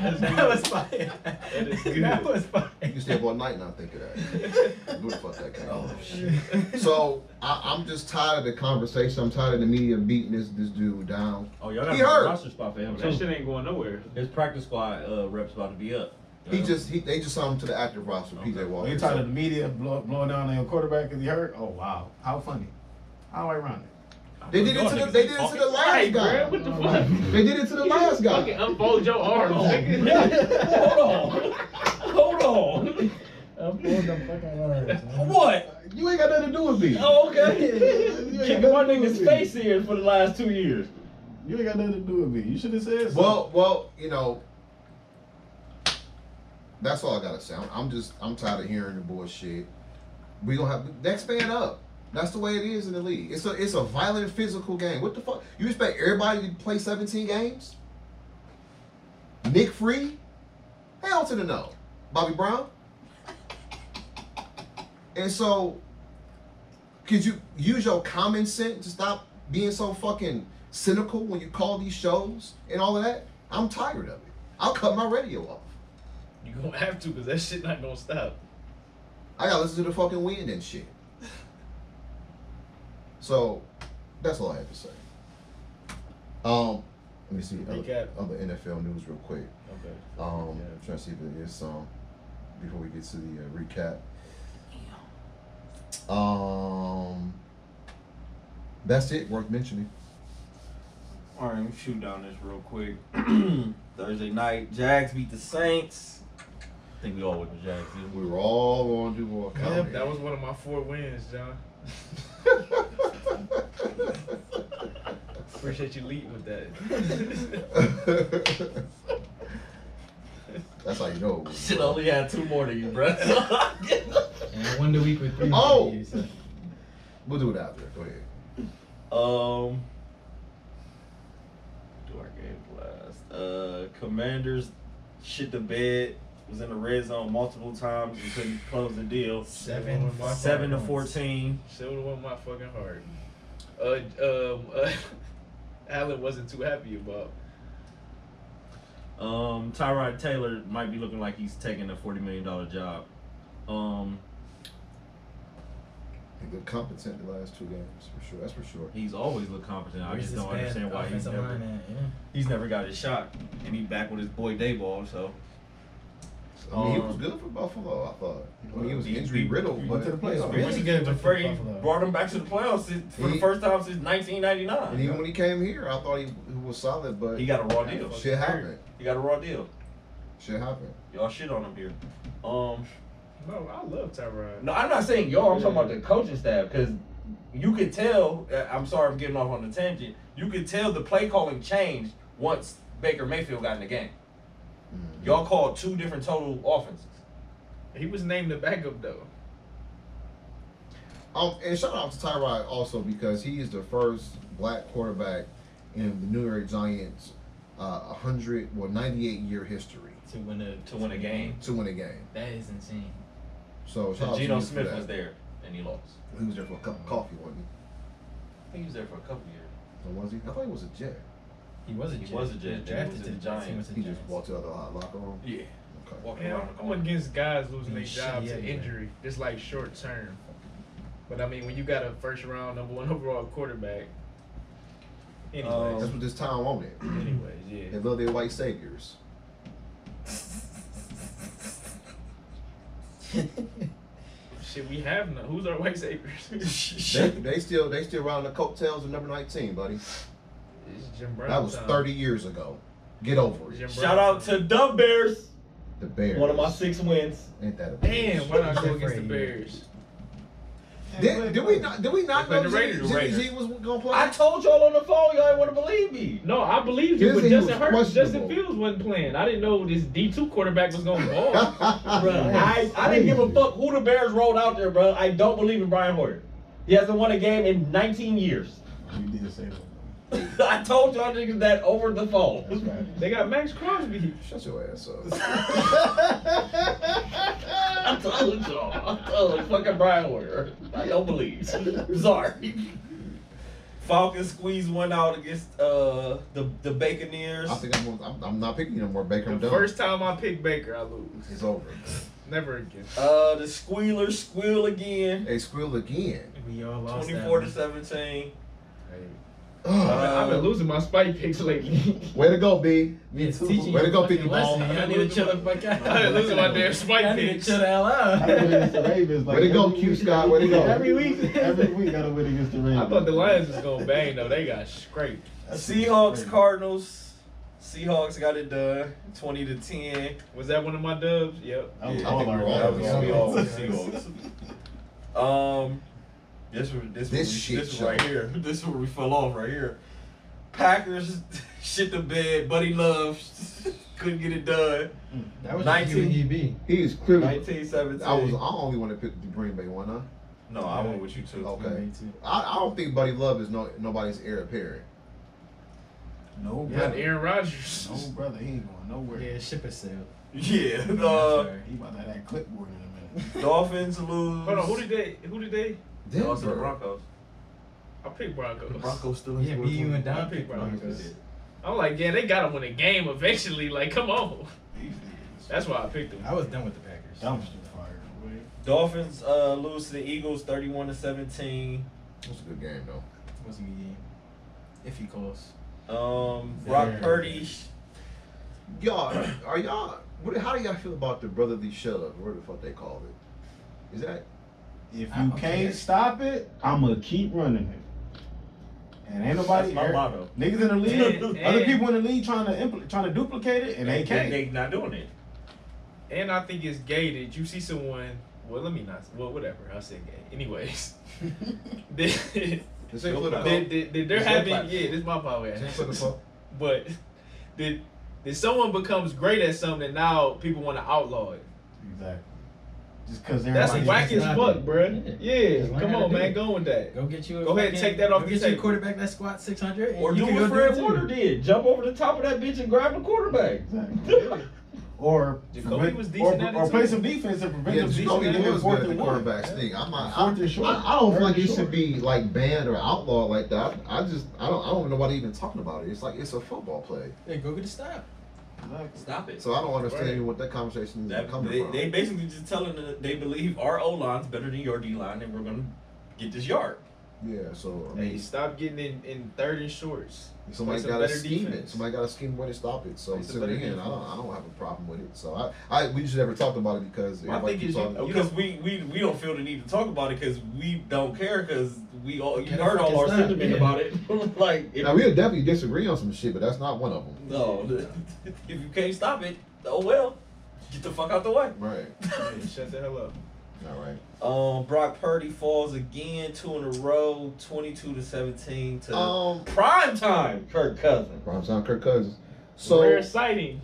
S3: That's
S2: That
S3: good.
S2: was fire.
S3: That is good.
S2: That was fire.
S9: You can stay up all night and not think of that. Who the fuck that came
S2: Oh,
S9: from? So I, I'm just tired of the conversation. I'm tired of the media beating this this dude down.
S5: Oh, y'all got
S9: He
S5: a
S9: hurt.
S5: roster spot for him.
S3: That
S5: too.
S3: shit ain't going nowhere.
S5: His practice squad uh, reps about to be up.
S9: He just he, they just signed him to the active roster. PJ Walker.
S8: You're tired of the media blow, blowing down on your quarterback because he hurt? Oh, wow. How funny. How ironic.
S9: They did it to the they did it to the last guy.
S3: What the fuck?
S9: They did it to the last
S3: Fucking
S9: guy.
S3: unfold your arms, nigga.
S11: Hold on. Hold on.
S2: I'm pulling them fucking arms. man.
S11: What?
S8: You ain't got nothing to do with me.
S11: Oh, okay.
S8: You ain't
S11: Kicking my
S8: got nothing to do
S11: nigga's
S8: with me.
S11: face in for the last two years.
S8: You ain't got nothing to do with me. You should have said something.
S9: Well, well, you know, that's all I gotta say. I'm, I'm just I'm tired of hearing the bullshit. We gonna have next man up. That's the way it is in the league. It's a it's a violent physical game. What the fuck? You expect everybody to play 17 games? Nick Free? Hell to the no. Bobby Brown? And so could you use your common sense to stop being so fucking cynical when you call these shows and all of that? I'm tired of it. I'll cut my radio off.
S3: You gonna have to, cause that shit not gonna stop.
S9: I gotta listen to the fucking wind and shit. So that's all I have to say. Um, let me see other,
S11: Recap.
S9: other NFL news real quick.
S11: Okay.
S9: Um, trying to see if there is some before we get to the uh, recap. Um, that's it. Worth mentioning.
S1: All right, let's shoot down this real quick. Thursday night, Jags beat the Saints. I think we all with the Jags. didn't we?
S9: We were all on Duval County.
S3: That was one of my four wins, John. Appreciate you leading with that.
S9: That's how you know. It was.
S10: Shit, I only had two more than you, bro.
S2: And one the week with three.
S9: Oh!
S2: reviews, so-
S9: We'll do it after. Go ahead.
S1: um, do our game last. Uh, Commanders shit the bed. Was in the red zone multiple times and couldn't close the deal.
S2: Seven.
S10: Seven to fourteen.
S3: Shit would have won my fucking heart. Uh, um, uh, Allen wasn't too happy about.
S5: Um, Tyrod Taylor might be looking like he's taking a forty million dollar job. Um,
S9: He looked competent the last two games for sure. That's for sure.
S5: he's always looked competent. I
S2: Where's
S5: just
S2: this
S5: don't
S2: bad
S5: understand why he's
S2: offensive
S5: never
S2: line at, you know?
S5: he's never got his shot.
S1: And he back with his boy Dayball, so
S9: I mean, he
S5: Um,
S9: was good for Buffalo. I thought. I mean, he was
S1: He-
S9: injury
S1: he-
S9: riddled, but
S8: to the playoffs.
S9: Yeah.
S8: Really
S1: good.
S2: Buffalo.
S1: brought him back to the playoffs since- for
S9: He-
S1: the first time since 1999.
S9: And even when he came here, I thought he, he was solid, but
S1: He got a raw deal.
S9: shit happened.
S1: He got a raw deal.
S9: Shit happened.
S1: Y'all shit on him here. Um,
S3: No, I love Tyrod.
S11: No, I'm not saying y'all. I'm talking about the coaching staff because
S1: you could tell. uh, I'm sorry, I'm getting off on a tangent. You could tell the play calling changed once Baker Mayfield got in the game. Y'all called two different total offenses.
S3: He was named the backup though.
S9: Um, and shout out to Tyrod also because he is the first black quarterback in the New York Giants' uh, 100, well, 98 year history
S2: To win a
S1: To win a game.
S9: to win a game.
S2: That is insane.
S9: So shout out
S1: And
S9: to
S1: Geno
S9: him for
S1: Smith
S9: that.
S1: was there, and he lost.
S9: He was there for a cup of coffee, wasn't
S1: I think he was there for a couple years.
S9: he? Or was he? I thought he was a Jet.
S2: He was a
S1: He
S2: Jet.
S1: was a Jet,
S2: He
S1: and
S2: was
S1: he
S2: drafted
S1: was
S2: to
S1: in
S2: the
S1: the
S2: Giants. He was
S1: Giants.
S2: a
S9: He
S2: Giants.
S9: just walked out of the hot locker room.
S1: Yeah.
S9: Okay.
S1: Walking
S3: Man,
S1: around
S3: I'm,
S1: the
S3: I'm
S1: corner.
S3: against guys losing
S2: Yeah,
S3: their
S2: shit,
S3: job
S2: yeah,
S3: to
S2: yeah.
S3: injury. It's like short term. But I mean, when you got a first round number one overall quarterback. Anyways,
S9: That's what this town wanted.
S3: anyways,
S9: They
S3: yeah.
S9: love their white saviors.
S3: Shit, we have no. Who's our white saviors? it's
S9: They, they still they still riding the coattails of number 19, buddy.
S3: Jim Brown.
S9: That was
S3: time.
S9: 30 years ago. Get over it.
S3: Jim
S1: Shout out to Dub Bears.
S9: The Bears.
S11: one of my six wins.
S9: Ain't that a bitch?
S3: Damn, why not go
S2: Different
S3: against the
S2: year.
S3: Bears?
S9: Did, did we not? Did we not
S18: They
S9: know
S18: played the
S9: Jimmy,
S18: Raiders.
S9: Jimmy
S18: Raiders.
S9: G was gonna play?
S19: I told y'all on the phone, y'all didn't want to believe me.
S3: No, I believed
S9: He
S3: you, but
S9: said he was
S3: Justin Hurts, Justin
S9: questionable.
S3: Fields wasn't playing. I didn't know this D two quarterback was going to ball.
S19: Bruh, I, I didn't give a fuck who the Bears rolled out there, bro. I don't believe in Brian Hoyer. He hasn't won a game in 19 years.
S8: You did say that.
S19: I told y'all niggas that over the phone.
S3: they got Max Crosby.
S9: Shut your ass up.
S19: I told y'all. I told fucking Brian Hoyer. I don't believe. I'm sorry.
S1: Falcons squeezed one out against uh the the Baconeers.
S9: I think I'm, gonna- I'm, I'm not picking you no more. Baker, I'm
S20: The
S9: done.
S20: first time I pick Baker, I lose.
S9: it's over.
S3: Never again.
S1: Uh, the Squealers squeal again,
S9: Hey, squeal again.
S2: We all lost that
S1: twenty-four to
S2: one.
S1: seventeen.
S3: I've been, I've been
S1: Uh,
S3: losing my spike picks lately.
S9: Way to go, B.
S2: It's teaching
S9: Way to
S2: you
S9: go,
S2: a
S9: Piggy
S2: fucking lesson.
S9: Ball.
S2: Y'all need to chill the fuck out.
S3: I've been losing my damn
S2: Y'all
S3: spike
S2: need to
S3: picks.
S2: chill the hell
S8: I gotta win
S2: out.
S8: against the Ravens. Like
S9: Way to go,
S8: every
S9: Q
S8: week.
S9: Scott. Way to go.
S8: Every week, every week, gotta win against the Ravens.
S3: I thought the Lions was going to bang though. They got scraped.
S1: Seahawks Cardinals. Seahawks got it done, twenty to ten.
S3: Was that one of my dubs? Yep.
S8: That was
S1: Yeah,
S8: all
S9: I think
S8: our
S9: we're all-
S8: guys.
S1: We all- we all with
S8: Seahawks.
S1: Seahawks. Um, this was this
S9: This
S1: was,
S9: shit
S1: this
S9: show.
S1: was right here. This is where we fell off right here. Packers shit the bed. Buddy Love couldn't get it done.
S8: Mm,
S2: That was
S1: 19.
S2: nineteen EB.
S9: He is clearly.
S1: Nineteen seventeen.
S9: I was. I only want to pick the Green Bay one, huh?
S1: no, I went with you too.
S9: Okay. I, I don't think Buddy Love is no nobody's heir apparent.
S8: No,
S3: Not
S8: brother.
S3: Aaron Rodgers.
S8: No, brother. He ain't going nowhere.
S2: Yeah, ship is sailed.
S1: Yeah. Uh,
S8: He about to have that clipboard in a minute.
S1: Dolphins lose.
S3: Hold on. Who did they? Who did they?
S1: They lost to the
S9: Denver.
S1: Broncos.
S3: I picked Broncos.
S1: The Broncos still in
S2: Yeah,
S1: score
S2: me, you,
S1: 20.
S2: and
S3: I
S2: Don
S3: picked
S2: picked
S3: Broncos.
S2: Broncos.
S3: I'm like, yeah, they gotta win a game eventually. Like, come on.
S8: These niggas.
S3: That's why I picked them.
S2: I was done with the Packers.
S8: Dumpster fire.
S1: Dolphins uh, lose to the Eagles, thirty-one to seventeen.
S9: It was a good game though.
S2: What's me game? If he calls.
S1: Um, Brock
S2: Yeah.
S1: Purdy.
S9: Y'all, are y'all? What, how do y'all feel about the brotherly shove? Where the fuck they call it? Is that
S8: If
S2: I
S8: you
S2: don't care.
S8: can't stop it, I'ma keep running it. And ain't nobody
S1: That's my
S8: Eric-
S1: motto.
S8: niggas in the league,
S3: And-
S8: other
S3: and-
S8: people in the league trying to impl- trying to duplicate it, and they can't.
S19: They not doing it.
S3: And I think it's gated. You see someone. Well, let me not. Well, whatever. I said gay. Anyways. Did-
S9: This ain't political.
S3: did- did- did they're
S9: This
S3: having?
S9: ain't
S3: Yeah, this is my
S9: This
S3: podcast.
S9: ain't political.
S3: But did did someone becomes great at something and now people want to outlaw it?
S8: Exactly. Just cause
S3: That's
S8: everybody.
S3: whack as
S2: not
S3: fuck,
S2: it.
S3: bruh. Yeah,
S2: Just learn
S3: come
S2: how to
S3: on,
S2: do
S3: man,
S2: it.
S3: go with that.
S2: Go get you. A
S3: Go ahead,
S2: fucking-
S3: take that off
S2: go
S3: the
S2: get you a
S3: table.
S2: quarterback that squat six hundred.
S19: Or do what Fred Warner did. Jump over the top of that bitch and grab the quarterback.
S8: Exactly. Or,
S3: Jacoby
S8: prevent-
S3: was decent
S8: or,
S3: at it
S8: or
S3: too.
S8: play some defense and prevent
S9: Yeah,
S8: them
S9: you
S8: from
S9: know he
S8: getting
S9: was good
S8: fourth
S9: at the
S8: and one.
S9: quarterback sneak. I'm not, I,
S8: Fourth and short.
S9: I, I don't feel like
S8: Third
S9: it
S8: and
S9: should
S8: short.
S9: be like banned or outlawed like that. I, I just I don't I don't know why they even talking about it. It's like it's a football play,
S2: Yeah, go get a stop.
S8: Exactly.
S1: Stop it.
S9: so I don't understand
S3: Right.
S9: what that conversation is
S1: That-
S9: coming
S1: they,
S9: from.
S1: they basically just telling them that they believe our O line's better than your D line, and we're gonna get this yard.
S9: yeah, so I
S3: Hey,
S9: mean,
S3: stop getting in, in third and shorts.
S9: somebody
S3: play some
S9: got to
S3: better
S9: scheme it.
S3: defense.
S9: Somebody got to scheme a way to stop it. So
S3: Play some
S9: until
S3: better
S9: the end, I don't
S3: defense.
S9: I don't have a problem with it. So I, I we just never talked about it because
S1: My
S9: everybody
S1: thing
S9: keeps
S1: is you-
S9: talking.
S1: because we, we we don't feel the need to talk about it because we don't care because we all you
S2: Get the
S1: heard
S2: fuck
S1: all our
S2: it's not,
S1: sentiment
S2: yeah.
S1: about it. like if,
S9: now we'll definitely disagree on some shit, but that's not one of them.
S1: no, if you can't stop it, oh well, get the fuck out the way.
S9: Right.
S3: Hey, shut the hell up.
S9: All right.
S1: Um, Brock Purdy falls again, two in a row, twenty-two to seventeen to
S3: Uh,
S9: Um,
S1: prime time. Kirk Cousins.
S9: Prime time, Kirk Cousins. So
S3: rare sighting.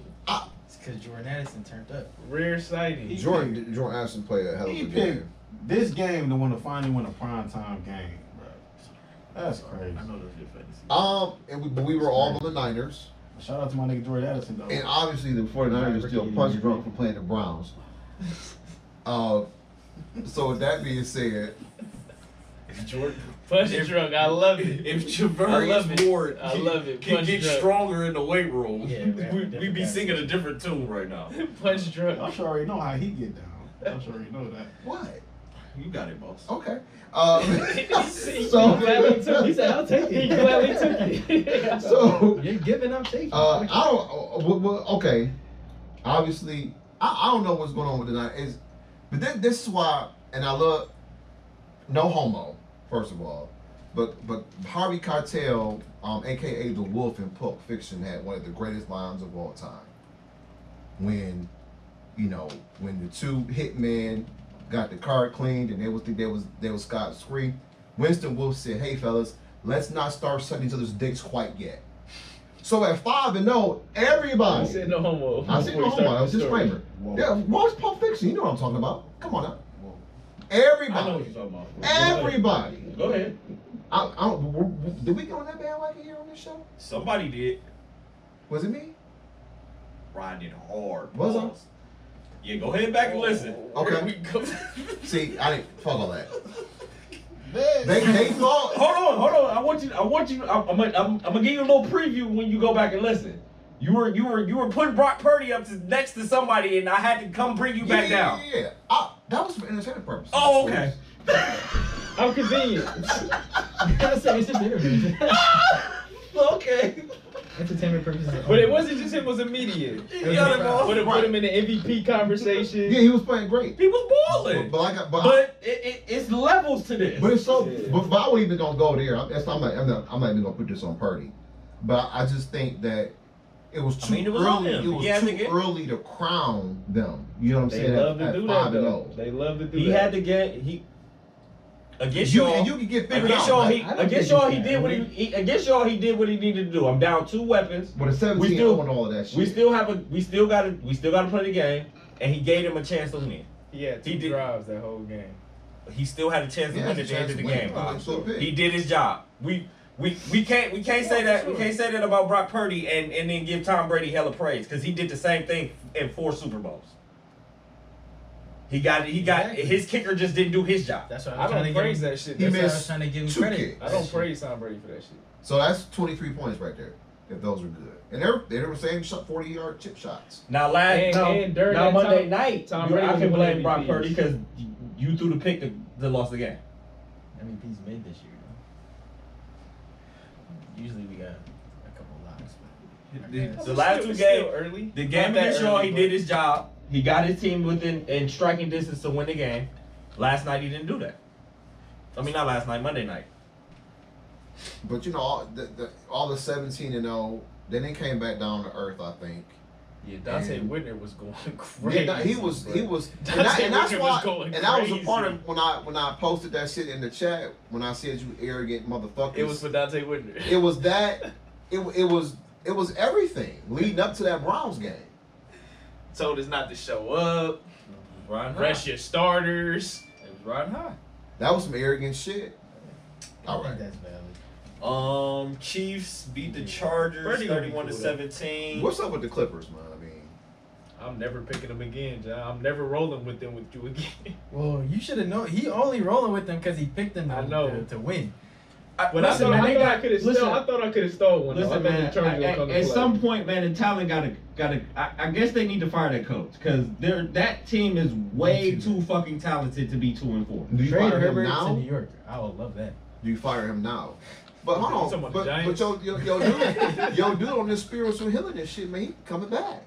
S2: It's because Jordan Addison turned up.
S3: Rare sighting.
S9: Jordan Jordan Addison played a hell of a
S8: He
S9: game.
S8: picked this game to want to finally win a prime time game, bro. That's crazy.
S20: those good fantasy.
S9: Um, and we, but we were all on the Niners,
S8: Shout out to my nigga Jordan Addison though.
S9: and obviously the 49ers are still punch drunk from playing the Browns. Uh, so with that being said,
S1: Jordan.
S3: Punch
S1: If-
S3: drunk. I love it.
S1: If
S3: I love
S1: Javarius
S3: it.
S1: Ward
S3: I love it.
S1: can
S3: Punch
S1: get
S3: drunk.
S1: stronger in the weight room,
S2: Yeah, we have
S1: we,
S2: a
S1: we
S2: different
S1: be
S2: guy.
S1: singing a different tune right now.
S3: Punch drunk.
S8: I'm sure already know how he get down. I'm sure already know that.
S9: what?
S1: You got it, boss.
S9: Okay. Um,
S3: See,
S9: so,
S3: he gladly took it. He said, "I'll take it." He gladly took it.
S9: so
S2: You're giving up taking.
S9: uh, I don't. Uh, well, well, okay. Obviously, I, I don't know what's going on with the Niners, but this, this is why. And I love no homo, first of all, but but Harvey Cartel, um, aka the Wolf in Pulp Fiction, had one of the greatest lines of all time. When, you know, when the two hitmen got the car cleaned, and they was they was they was scot free. Winston Wolf said, "Hey fellas, let's not start sucking each other's dicks quite yet." So at five and no, everybody.
S3: I said no homo.
S9: I said no
S3: Before we
S9: homo. I
S3: start
S9: was
S3: the
S9: just
S3: story.
S9: Kramer. Yeah, watch Pulp Fiction. You know what I'm talking about. Come on now. Everybody. I know what you're talking about. Everybody.
S21: Go ahead.
S9: I, I don't, w- w- did we get on that bandwagon here on this show?
S21: Somebody did.
S9: Was it me?
S21: Riding hard.
S9: Was I?
S21: balls. Yeah, go ahead back and listen.
S9: Okay.
S21: We go-
S9: See, I didn't fuck all that.
S21: They-
S9: they thought.
S1: Hold on, hold on. I want you. I want you. I'm, I'm, gonna- I'm, I'm gonna give you a little preview when you go back and listen. You were, you were, you were putting Brock Purdy up to next to somebody, and I had to come bring you back
S9: yeah,
S1: down.
S9: Yeah, yeah, yeah. I, that was for entertainment purposes.
S1: Oh, okay.
S2: How convenient. That's it's just an interview.
S9: okay.
S2: Entertainment purposes.
S3: But it wasn't just him; it was a media.
S9: Yeah, they was.
S3: Put him, put him in the MVP conversation.
S9: Yeah, he was playing great.
S1: He was balling.
S9: But, but like, I- but,
S1: But it, it, it's levels to
S9: I,
S1: this.
S9: but it's so. But, but I wasn't even gonna go there. I, that's I'm not, I'm not. I'm not even gonna put this on Purdy. But I just think that it was
S22: I
S9: too
S22: mean, it was on
S9: early.
S22: him.
S9: It was
S22: He had to
S9: too
S22: get-
S9: early to crown them. You know what I'm
S3: They
S9: saying?
S3: love to
S9: at
S3: do
S9: five
S3: that.
S9: and
S3: Though.
S9: oh.
S3: They love to do
S22: He
S3: that.
S22: had to get he against
S9: You,
S22: y'all.
S9: and you can get figured
S1: Against
S9: out.
S1: y'all,
S9: right?
S1: he
S9: I don't
S1: against
S9: think
S1: y'all,
S9: you
S1: he
S9: can.
S1: did what he, he against y'all he did what he needed to do. I'm down two weapons.
S9: With a 17
S1: We still-
S9: on all of that shit.
S1: We still have a, we still got to, we still got to play the game, and he gave him a chance to win.
S3: He had two
S1: He did-
S3: drives that whole game.
S1: He still had a chance
S9: Yeah,
S1: to win at
S9: it's
S1: the
S9: a
S1: end of the
S9: chance to
S1: game.
S9: win. Oh,
S1: Bob.
S9: so big.
S1: He did his job. We we we can't we can't say that we can't say that about Brock Purdy and and then give Tom Brady hella praise because he did the same thing in four Super Bowls. He got he got
S2: Exactly.
S1: his kicker just didn't do his job.
S2: That's what I
S3: I
S2: was trying
S3: don't
S2: to get.
S3: praise
S2: him-
S3: that shit.
S9: He
S3: That's
S2: I was
S9: missed
S2: trying to give him
S9: two
S2: credit.
S9: kicks.
S3: I don't praise Tom Brady for that shit.
S9: So that's 23 points right there. If those are good, and they're they were saying shot 40 yard chip shots.
S1: Now last
S3: And-
S1: now,
S3: and during
S1: now
S3: that
S1: Monday
S3: time,
S1: night,
S3: Tom
S1: you-
S3: Brady
S1: I
S3: was
S1: can
S3: one of
S1: blame Brock
S3: MVPs.
S1: Purdy because you threw the pick that, that lost the game.
S2: MVP's mid E this year. though. Usually we got a couple locks, but
S1: The,
S2: I
S1: the last two
S3: It's
S1: games,
S3: still early.
S1: the game
S3: Not that
S1: against y'all,
S3: early,
S1: he
S3: but-
S1: did his job. He got his team within in striking distance to win the game. Last night he didn't do that. I mean, not last night, Monday night.
S9: But you know, all the, the all the 17 and 0, then they came back down to earth. I think.
S3: Yeah, Dante
S9: And-
S3: Whitner was going crazy.
S9: Yeah, nah, he was he was, and,
S3: Dante
S9: that- and that's
S3: Whitner
S9: why,
S3: was going
S9: and that was a
S3: crazy.
S9: part of when I when I posted that shit in the chat when I said you arrogant motherfuckers.
S3: It was for Dante Whitner.
S9: it was that, it it was it was everything leading up to that Browns game.
S3: Told us not to show up.
S22: Riding high.
S3: Rest your starters.
S22: It was riding high.
S9: That was some arrogant shit. All
S2: think
S9: right,
S2: that's valid.
S22: Um, Chiefs beat the Chargers
S3: Brady gonna be
S22: 31 to
S3: cool, though.
S22: 17.
S9: what's up with the Clippers, man? I mean,
S3: I'm never picking them again, John. I'm never rolling with them with you again.
S2: Well, you should have known. He only rolling with them because he picked them to,
S3: I know.
S2: to, to win.
S3: But
S2: listen,
S3: I thought,
S2: man,
S3: I,
S2: they
S3: thought
S2: got-
S3: I could have
S2: listen.
S3: stole. I thought I could have stole one. though. I
S1: Listen,
S3: thought
S1: man.
S3: the Chargers
S1: I-
S3: were
S1: I-
S3: coming
S1: at
S3: to play.
S1: some point, man, the talent gotta gotta. I, I guess they need to fire that coach because they're that team is way too fucking talented to be two and four.
S9: do you
S2: Trade
S9: fire him
S2: Herbert to
S9: now?
S2: New York. I would love that.
S9: Do you fire him now? But
S3: You
S9: hold
S3: talking
S9: on,
S3: about
S9: but,
S3: the
S9: but
S3: Giants?
S9: yo, yo, yo, dude, yo, dude on this spiritual healing and shit, man, he coming back.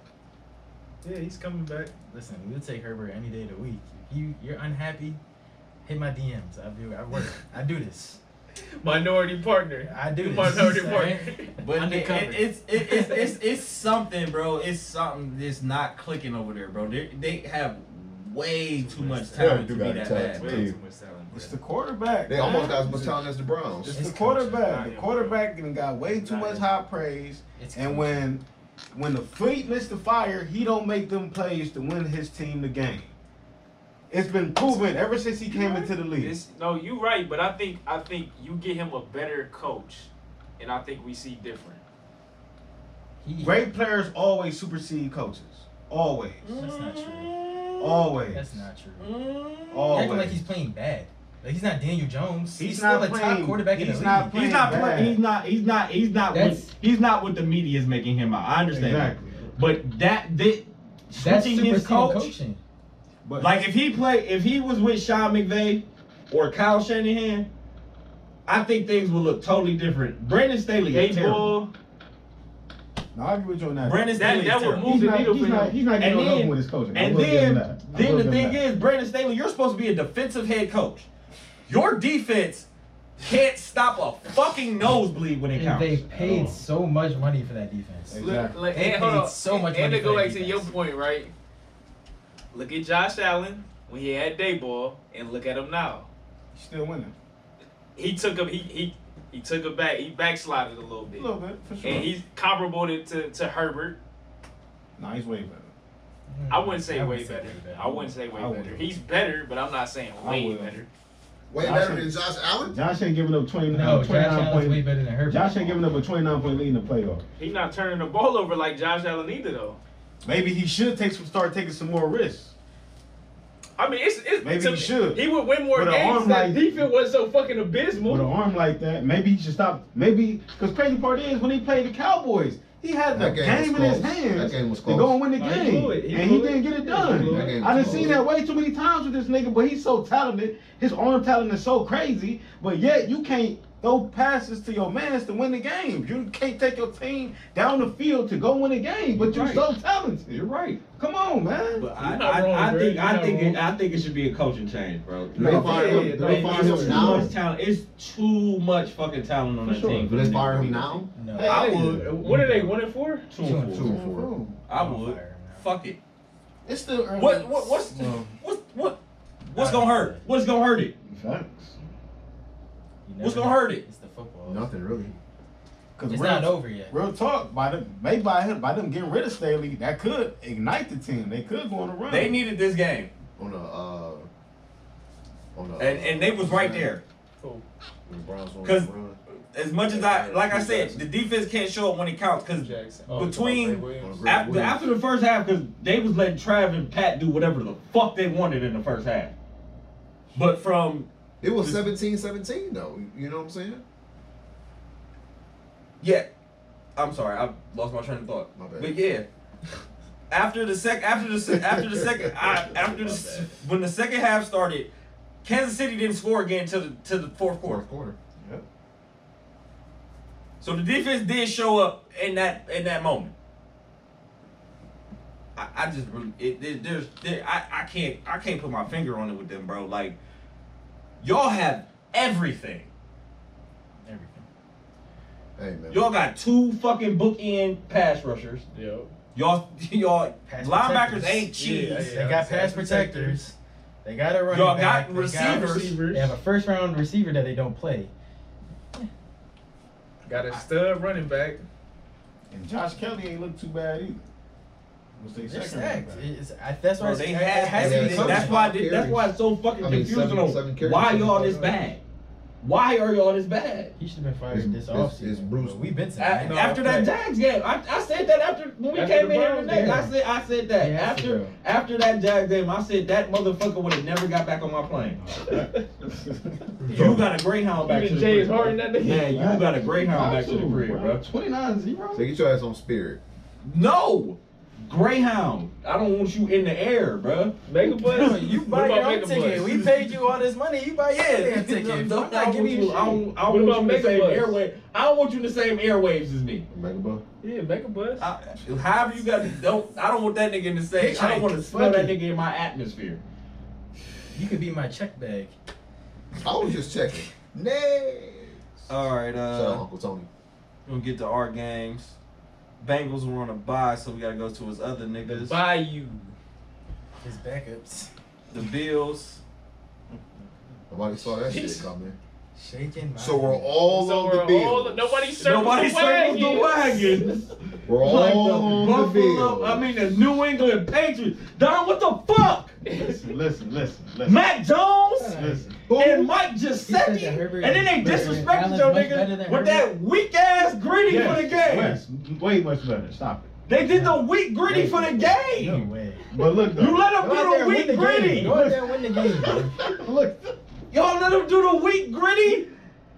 S3: Yeah, he's coming back.
S2: Listen, we'll take Herbert any day of the week. If you you're unhappy, hit my DMs. I do. I work. I do this.
S3: Minority partner.
S2: I do this.
S3: Minority
S2: all
S3: partner.
S2: right?
S1: But it,
S2: Undercover.
S1: it, it's, it, it's it's it's something, bro. It's something that's not clicking over there, bro. They they have way too much talent
S9: talent.
S1: to
S9: They do
S1: be
S9: got
S1: that
S9: talent.
S1: bad.
S9: Way
S3: Way
S9: too
S3: too much talent.
S8: It's the quarterback.
S9: They almost got as much talent as the Browns.
S8: It's,
S2: It's
S8: the quarterback.
S3: coaching.
S8: The quarterback done got way too much high praise.
S2: It's
S8: And when when the fleet missed the fire, he don't make them plays to win his team the game. It's been proven ever since he came into the league.
S23: This, no, you right, but I think I think you get him a better coach, and I think we see different.
S2: He-
S8: Great players always supersede coaches. Always.
S2: That's not true.
S8: Always.
S2: That's not true. You're
S8: Always.
S2: Acting like he's playing bad. Like he's not Daniel Jones.
S8: He's
S2: He's, still
S8: not
S2: a
S8: playing-
S2: top quarterback in
S8: he's
S2: the
S8: not
S2: league.
S8: playing
S1: He's not.
S8: bad.
S1: Play, he's not. He's not. He's not. What,
S2: That's-
S1: he's not what the media is making him out. I understand. that.
S8: Exactly.
S1: But that that
S2: That's
S1: switching his
S2: superseding
S1: coach.
S2: coaching.
S8: But
S1: Like if he play, if he was with Sean McVay or Kyle Shanahan, I think things would look totally different. Brandon Staley
S3: Hey,
S1: is terrible.
S3: boy.
S8: no, I'll give it to you on that.
S1: Brandon
S3: That,
S1: Staley
S3: that
S1: is
S3: would
S1: terrible.
S3: move
S8: he's
S3: the
S8: not,
S3: needle
S8: he's
S3: for
S8: not,
S3: him.
S8: he's not getting
S1: And
S8: no
S1: then-
S8: help with his coaching. I
S1: And
S8: will give him that.
S1: then,
S8: I
S1: then
S8: will
S1: the
S8: give him
S1: thing
S8: that.
S1: is, Brandon Staley, you're supposed to be a defensive head coach. Your defense can't stop a fucking nosebleed when it
S2: And
S1: counts.
S2: they paid so much money for that defense.
S8: Exactly.
S3: Look, look,
S2: They
S3: and hold
S2: paid
S3: on.
S2: so much
S3: and
S2: money
S3: to go
S2: for that
S3: back to your
S2: defense.
S3: point, right? Look at Josh Allen when he had day ball, and look at him now.
S8: He's still winning.
S3: He took him. He he he took him back. He backslided a little
S8: A
S3: bit.
S8: little bit, for sure.
S3: And he's comparable to, to, to Herbert.
S8: Nah, he's way better.
S3: I wouldn't say
S8: I would
S3: way
S8: say
S3: better.
S8: way better.
S3: I wouldn't say
S8: I
S3: way
S8: would.
S3: better. He's better, but I'm not saying
S8: I
S3: way
S8: would.
S3: better.
S9: Way
S8: Josh
S9: better
S8: ain't-
S9: than Josh Allen?
S8: Josh ain't giving up 29,
S2: No, Josh
S8: 29
S2: Allen's
S8: point.
S2: way better than Herbert.
S8: Josh ain't giving up a 29 point lead in the playoff.
S3: He's not turning the ball over like Josh Allen either, though.
S8: Maybe he should take some start taking some more risks.
S3: I mean, it's, it's
S8: Maybe
S3: to
S8: he
S3: me-
S8: should.
S3: He would win more
S8: With an
S3: games.
S8: arm
S3: if that
S8: like-
S3: defense wasn't so fucking abysmal.
S8: With an arm like that, maybe he should stop. Maybe because crazy part is when he played the Cowboys, he had the
S9: That
S8: game,
S9: game was
S8: in his
S9: close.
S8: hands
S9: That game was
S8: to go and
S9: close.
S8: win the
S24: Nah, he
S8: game,
S24: blew it. He
S8: and he
S24: blew it.
S8: didn't get it
S24: Yeah, he blew
S9: it. That
S8: done.
S9: game
S8: I
S9: was
S8: done seen
S9: close.
S8: that way too many times with this nigga, but he's so talented. His arm talent is so crazy, but yet you can't throw passes to your mans to win the game. You can't take your team down the field to go win a game, but you're
S1: Right.
S8: so talented.
S1: You're right.
S8: Come on, man.
S25: But
S24: You're
S25: I,
S24: not
S25: I,
S24: wrong,
S25: I
S24: Dre.
S25: think
S24: You're
S25: I
S24: not
S25: think it,
S24: wrong.
S25: I think it should be a coaching change, bro.
S9: They
S25: Like,
S9: fired him-
S24: yeah,
S9: they
S24: no,
S9: fired him
S25: too
S9: now.
S25: much talent. It's too much fucking talent on
S8: For
S25: that
S8: sure.
S25: team.
S9: Do they fire him now?
S2: No.
S8: Hey,
S1: I would.
S3: what are they one and four?
S25: Two and
S9: Two
S25: four.
S9: and four.
S1: I would.
S2: Fire him now.
S1: Fuck it.
S8: It's still early.
S1: What? What? What's? The,
S8: Well,
S1: what? What? What's gonna hurt? What's gonna hurt it?
S8: facts.
S2: You never
S1: What's gonna
S2: know.
S1: hurt it?
S2: It's the football.
S9: Nothing really.
S8: Cause
S2: It's
S8: real-
S2: not over yet.
S8: Real talk, by them, maybe by him, by them getting rid of Staley, that could ignite the team. They could go on a run.
S1: They needed this game,
S9: On a uh on a
S1: and and they was right there.
S24: Oh,
S9: when the Browns on
S1: Cause-
S9: the run.
S1: As much as I, like I said, the defense can't show up when it counts because
S24: Jackson. Oh,
S1: Between-
S9: On a great
S1: after,
S9: win.
S1: after the first half, because they was letting Trav and Pat do whatever the fuck they wanted in the first half. But from
S9: It was 17-17 though. You know what I'm saying?
S1: yeah, I'm sorry, I lost my train of thought.
S9: My bad.
S1: But yeah, after the sec, after the se- after the second, I, after the s-
S9: My bad.
S1: when the second half started, Kansas City didn't score again till the to the fourth quarter.
S9: Fourth quarter.
S8: Yep.
S1: So the defense did show up in that in that moment. I, I just really it, there- there's there, I, I can't I can't put my finger on it with them, bro. Like y'all have everything.
S2: Everything.
S9: Hey man.
S1: Y'all got two fucking bookend pass rushers.
S24: Yo.
S1: Y'all y'all
S2: Pass
S1: linebackers
S2: protectors.
S1: ain't cheese.
S24: Yeah,
S2: They got pass
S24: Pass
S2: protectors.
S24: protectors.
S2: They got a running
S1: Y'all
S2: back.
S1: got
S2: They
S1: receivers.
S2: They have a first round receiver that they don't play.
S24: Got a stud running back.
S8: And Josh Kelly ain't look too bad either. Was they
S2: They're
S8: second
S2: stacked.
S8: running back.
S2: It's, I, that's why
S1: Bro,
S2: it's-
S1: they
S2: it
S1: had,
S2: has
S9: they
S2: to
S9: had
S2: be
S9: some-
S1: that's
S2: coaching.
S1: why thi- that's why it's so
S9: I
S1: fucking
S9: mean,
S1: confusing
S9: seven-
S1: on
S9: seven carries,
S1: why
S9: seven
S1: y'all this
S9: yards.
S1: bad. Why are y'all this bad?
S2: He should have been fired
S9: It's-
S2: this
S9: it's-
S2: offseason.
S9: it's Bruce.
S2: but We've been saying
S1: A-
S2: that.
S24: No,
S1: after that
S24: okay.
S1: Jags game, I, I said that after when we
S24: After
S1: came
S24: the
S1: in here
S24: Browns
S1: today. I
S24: game.
S1: said I said that
S2: Yeah, after
S1: after
S2: the-
S1: after that Jags game, I said that motherfucker would have never got back on my plane. You got a Greyhound back to
S24: Even
S1: the
S24: James
S1: crib.
S24: Harden that nigga.
S1: Yeah, you got a Greyhound back to the crib, bro.
S8: 29 0.
S9: So get your ass on spirit.
S1: No, Greyhound. I don't want you in the air, bro.
S24: Make a
S2: No,
S24: bus.
S2: you
S24: What
S2: buy
S24: about
S2: your
S24: make
S2: own
S24: a
S2: ticket.
S24: bus?
S2: We paid you all this money. You buy your damn ticket.
S1: No,
S2: I'm not
S1: I don't
S2: giving you
S1: want you- I don't- I
S24: What
S1: don't
S24: about
S1: want you in the
S24: Mega
S1: same
S24: Bus?
S1: airway. I don't want you in the same airwaves as me.
S9: Megaball.
S24: Yeah, make a bus.
S1: I, however you got don't I don't want that nigga in the same. I don't want to smell that nigga in my atmosphere.
S2: You could be my check bag.
S9: I was just checking. Nay.
S1: All right, uh,
S9: Shout out Uncle Tony.
S1: We're gonna get to our games. Bengals were on a bye, so we gotta go to his other niggas.
S24: Bayou.
S2: His backups.
S1: The Bills.
S9: Nobody saw that shit coming.
S2: Shaking my
S9: So we're all
S24: So
S9: on the
S24: we're
S9: bill.
S24: all nobody circles
S1: Nobody
S24: the
S1: circles the
S24: wagons.
S1: wagons.
S9: We're all
S1: like the
S9: on
S1: Buffalo.
S9: the bill.
S1: I mean the New England Patriots. Don, what the fuck?
S8: Listen, listen, listen, listen.
S1: Matt Jones
S8: listen.
S1: and Mike
S2: said
S1: Giuseppe,
S2: that Herbert
S1: and then they
S2: is better than
S1: disrespected your
S2: Allen's much better
S1: nigga
S2: than
S1: with
S2: Herbert.
S1: that weak ass gritty for the game.
S8: Yes, way much better. Stop it.
S1: They did the weak gritty for the game.
S2: No way.
S8: But look, though.
S1: You let him
S2: Go out
S1: do
S2: there
S1: the
S2: and
S1: weak
S2: win the
S1: gritty.
S2: game. Go out there and win the game, bro.
S8: Look.
S1: Y'all let him do the weak gritty.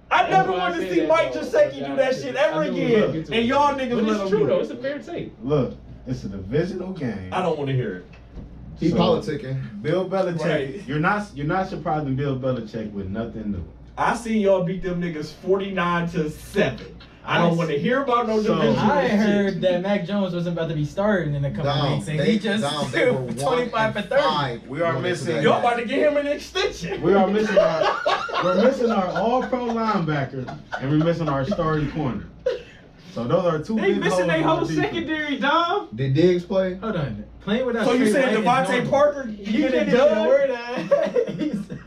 S1: I
S24: That's
S1: never
S24: why I
S1: want to
S24: said
S1: see
S24: that,
S1: Mike
S24: though.
S1: Gesicki do that
S24: I
S1: shit
S24: knew
S1: ever
S24: we was gonna
S1: again.
S24: get to
S1: And
S24: it.
S1: y'all niggas
S24: But
S1: let him
S24: it's true
S1: do
S24: though.
S1: it.
S24: It's a fair take.
S8: Look, it's a divisional game.
S1: I don't want to hear it.
S9: He
S8: So,
S9: politicking.
S8: Bill Belichick.
S1: Right.
S8: You're not you're not surprising Bill Belichick with nothing new.
S1: I seen y'all beat them niggas 49 to 7. I
S2: I
S1: don't want to hear about no
S8: So-
S1: division.
S2: I
S1: shit.
S2: heard that Mac Jones wasn't about to be starting in a couple
S9: Down.
S2: weeks, and
S9: They-
S2: he just
S9: down. They were
S2: threw
S9: one
S2: 25 for
S9: and
S2: 30.
S9: five
S8: We are
S9: going into
S8: missing-
S9: that
S1: Y'all
S9: game.
S1: about to get him an extension.
S8: We are missing our we're missing our all pro linebacker and we're missing our starting corner. So those are two
S3: They
S8: big
S3: missing
S8: holes
S3: their
S8: in our
S3: whole
S8: defense.
S3: secondary, Dom.
S9: Did Diggs play?
S2: Hold on. Playing without
S1: So you
S2: Trey
S1: saying
S2: White is
S1: Devontae
S2: normal.
S1: Parker
S2: You
S1: get
S2: didn't
S1: it
S2: get a
S1: done?
S2: word out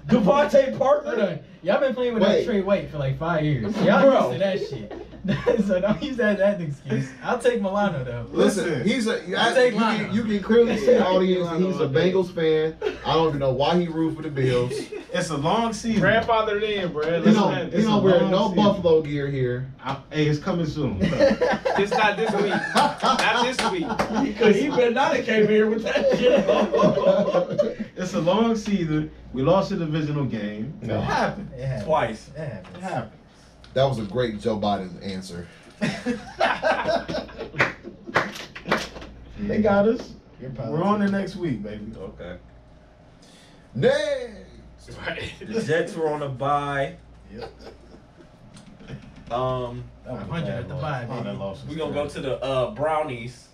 S2: Devontae Parker. Hold on. Y'all been playing with
S9: Wait.
S2: that Trey White for like five years. Y'all used to that shit. so don't use that as an excuse. I'll take Milano though.
S9: Listen, he's a. You,
S2: I'll
S9: I,
S2: take
S9: you, can,
S2: Milano.
S9: you can clearly see the
S2: I'll take
S9: audience. that
S2: Milano
S9: He's a
S2: all day.
S9: Bengals fan. I don't even know why he roots for the Bills. He
S8: It's a long season.
S26: Grandfathered in, bro. Let's not-
S9: don't. He
S8: it's a
S9: don't wear
S8: long
S9: no
S8: season.
S9: Buffalo gear here.
S8: I- hey, it's coming soon.
S26: It's not this week. Not this week.
S1: Because he better not have came here with that shit.
S8: it's a long season. We lost a divisional game. It happened.
S2: It happens.
S1: Twice.
S2: It happens.
S8: It happened.
S9: That was a great Joe Biden answer.
S8: They got us.
S2: Your
S8: We're on the next week, baby.
S5: Okay.
S9: Next.
S26: Right.
S5: The Jets were on a bye.
S1: Um,
S2: hundred at the bye,
S8: Oh, that
S2: baby.
S8: loss was
S1: we gonna go
S8: terrible.
S1: to the uh, Brownies,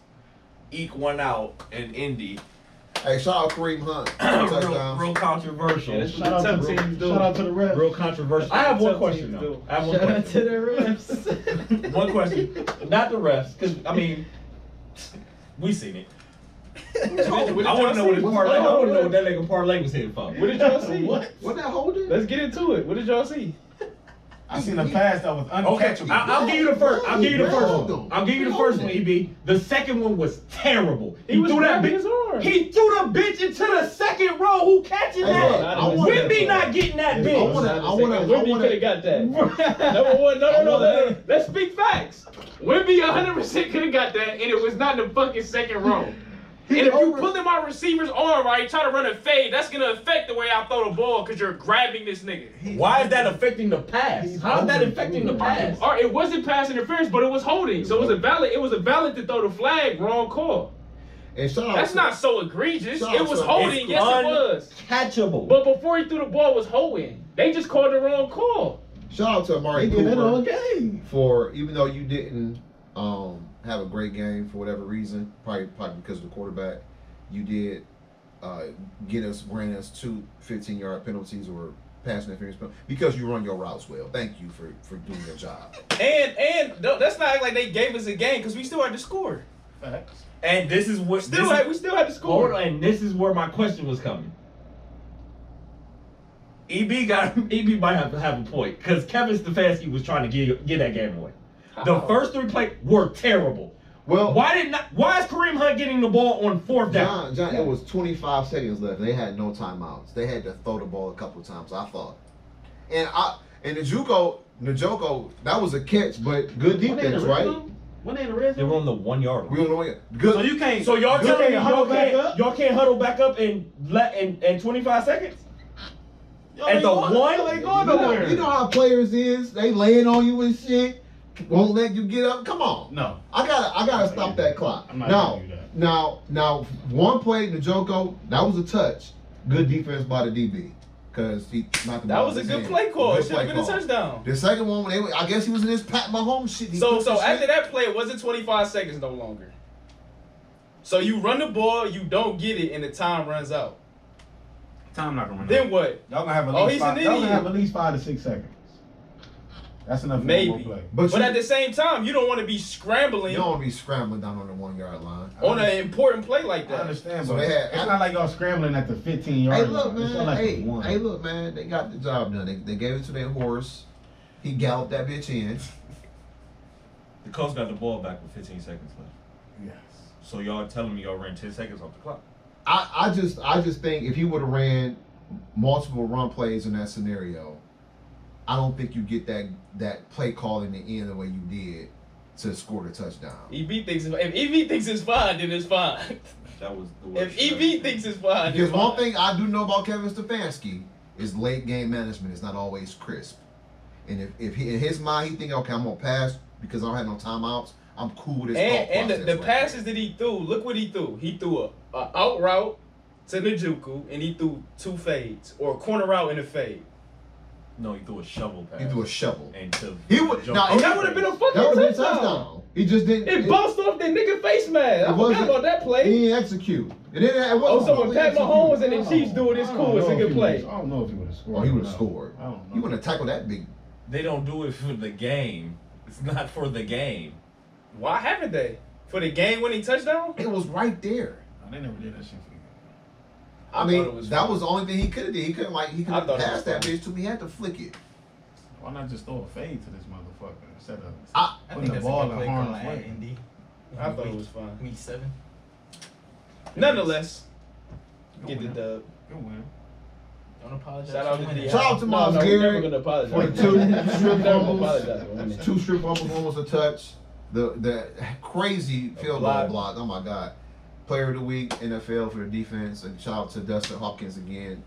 S1: eke one out in Indy.
S9: Hey, shout out Kareem Hunt. Two
S1: real,
S9: touchdowns.
S1: real controversial.
S8: Shout out, to, the- shout out to the refs.
S1: Real controversial. I have one question though. I have one
S2: Shout out
S1: question.
S2: to the refs.
S1: One question. Not the refs, because I mean, we seen it. I want to know what his parlay. I want to know what that nigga parlay was hitting for.
S26: What did y'all see?
S8: What?
S9: What that holding?
S26: Let's get into it. What did y'all see?
S8: I seen a pass that was
S1: Okay,
S8: uncatchable.
S1: I, will give you the first. I'll give you the first one.
S9: Hold on.
S1: I'll give you the first one, EB. The second one was terrible. He,
S26: was
S1: threw that
S26: grabbing
S1: bitch.
S26: his arm.
S1: He threw the bitch into the second row. Who catching
S9: Hey,
S1: that?
S9: I
S1: I
S9: wanna-
S1: Whitby not getting that
S9: I
S1: bitch.
S9: want to. I want to. I
S26: Wimby
S9: want
S26: could
S9: to.
S26: have got that. Number one, no, no, no. Let, let's speak facts. Wimby 100% could have got that, and it was not in the fucking second row. And if you pulling my receiver's arm right, try to run a fade, that's gonna affect the way I throw the ball because you're grabbing this nigga.
S1: Why is that affecting the pass? How is that affecting the pass?
S26: Or it wasn't pass interference, but it was holding, so it was a valid. It was a valid to throw the flag, wrong call.
S9: And shout out.
S26: That's
S9: to-
S26: not so egregious.
S9: Shut
S26: It
S9: up,
S26: was
S9: son.
S26: holding.
S1: It's
S26: Yes, it was.
S1: Catchable.
S26: But before he threw the ball, it was holding. They just called the wrong call.
S9: Shout out to Amari
S8: They did that all
S9: Cooper
S8: game.
S9: for even though you didn't um, have a great game for whatever reason, probably probably because of the quarterback, you did uh, get us grant us two 15 yard penalties or pass interference penalties because you run your routes well. Thank you for for doing your job.
S3: And and no, that's not like they gave us a game because we still had to score.
S1: And this is what
S3: Still
S1: this
S3: had,
S1: is-
S3: we still had to score.
S1: Hold on, and this is where my question was coming. EB got EB might have, have a point because Kevin Stefanski was trying to get get that game away. The first three plays were terrible.
S9: Well,
S1: Why did not? Why is Kareem Hunt getting the ball on fourth down?
S9: John, John, it was 25 seconds left. They had no timeouts. They had to throw the ball a couple of times. I thought, and I and Njoku, Njoku, that was a catch, but
S1: Oh,
S9: good defense, right?
S8: When they in the red
S1: They
S8: zone?
S1: were on the one yard
S9: We
S1: line.
S9: don't know yet. Good.
S8: So you can't.
S1: So y'all
S8: you
S1: telling me
S8: can't huddle
S1: y'all
S8: back
S1: can't
S8: up?
S1: y'all can't huddle back up in let in, in 25 seconds?
S8: Yo,
S1: at
S8: they
S1: the
S8: going-
S1: one-
S8: yo, they going
S9: You know-
S8: nowhere.
S9: You know how players is. They laying on you and shit. Won't let you get up. Come on.
S8: No.
S9: I gotta I gotta stop that clock.
S8: I'm not
S9: now,
S8: gonna do that.
S9: now, now, one play, Najoko, that was a touch. Good defense by the DB. Cause he knocked
S3: That
S9: the ball
S3: was a
S9: in his
S3: good
S9: hand.
S3: play call.
S9: Good
S3: It should
S9: play
S3: have been a
S9: call.
S3: touchdown.
S9: The second one, they, I guess he was in his Pat Mahomes shit. He
S3: So
S9: took the
S3: so after
S9: shit.
S3: that play, it wasn't 25 seconds no longer. So you run the ball, you don't get it, and the time runs out.
S8: Time not gonna run.
S3: Then what?
S8: Y'all gonna have at
S3: Oh,
S8: least
S3: he's
S8: five.
S3: an
S8: Y'all gonna
S3: idiot.
S8: have at least five to six seconds. That's enough. for
S3: Maybe.
S8: one play.
S9: but,
S3: But
S9: you,
S3: at the same time, you don't want to be scrambling
S9: you don't want to be scrambling down on the one yard line.
S3: on an important play like
S8: I
S3: that.
S8: understand,
S9: So
S8: but
S9: they had-
S8: it's not like y'all scrambling at the 15 yard
S9: Hey,
S8: line.
S9: look,
S8: It's not
S9: man.
S8: like
S9: Hey,
S8: the one.
S9: hey, look, man. They got the job done. They, they gave it to their horse. He galloped that bitch in.
S5: The Colts got the ball back with 15 seconds left.
S8: Yes.
S5: So y'all telling me y'all ran 10 seconds off the clock?
S9: I, I just I just think if he would have ran multiple run plays in that scenario, I don't think you get that that play call in the end the way you did to score the touchdown.
S3: EB thinks if EB thinks it's fine, then it's fine.
S5: That was the worst.
S3: If
S8: E
S3: EB thinks it's fine,
S9: Because
S3: it's
S9: one
S3: fine.
S9: thing I do know about Kevin Stefanski is late game management is not always crisp. And if, if he in his mind he think okay I'm gonna pass because I don't have no timeouts I'm cool with this thought
S3: And, and
S9: process
S3: the, the
S9: right
S3: passes that he threw, look what he threw. He threw a, a out route to Najuku, and he threw two fades or a corner out and a fade.
S5: No, he threw a shovel pass.
S9: there. he threw a shovel
S5: And to
S9: He would- now,
S5: Oh,
S9: if-
S5: that
S3: That would have been a
S9: that
S3: fucking
S9: was a
S3: touchdown.
S9: touchdown he just didn't
S3: It bounced off that nigga face
S9: It
S3: mask. I forgot
S9: wasn't-
S3: about that
S9: He
S3: play.
S9: didn't execute. It didn't. It
S3: Oh,
S9: wasn't
S3: so when
S9: really
S3: Pat
S9: execute.
S3: Mahomes and the
S8: I
S3: Chiefs
S8: don't-
S3: do it, it's
S8: I don't
S3: cool. It's a
S8: know if
S3: good
S8: he
S3: play.
S8: would've- I don't know if he would have scored.
S9: Oh, he would
S8: or
S9: have
S8: not.
S9: scored.
S8: I don't know.
S9: You wouldn't have tackled that big.
S5: They don't do it for the game. It's not for the game.
S3: Why haven't they? For the game winning touchdown?
S9: It was right there.
S8: They never did that shit for you.
S9: I mean, that was the only thing he could have did. He couldn't like he could
S8: I
S9: have
S8: thought it
S9: passed
S8: was
S9: that bitch to me. He had to flick it.
S8: Why not just throw a fade to this motherfucker instead of
S9: I,
S2: I
S8: putting
S2: think
S8: the
S2: that's
S8: ball
S2: a good play
S8: in
S2: call
S8: harm's
S2: at
S8: way?
S2: ND.
S3: I thought it
S2: Week-
S3: was fine.
S2: Week seven.
S3: Nonetheless,
S8: Good
S3: get the
S8: win.
S3: dub.
S8: Good win.
S2: Don't apologize.
S3: Shout out
S2: for
S3: to
S2: winning.
S3: D.
S9: Shout out to
S3: No,
S9: Miles
S3: no, we're never
S9: Garrett.
S3: gonna apologize.
S9: for
S3: We're
S9: two
S3: never
S9: strip
S3: gonna
S9: fumbles,
S3: apologize for winning.
S9: two strip fumbles, one was a touch. The the crazy field goal
S3: block.
S9: block. Oh my god! Player of the week, NFL for the defense, and shout out to Dustin Hopkins again,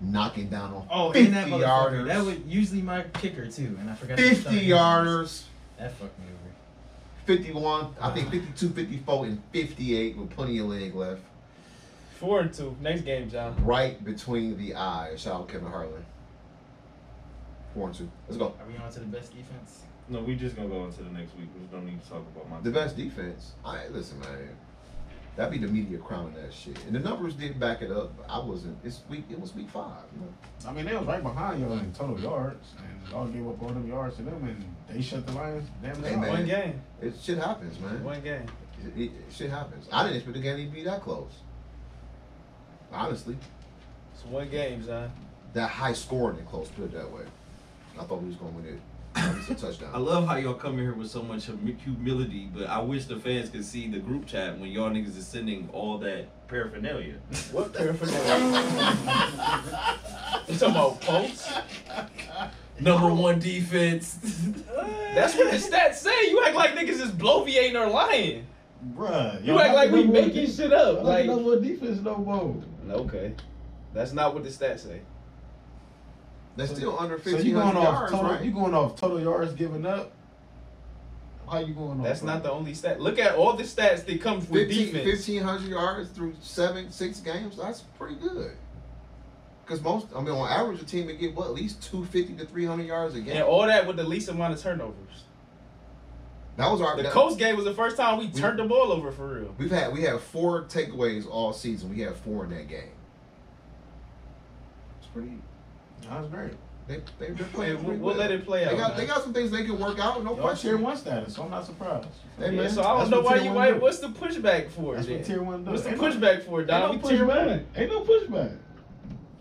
S9: knocking down on
S2: Oh, and that
S9: 50
S2: motherfucker.
S9: yarders.
S2: That was usually my kicker too, and I forgot. to
S9: 50
S2: start him.
S9: yarders,
S2: That fucked me over.
S9: 51, I think 52, 54, and 58 with plenty of leg left.
S3: Four and two. Next game, John.
S9: Right between the eyes. Shout out Kevin Harlan. Four and two. Let's go.
S2: Are we on to the best defense?
S27: No, we just gonna go into the next week. We don't need to talk about my.
S9: The best defense. I listen, man. That be the media crowning that shit, and the numbers did back it up. But I wasn't. It's week. It was week five. You know?
S8: I mean, they was right behind y'all in total yards, and y'all gave up all them yards to them, and they shut the Lions. Damn,
S9: Hey,
S8: they
S9: man.
S3: One game.
S9: It shit happens, man.
S3: One game.
S9: It, it- shit happens. I didn't expect the game to be that close. Honestly,
S3: It's one game, John.
S9: that high scoring and close. Put it that way. I thought we was gonna win it. At least a touchdown.
S1: I love how y'all come here with so much humi- humility, but I wish the fans could see the group chat when y'all niggas is sending all that paraphernalia.
S3: What paraphernalia? you talking about posts?
S1: Number one defense.
S3: That's what the stats say. You act like niggas is bloviating or lying.
S8: Bruh,
S3: You act like we making
S8: shit.
S3: shit up. Like,
S8: Like no more defense no more.
S3: okay, that's not what the stats say.
S9: That's still under
S8: So
S9: fifteen
S8: you going
S9: hundred
S8: off
S9: yards,
S8: total?
S9: right?
S8: You going off total yards given up? How you going off?
S3: That's not the only stat. Look at all the stats that comes with
S9: 15
S3: defense.
S9: 1500 yards through seven six games that's pretty good because most i mean on average a team would get what at least 250 to 300 yards a game
S3: And all that with the least amount of turnovers.
S9: that was our
S3: The
S9: that-
S3: Colts game was the first time we
S9: We-
S3: turned the ball over for real.
S9: we've had we had four takeaways all season we had four in that game it's pretty
S8: That was great.
S9: they, they, they're playing
S3: And we'll,
S9: pretty
S3: we'll
S9: well.
S3: let it play
S9: they
S3: out.
S9: got,
S3: man.
S9: they got some things they can work out no
S8: Y'all tier
S9: question
S8: one status, so I'm not surprised.
S9: Hey,
S3: yeah,
S9: man,
S3: so I don't
S8: that's
S3: know
S8: what
S3: why
S8: tier
S3: you
S8: one
S3: why.
S8: do.
S3: What's the pushback for?
S8: That's what
S3: then?
S8: tier one does.
S3: What's the
S8: Ain't no-
S3: pushback for, Don?
S8: Ain't
S3: We
S8: no
S3: tier one.
S8: pushback. Ain't no pushback.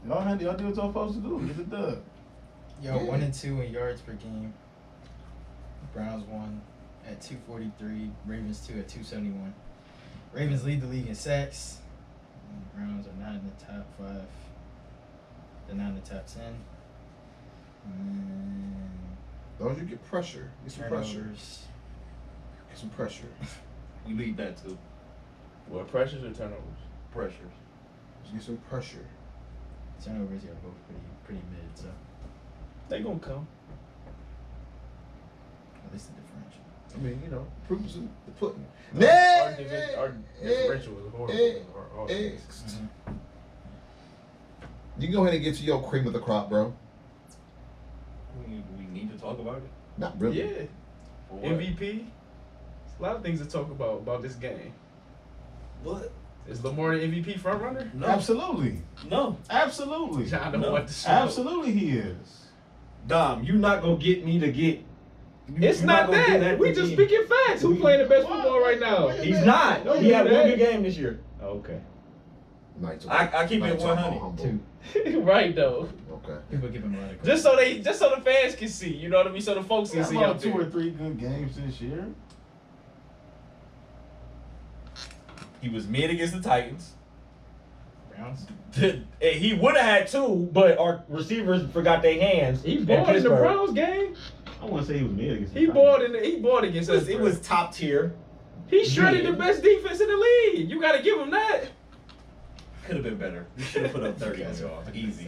S8: Y'all had y'all do what y'all supposed to do. Get the dub.
S2: Yo,
S9: Yeah.
S2: one and two in yards per game. Browns one at two forty three. Ravens two at two seventy one. Ravens lead the league in sacks. And the Browns are not in the top five. They're not in the top ten. And
S9: those you get pressure get some pressure
S2: turnovers.
S9: get some pressure
S1: We lead that to
S3: Well, pressures or turnovers?
S1: pressures.
S9: get some pressure
S2: Turnovers are both pretty pretty mid. So
S3: They gonna come.
S2: at least the differential.
S9: i mean you know proofs in the pudding
S3: Our,
S9: Next!
S3: divi- our differential was horrible.
S9: eh,
S3: Our offense.
S9: Next.
S8: Mm-hmm.
S9: Mm-hmm. You can go ahead and get to your cream of the crop, bro.
S1: We, we need to talk about it.
S9: Not really.
S3: Yeah.
S1: For what?
S3: MVP. There's a lot of things to talk about about this game.
S1: What?
S3: Is Lamar the MVP front runner?
S1: No.
S8: Absolutely.
S1: No.
S8: Absolutely.
S3: John don't
S1: No.
S3: want to show.
S8: Absolutely he is.
S1: Dom, you not gonna get me to get. you-
S28: It's
S1: you
S28: not
S1: gonna get
S28: that. We
S1: to
S28: just
S1: me.
S28: speaking facts. Who playing the best
S8: Why-
S28: football right now?
S8: why-
S1: He's not.
S28: No,
S1: he
S28: you
S1: had one
S28: not.
S1: good game this year.
S3: Okay.
S9: Night to-
S1: I- I keep it
S9: night to
S1: 100.
S9: humble.
S2: Two.
S3: right though.
S9: Okay.
S2: People give him a lot of
S3: Just so they, just so the fans can see. You know what I mean? So the folks can
S8: He's
S3: see out
S8: about two
S3: there.
S8: or three good games this year.
S1: He was mid against the Titans.
S2: Browns.
S3: The- eh, He would have had two, but our receivers forgot their hands.
S28: He
S3: And
S28: balled in the
S3: Pittsburgh.
S28: Browns game.
S8: I wouldn't say he was mid against the
S3: He
S8: Titans.
S3: balled in. The, he balled against us.
S1: It was top tier.
S28: He shredded the best defense in the league. You gotta give him that.
S1: Could have been better. We should have put up 30 on y'all. Easy.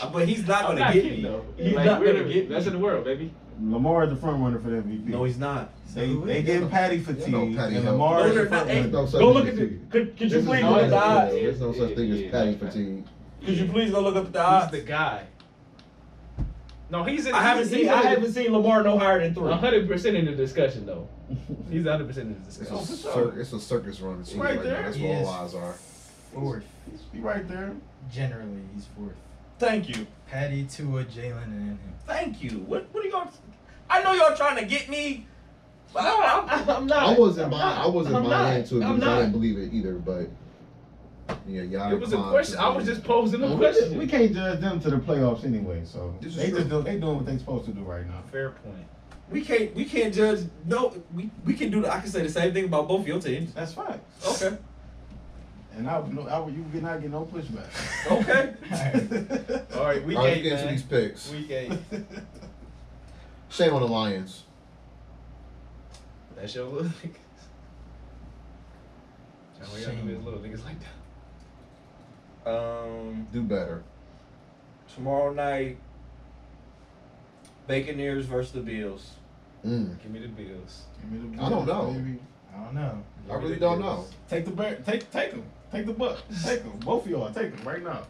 S1: Uh, But he's
S28: I'm
S1: not gonna
S28: not
S1: get
S28: kidding
S1: me.
S28: though.
S1: He's
S28: Like,
S1: not
S28: we're
S1: gonna
S28: the-
S1: get
S28: That's in
S1: me.
S28: the world, baby.
S8: Lamar is the front runner for the MVP.
S1: No, he's not.
S8: they
S9: So
S8: they
S9: who
S8: get
S9: is-
S8: patty
S9: There's
S8: fatigue,
S9: no patty
S8: and
S9: help.
S1: No,
S8: Lamar is the
S1: they're
S8: front
S1: not- hey,
S8: runner.
S9: There's no such
S3: Go
S9: thing
S3: look
S9: as
S3: at the.
S9: fatigue.
S3: Could, could
S9: This
S3: you
S9: is
S3: please
S9: not
S3: look at
S9: as
S3: the
S9: good
S3: odds?
S9: as- There's no such thing as patty fatigue.
S3: Could you please go look up
S29: He's
S3: the
S1: Uh,
S3: odds?
S29: the guy. No, he's in.
S3: I haven't
S29: he's,
S3: seen. I haven't seen Lamar no higher than three.
S28: One hundred percent in the discussion though. He's one hundred percent in the
S9: It's
S28: discussion.
S3: Oh,
S9: a,
S8: for
S9: cir-
S8: sure.
S9: it's a circus run. It's
S8: Right
S9: right,
S8: there.
S9: Now. That's
S2: He
S9: what all
S2: is.
S9: eyes are.
S2: Fourth.
S8: He right there.
S2: Generally, he's fourth.
S3: Thank you.
S2: Patty, Tua, Jalen, and then him.
S3: Thank you. What? What are y'all? I know y'all trying to get me. But
S28: No,
S3: I,
S28: I'm, I'm not.
S9: I wasn't
S28: I'm
S9: buying. I wasn't
S28: I'm
S9: buying into it
S28: I'm
S9: because I
S28: not.
S9: didn't believe it either. But Yeah, Yada
S30: It was a
S9: Khan
S30: question. I was
S9: today.
S30: just posing a
S8: We-
S30: question.
S8: We can't judge them to the playoffs anyway, so
S9: This is
S8: they
S9: true.
S8: just do, they doing what they supposed to do right now.
S2: Fair point.
S1: We can't we can't judge no we, we can do the, I can say the same thing about both your teams.
S8: That's fine.
S1: Okay.
S8: And I, would no, I would- you would not get no pushback.
S1: Okay.
S3: All right, we
S9: All right, let's
S3: gave
S9: get into
S3: man.
S9: these picks.
S3: Week eight.
S9: Shame on the Lions.
S3: That's your little niggas. John, what y'all do
S2: Shame.
S3: with his little niggas like that?
S1: Um
S9: Do better.
S1: tomorrow night Baconeers versus the Bills.
S9: Mm.
S3: Give me the bills.
S9: I don't know.
S2: I don't know.
S9: I really don't know.
S8: Take the bear, take take them, take the buck, take them. Both of y'all, take them right now.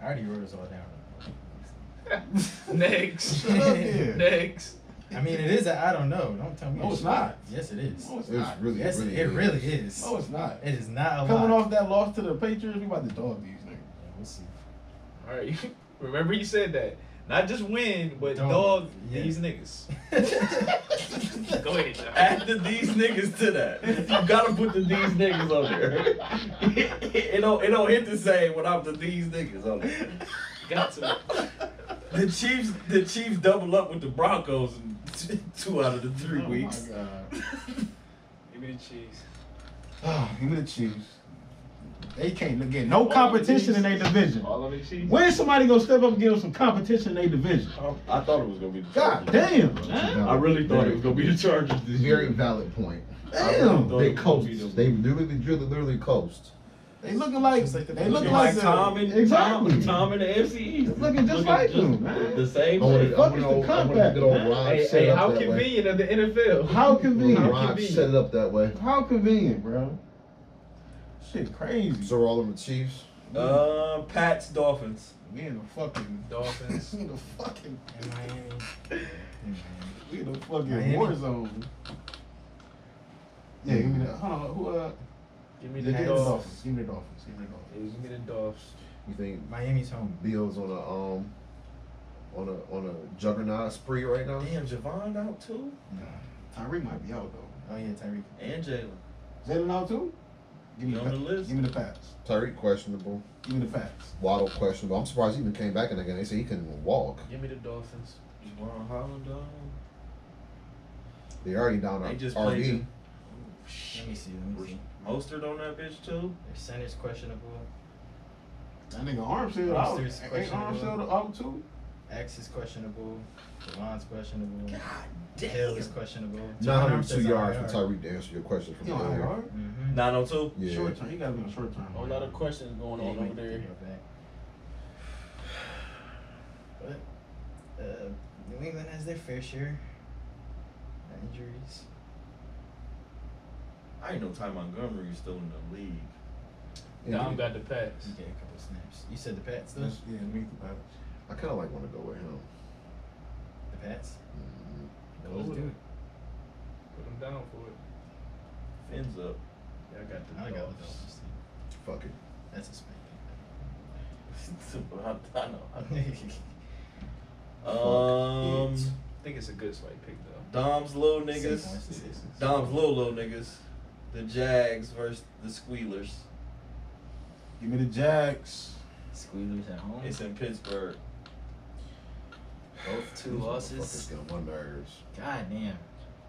S2: I already wrote this all down.
S3: Next.
S8: Shut up here.
S3: Next.
S2: I mean, it is. A, I don't know. Don't tell me.
S8: No, it's not.
S2: Yes, it is.
S8: No, it's
S9: It's
S8: not.
S9: really,
S2: Yes,
S9: really
S2: it
S9: is.
S2: really is.
S8: No, it's not.
S2: It is not a
S8: Coming
S2: lie.
S8: off that loss to the Patriots, we about to dog these niggas.
S2: Yeah, we'll see.
S3: All right. Remember you said that. Not just win, but
S2: Dog.
S3: dog
S2: Yeah.
S3: these niggas. Go ahead, John.
S1: Add the these niggas to that. You gotta put the these niggas on there. it don't it don't hit the same without the these niggas on there.
S3: Got to.
S1: The Chiefs the Chiefs double up with the Broncos in t- two out of the three
S8: Oh
S1: weeks.
S2: uh,
S8: My God.
S3: Give me the cheese.
S8: Ah, give me the Chiefs. They can't get no competition in their division.
S30: All of it, cheese.
S8: When somebody gonna step up and give them some competition in their division?
S1: I thought it was gonna be the
S8: God
S1: Chargers.
S8: damn,
S9: It's a
S8: man.
S9: valid-
S1: I really thought it
S9: very-
S1: was gonna be the Chargers this
S9: Very
S1: year.
S9: valid point.
S8: damn.
S1: thought
S9: They
S1: it was gonna be
S9: coast.
S1: the-
S9: They literally, literally, literally coast.
S8: They looking like,
S2: Just like the
S8: they looking
S1: Looking
S8: like,
S1: like
S8: the-
S1: Tom and
S8: exactly.
S1: Tom, Tom and the FC East.
S8: It's looking just like them, man.
S1: The same
S9: I wanted,
S1: thing.
S9: I
S8: fuck
S9: wanted,
S8: is the
S9: I wanted
S8: comeback,
S9: good old
S8: man?
S9: Rod
S30: Hey,
S9: set
S30: hey,
S9: it up
S30: how
S9: that way.
S30: convenient of the NFL.
S8: How
S9: Rod
S8: convenient.
S30: convenient.
S9: set it up that way.
S8: How convenient, bro. Shit, crazy.
S9: So we're all on the Chiefs.
S1: Uh, Pats Dolphins.
S8: we in the fucking
S3: Dolphins.
S8: We in the fucking.
S2: In Miami. In Miami.
S8: We in the fucking
S2: Miami.
S8: war zone. Yeah, give me that. Hold on, who uh?
S3: Give me
S8: Give
S3: the
S8: me the
S3: Dolphins.
S8: Dolphins. Give me the Dolphins. Give me the Dolphins.
S3: Yeah, give me the Dolphs.
S9: You think
S2: Miami's home.
S9: Bills on a um on a on a juggernaut spree right now?
S1: Damn, Javon out too,
S8: Tyreek might be out though.
S2: Oh yeah, Tyreek.
S1: and Jalen.
S8: Jalen out too. Give me
S1: You
S8: the,
S1: on the
S8: pa-
S1: list?
S8: Give me the facts.
S9: Tyreek questionable.
S8: Give me the facts.
S9: Waddle questionable. I'm surprised he even came back in the game. They said he couldn't even walk.
S3: Give me the Dolphins.
S1: Javon Holland. um,
S9: They already down
S1: They
S9: our
S1: just
S9: RB.
S1: played
S2: Let me see. Let me see.
S3: Mostert on that bitch too.
S2: Their center's questionable.
S8: That nigga arm shield
S2: Mr.
S8: out.
S2: is
S8: Ain't arm
S2: questionable.
S8: shield out too?
S2: X is questionable. Devon's questionable. God Hill is questionable.
S9: 902 yards for Tyreek to answer your question from
S8: He don't have
S9: earlier.
S8: yard.
S2: Mm-hmm.
S1: 902.
S9: Yeah.
S8: Short term. He gotta be on short term.
S31: A lot of questions going on over there.
S2: But uh, New England has their fair share of injuries.
S1: I ain't no Ty Montgomery is still in the league.
S9: And
S3: Dom got the pass.
S2: You get a couple snaps. You said the Pats though.
S8: That's- Yeah, me the facts.
S9: I kind of like want to go with him.
S2: The Pats.
S9: Mhm.
S2: Well, let's do it.
S3: Put him down for it.
S1: Fins up.
S3: Yeah, I got the
S2: I got the
S3: Dolphins.
S2: Dolphins.
S9: Fuck it.
S2: That's a spank.
S1: I know. I know. Um,
S3: I think it's a good slight pick though.
S1: Dom's little
S2: Six
S1: niggas.
S2: points to six.
S1: Dom's little little niggas. The Jags versus the Squealers.
S8: Give me the Jags.
S2: Squealers at home.
S1: It's in Pittsburgh.
S2: Both two
S9: These
S2: losses.
S9: motherfuckers get on my nerves.
S2: God damn.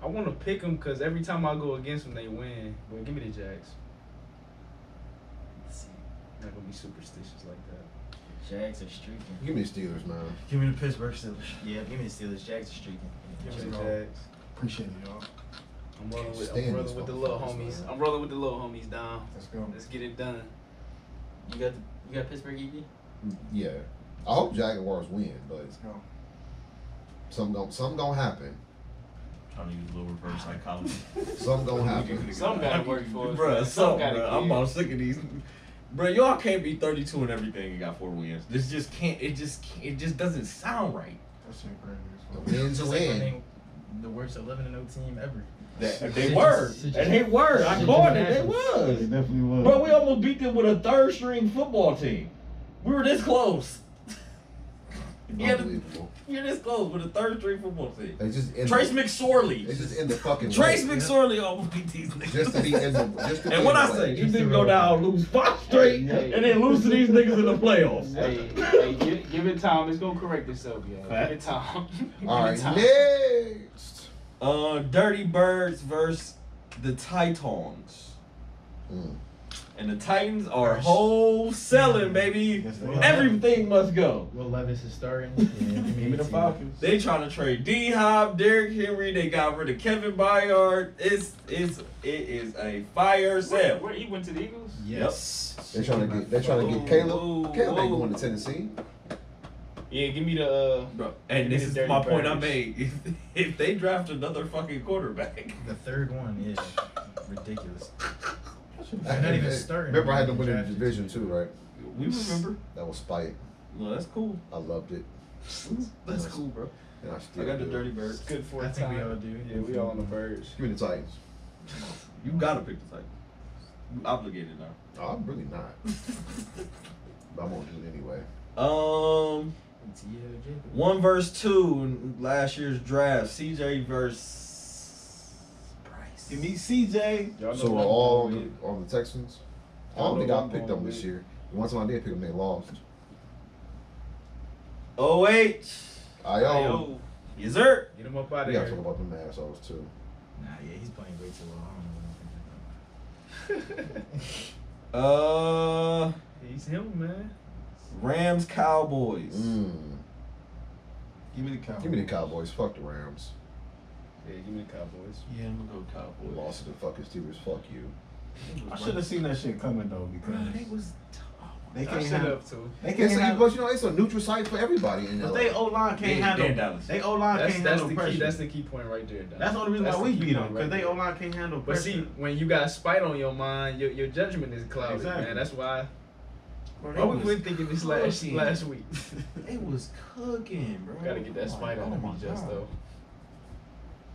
S3: I want to pick them because every time I go against them, they win. But give me the Jags.
S2: Let's see.
S3: I'm not gonna be superstitious like that.
S2: Jags are streaking.
S9: Give me the Steelers, man.
S1: Give me the Pittsburgh Steelers.
S2: Yeah, give me the Steelers. Jags are streaking.
S3: Give me the
S2: Jags.
S3: Jags.
S8: Appreciate it, y'all.
S3: I'm rolling with,
S9: Stand
S3: I'm rolling
S9: these
S3: with the little
S9: motherfuckers,
S3: homies.
S9: man.
S3: I'm rolling with the little homies, Dom.
S8: Let's go.
S3: Let's get it done.
S2: You got the, you got Pittsburgh ED?
S9: Mm, Yeah. I hope Jaguars win, but
S8: Let's go.
S9: something gonna, something gonna happen.
S32: Trying to use a little reverse psychology.
S9: Something gonna happen.
S3: Some gotta work for us.
S1: Bruh, so,
S3: gotta
S1: bruh,
S3: give.
S1: I'm all sick of these. Bruh, y'all can't be 32 and everything and got four wins. This just can't. It just can't, it just doesn't sound right.
S8: That shit crazy.
S9: A
S8: as fuck.
S9: win's a
S2: Just like when
S9: win.
S2: they- the worst 11 and 0 team ever.
S1: That,
S2: Shit
S1: they
S2: just-
S1: were,
S2: shit
S1: and
S2: just-
S1: they were. I
S2: shit
S1: called
S2: just
S1: it. They
S2: happens.
S8: They
S1: was.
S8: definitely was.
S1: Bro, we almost beat them with a third string football team. We were this close. Yeah, the-
S9: Unbelievable.
S1: You're this close with a third three for Boosie.
S9: They just end
S1: Trace
S9: the,
S1: McSorley.
S9: They just end the fucking.
S1: Trace
S9: way.
S1: McSorley almost beat these niggas.
S9: Just to be in the. Just to be
S1: And what
S9: in
S1: I
S9: the
S1: say,
S9: way.
S1: you didn't go down, lose five straight, and then lose to these niggas in the playoffs.
S3: Hey, hey, give, give it time. It's gonna correct itself, yeah. Give it time.
S9: All right,
S3: Time.
S9: next.
S1: Uh, Dirty Birds versus the Titans.
S9: Mm.
S1: And the Titans are wholesaling, baby.
S8: Yes, they are.
S1: Everything must go.
S2: Will Levis is starting.
S1: Give me the Falcons. They trying to trade D Hop, Derrick Henry. They got rid of Kevin Byard. It's it's it is a fire
S3: Where,
S1: sale.
S3: where he went to the Eagles?
S2: Yes.
S9: They trying to get. They trying to get Caleb. Caleb ain't going to Tennessee.
S3: Yeah, give me the. Uh,
S1: Bro, and
S3: Give me
S1: this is
S3: the Dirty
S1: my point I
S3: Birds.
S1: made. If, if they draft another fucking quarterback,
S2: The third one is ridiculous. They're not even starting.
S9: Remember, I had to win in the division too, right?
S1: we remember.
S9: That was spite.
S1: Well, that's cool.
S9: I loved it,
S1: That's cool, bro.
S9: and I
S1: I
S9: still.
S1: got the
S9: do.
S1: Dirty Birds.
S3: good for
S2: I
S3: a
S2: think we
S3: time.
S2: all do.
S3: Yeah, we all on the birds.
S9: Give me the Titans.
S1: You gotta pick the Titans. You obligated now.
S9: Oh, I'm really not. but I'm gonna do it anyway.
S1: Um, one verse two in last year's draft. CJ versus Bryce.
S17: Give me CJ.
S3: Y'all know
S9: So
S3: what
S9: we're
S3: I'm
S9: all
S3: going
S9: the,
S3: with.
S9: all the Texans. I
S3: Y'all
S9: don't
S3: know
S9: think
S3: what
S9: I
S3: I'm
S9: picked
S3: going
S9: them this
S3: with.
S9: year. The one time I did pick them, they lost.
S1: Oh wait,
S9: I
S3: Yo,
S9: oh.
S1: yes sir.
S2: Get him up out of
S9: We
S2: here.
S9: gotta talk about them assholes too.
S2: Nah, yeah, he's playing way too long.
S1: Uh,
S3: he's him, man.
S1: Rams Cowboys.
S9: Mm.
S17: Give me the Cowboys.
S9: Give me the Cowboys. Fuck the Rams.
S3: Yeah, give me the Cowboys.
S1: Yeah, I'm gonna go
S9: We
S1: Cowboys.
S9: lost to the fucking Steelers. Fuck you.
S17: I should have seen that shit coming though because
S1: They was.
S17: they
S3: I
S17: can't
S3: should
S17: handle.
S3: have too.
S17: They can't
S9: It's a,
S17: handle.
S9: but you know it's a neutral site for everybody in
S17: But
S9: LA.
S17: they O line
S1: Dan-
S17: can't handle.
S1: Dan Dallas.
S17: They O line
S26: That's
S17: can't
S26: that's
S17: handle
S26: the key.
S17: pressure.
S26: That's the key point right there. Dom.
S17: That's the only reason why we
S26: key
S17: beat them
S26: point right
S17: because they
S26: there.
S17: O line can't handle
S26: But
S17: pressure.
S26: see, when you got spite on your mind, your, your judgment is clouded,
S17: Exactly.
S26: man. That's why.
S1: Bro,
S26: Why we
S1: was
S26: been thinking this last
S1: cooking.
S26: last week?
S1: They was cooking, bro.
S26: Gotta get that
S1: Oh my
S26: spite
S1: God,
S26: on
S1: oh
S26: me
S1: my
S26: just
S1: God.
S26: though.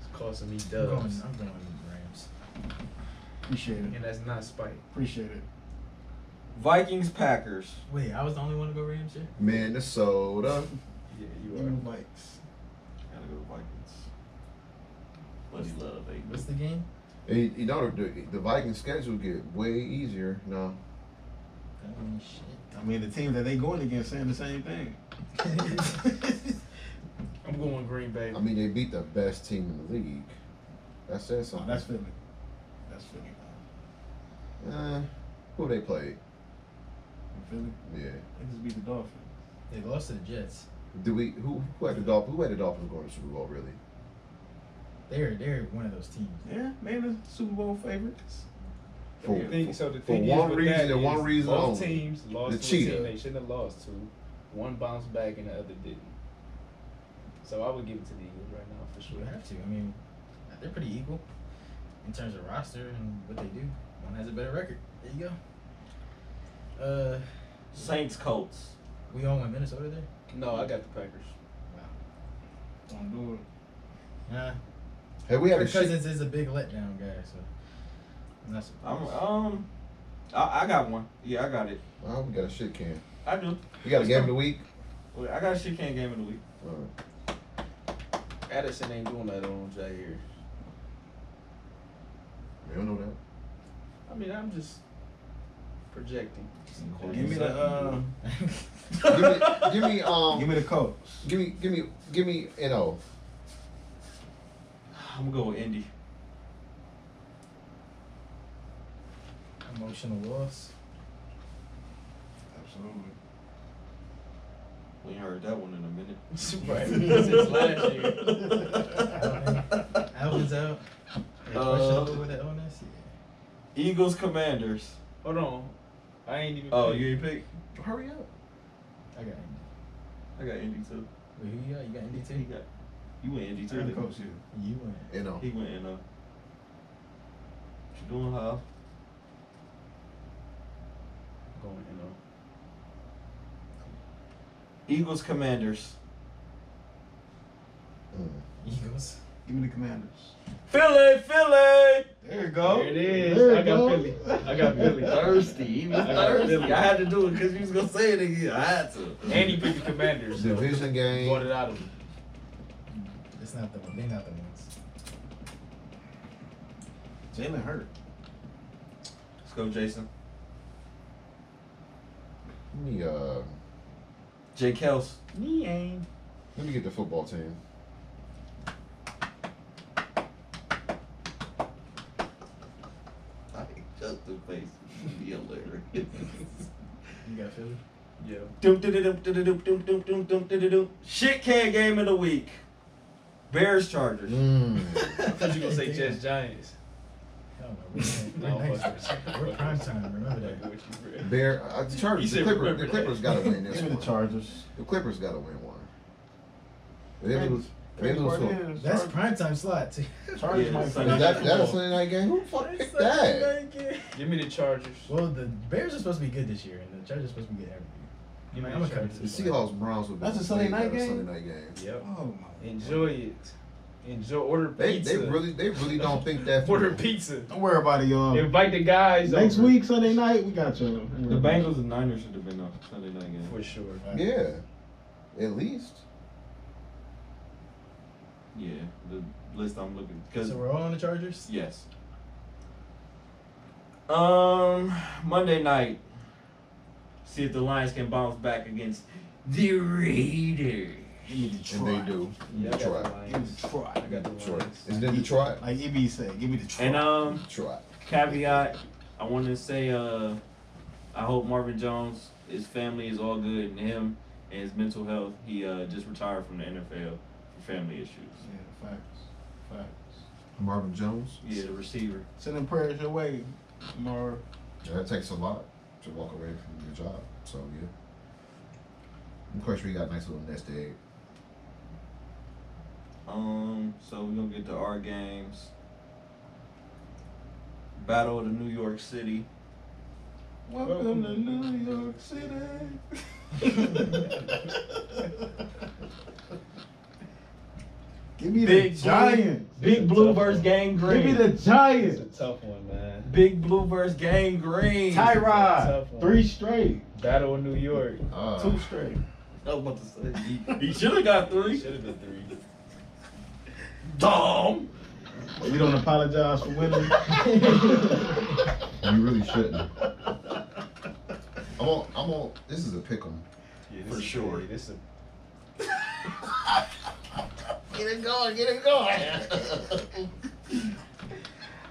S26: It's costing me
S2: I'm going, I'm
S26: dubs,
S2: going with the Rams.
S17: appreciate it.
S26: and that's not spite.
S17: Appreciate it.
S1: Vikings Packers.
S2: Wait, I was the only one to go Rams here?
S9: Minnesota.
S26: Yeah,
S17: Give me the Vikes.
S1: Gotta go Vikings. Buddy Love, baby.
S2: What's the game?
S9: You you know the, the Vikings schedule get way easier now.
S2: Oh, shit.
S17: I mean, the team that they going against saying the same thing.
S26: I'm going Green Bay.
S9: I mean they beat the best team in the league. That says
S17: So
S9: something.
S17: Oh, that's Philly. That's Philly.
S9: uh, who they played?
S17: Philly.
S9: Yeah.
S17: They just beat the Dolphins.
S2: They lost to the Jets.
S9: Do we who who had the Dolphins? Who had the Dolphins going to Super Bowl really?
S2: They're they're one of those teams.
S17: Yeah, man, the Super Bowl favorites.
S9: For,
S3: The thing- so the
S9: for
S3: thing is
S9: one
S3: with
S9: reason
S3: that
S9: and one
S3: is
S9: reason
S3: both
S9: only.
S3: teams lost
S9: The
S3: to a
S9: cheetah.
S3: team they shouldn't have lost to. One bounced back and the other didn't. So I would give it to the Eagles right now for
S2: You
S3: sure.
S2: would have to. I mean, they're pretty equal in terms of roster and what they do. One has a better record. There you go. Uh,
S1: Saints Colts.
S2: we all went Minnesota there.
S3: No, I got the Packers.
S17: Don't do it.
S2: Nah,
S9: Have we had a
S2: Kirk
S9: shit?
S2: Cousins is a big letdown guy, so I'm not
S1: I'm
S2: surprised.
S1: um I, I got one. Yeah, I got it.
S9: Well, we got a shit can.
S1: I do.
S9: We got a game of the week.
S1: Wait, I got a shit can game of the week.
S9: Uh,
S3: Addison ain't doing that on Jair.
S9: we don't know that.
S3: I mean, I'm just projecting.
S17: Give me the uh,
S9: Give me, give me um,
S17: give me the coach.
S9: give me, give me, give me, you know,
S1: I'm gonna go with Indy.
S2: Emotional loss.
S17: Absolutely.
S1: We ain't heard that one in a minute.
S3: right. Since last year.
S2: Alvin's out.
S1: Uh,
S2: Questionable with that illness. Yeah.
S1: Eagles Commanders.
S3: Hold on. I ain't even.
S1: Oh,
S3: picked.
S1: you ain't pick?
S9: hurry up.
S2: I got Indy.
S1: I got Indy too.
S2: Wait, who you got? You got Indy
S1: He
S2: too.
S1: got you went Indy
S17: I
S1: too.
S17: got the
S1: didn't
S17: coach here.
S2: You went.
S9: You know,
S1: you? He went in uh what you doing, huh?
S3: Going in on.
S1: Eagles Commanders.
S9: mm.
S2: Eagles.
S17: Give me the Commanders.
S1: Philly, Philly.
S8: There you go.
S26: There it is.
S8: There
S26: I
S8: you
S26: got
S8: go.
S26: Philly. I got Philly.
S1: Thirsty. He was
S26: I got Philly.
S1: thirsty. I had to do it because he was gonna say it again. I had to.
S3: And he picked the Commanders. So.
S9: Division game.
S3: Bought it out of him.
S2: It's not the they're not the ones.
S8: Jalen hurt.
S5: Let's go, Jason.
S9: Let me uh,
S1: Jay Kels.
S9: let me get the football team.
S1: I think Justin face would be hilarious.
S2: You got Philly?
S3: Yeah.
S1: Doom, doom, doom, doom, doom, doom, doom, doom, doom, doom, doom. Shit can game of the week. Bears Chargers.
S9: Mm.
S3: I thought you were gonna say Jets Giants.
S2: Hell Oh, no, we're,
S3: No,
S2: we're, next,
S3: fuck.
S2: we're prime time, remember that.
S3: What you read.
S9: Bear, uh, the
S3: You
S9: Chargers, the
S3: said
S9: Clippers,
S3: remember
S9: the
S3: that.
S9: Clippers got to win this
S8: Give me
S9: one.
S8: the Chargers.
S9: The Clippers got to win one. They lose. They
S8: That's
S9: lose.
S8: what it
S9: to-
S2: That's
S8: is. Chargers-
S2: prime time slot too.
S8: Chargers
S1: Yeah,
S8: might
S1: it's
S8: be-
S9: Is that, that a
S1: Football.
S9: Sunday night game? Who the fuck picked that?
S3: Give me the Chargers.
S2: Well, the Bears are supposed to be good this year, and the Chargers are supposed to be good every year.
S3: Give me
S2: I'm
S3: the
S2: gonna cut it
S3: Chargers.
S9: The Seahawks Browns would be
S8: That's a
S9: way
S8: Sunday night
S9: better
S8: game?
S9: Sunday night game.
S3: Yep.
S8: Oh my.
S3: Enjoy it. Enjoy. Order
S9: They
S3: pizza.
S9: they really they really don't think that.
S3: order
S9: through.
S3: pizza.
S8: Don't worry about it, y'all.
S26: Invite the guys.
S8: Next
S26: over.
S8: week, Sunday night, we got you.
S1: The Bengals and Niners should have been off Sunday night game.
S3: For sure.
S9: Yeah, at least.
S1: Yeah, the list I'm looking because
S2: So we're all on the Chargers.
S1: yes. Um, Monday night. See if the Lions can bounce back against the Raiders.
S9: And they do.
S3: Yeah, I got the
S9: Detroit.
S3: Lions. I got the
S9: Detroit.
S3: Lions.
S9: Is it Detroit?
S8: Like EB said, give me the Chargers.
S1: And um,
S9: Detroit.
S1: caveat, I want to say uh, I hope Marvin Jones, his family is all good, and him and his mental health. He uh, just retired from the NFL for family issues.
S8: Yeah, facts. Facts.
S9: Marvin Jones.
S1: Yeah, the receiver.
S8: Sending prayers your way, Mar.
S9: Yeah, that takes a lot to walk away from your job. So yeah. Of course, we got a nice little nest egg.
S1: Um, so we're gonna get to our games. Battle of the New York City.
S8: Welcome to New York City. Give me
S1: Big
S8: the
S1: Blue.
S8: Giants.
S1: Big Blue versus Gang
S8: Give me
S1: Green.
S8: the
S26: It's a
S8: Giants.
S26: tough one, man.
S1: Big Blue versus Gang Green.
S26: Tough
S8: Tyrod,
S26: one.
S8: three straight,
S26: Battle of New York.
S9: Uh,
S8: two straight.
S1: I was about to say he, should have got three.
S3: Should have been three.
S1: Dom.
S8: We don't apologize for winning.
S9: you really shouldn't. I'm on. I'm on. This is a pick'em.
S3: Yeah,
S1: For
S3: this is-
S1: sure.
S3: yeah, This is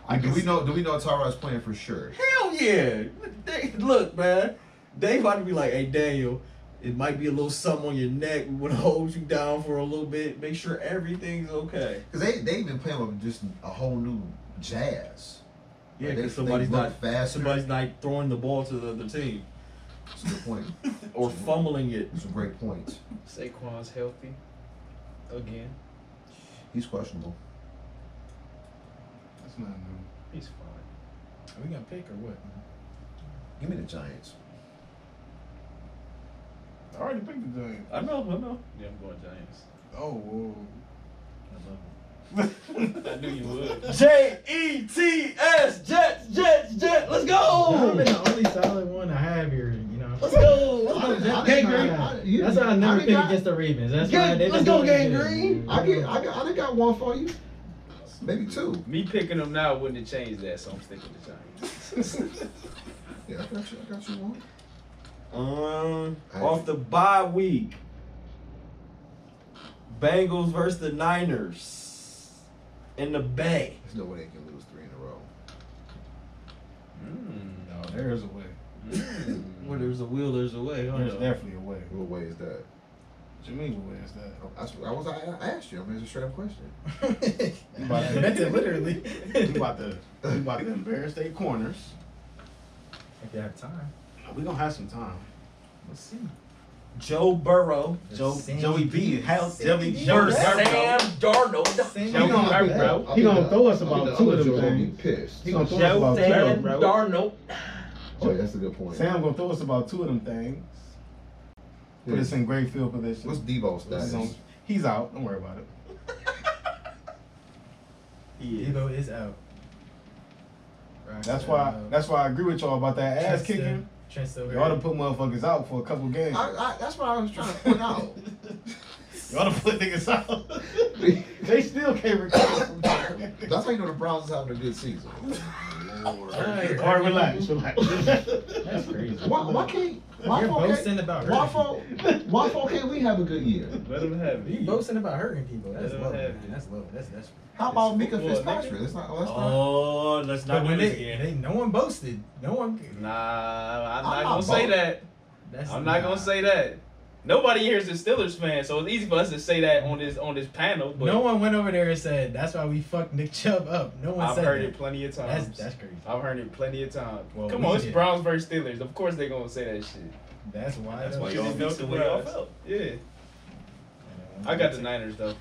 S9: Like, do we know? Do we know Tyrod's playing for sure?
S1: Hell yeah. They- look, man. They about to be like, hey Daniel, it might be a little something on your neck. We want to hold you down for a little bit. Make sure everything's okay.
S9: Because they they've been playing with just a whole new jazz.
S1: Yeah,
S9: Like, they-
S1: because somebody's
S9: they look
S1: not
S9: faster.
S1: Somebody's not throwing the ball to the other team
S9: That's a good point.
S1: or fumbling it.
S9: It's a great point.
S3: Saquon's healthy again.
S9: He's questionable.
S8: That's not new.
S3: He's fine.
S2: Are we gonna pick or what?
S9: Give me the Giants.
S8: I already picked the Giants.
S1: I know, I know.
S3: Yeah, I'm going Giants.
S8: Oh, whoa.
S3: I knew you would.
S1: J E T S Jets Jets Jets. Let's
S2: Oh,
S1: go.
S2: been the only solid one I have here. You know.
S1: Let's go. Let's
S9: I
S1: go.
S9: did- I
S1: Jets.
S9: did
S1: Gang
S9: not-
S1: Green.
S9: I- you-
S2: That's why I
S9: I
S2: never
S9: did
S2: pick
S9: not-
S2: against the Ravens. That's
S1: Gang-
S2: why they
S1: let's
S2: been
S1: go,
S2: doing
S1: Gang
S2: good.
S1: Green.
S9: I get, I got, I done got one for you. Maybe two.
S3: Me picking them now wouldn't have changed that, so I'm sticking to Giants.
S9: Yeah, I got you. I got you one.
S1: Um, off the bye week. Bengals versus the Niners in the Bay.
S9: There's no way they can lose three in a row.
S8: No, there's Oh, a way.
S1: Where there's a will, there's a way. huh?
S8: There's definitely a way.
S9: What way is that?
S8: What you mean, what way is that?
S9: That's what I was. I asked you. I mean, it's a straight up question.
S2: Yeah, I meant it literally.
S8: We about to, we about to embarrass their corners.
S2: If you have time,
S8: We gonna have some time.
S2: let's see.
S1: Joe Burrow
S8: Joe,
S2: Sandy
S8: Joey B. Hell, Joey
S2: Sandy
S8: Joey
S1: versus
S2: Burrow.
S1: Sam Darnold.
S2: Sandy
S8: He gonna-
S9: I'll be
S8: he
S9: the- I'll
S8: gonna
S9: be the-
S8: throw us
S9: I'll be
S8: about
S9: the
S8: two
S9: other
S8: of them
S9: Joe gonna be
S8: things.
S9: pissed.
S8: He gonna throw us
S1: Joe
S8: about two of
S1: Sam
S8: them.
S1: Darnold.
S9: Oh, yeah, that's a good point.
S8: Sam gonna throw us about two of them things. Put us in great field position.
S9: What's Debo's
S8: He's,
S9: status?
S8: on- he's out. Don't worry about it.
S3: He
S2: is. Debo is out. Right,
S8: That's
S2: uh,
S8: why. That's why I agree with y'all about that
S2: Trent's
S8: ass
S2: still-
S8: kicking.
S2: Trent's still
S8: Y'all to
S2: hurt.
S8: put motherfuckers out for a couple games.
S9: I, I, that's what I was trying to point out.
S8: Y'all to put niggas out. they still can't recover from that.
S9: That's how you know the Browns is having a good season.
S2: Alright.
S8: All right, relax, relax.
S2: That's crazy.
S9: Why, why can't why
S2: You're
S9: folk
S2: boasting
S9: can't,
S2: about hurting.
S9: why folk, why folk can't we have a good year?
S11: Let him have
S2: You boasting about hurting people. That's
S11: Let him
S2: low.
S11: have
S2: man.
S11: it.
S2: That's low. That's that's.
S9: How about Mika
S11: football,
S9: Fitzpatrick?
S11: nigga.
S9: That's not. oh, That's not.
S5: Oh, let's not
S2: But
S5: do
S2: when
S5: this
S2: they,
S5: again.
S2: they no one boasted. No one.
S3: Nah, I'm not
S9: I'm not
S3: gonna say
S9: voting.
S3: that.
S2: That's
S3: I'm not gonna say that. Nobody here is a Steelers fan, so it's easy for us to say that on this on this panel. But
S2: No one went over there and said that's why we fucked Nick Chubb up. No one
S3: I've
S2: said
S3: heard
S2: that.
S3: it plenty of
S2: That's
S3: times.
S2: that's crazy.
S3: I've heard it plenty of times.
S2: Well,
S3: Come
S2: we
S3: on, it's
S2: did.
S3: Browns versus Steelers. Of course they're gonna say that shit.
S2: That's why.
S5: That's why
S3: Because they
S5: y'all be
S3: felt the way y'all
S5: surprised.
S3: felt. Yeah, I got the Niners though.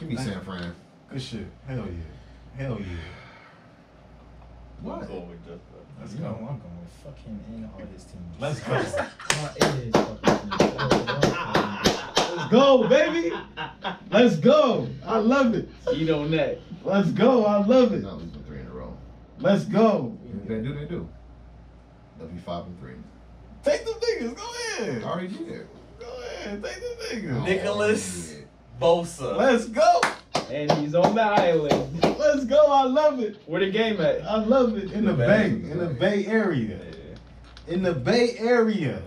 S9: Give me San Fran.
S8: Good shit. Hell yeah. Hell yeah.
S9: What?
S10: Go with Justin.
S2: Let's go. I'm going with fuck him and all his teams.
S8: Let's go.
S2: All his fucking teams.
S8: Let's go, baby. Let's go. I love it.
S3: Eat on that.
S8: Let's go. I love it.
S9: Not losing three in a row.
S8: Let's go.
S9: If they do, they do. They'll be five and three.
S8: Take the niggas. Go
S9: They
S8: ahead.
S9: already did.
S8: Go ahead. Take the
S9: They
S8: niggas.
S11: Nicholas.
S9: already did.
S11: Bosa.
S8: Let's go.
S3: And he's on the island.
S8: Let's go. I love it.
S3: Where the game at?
S8: I love it. In the Bay.
S9: Bay.
S8: In the Bay Area. In the Bay Area.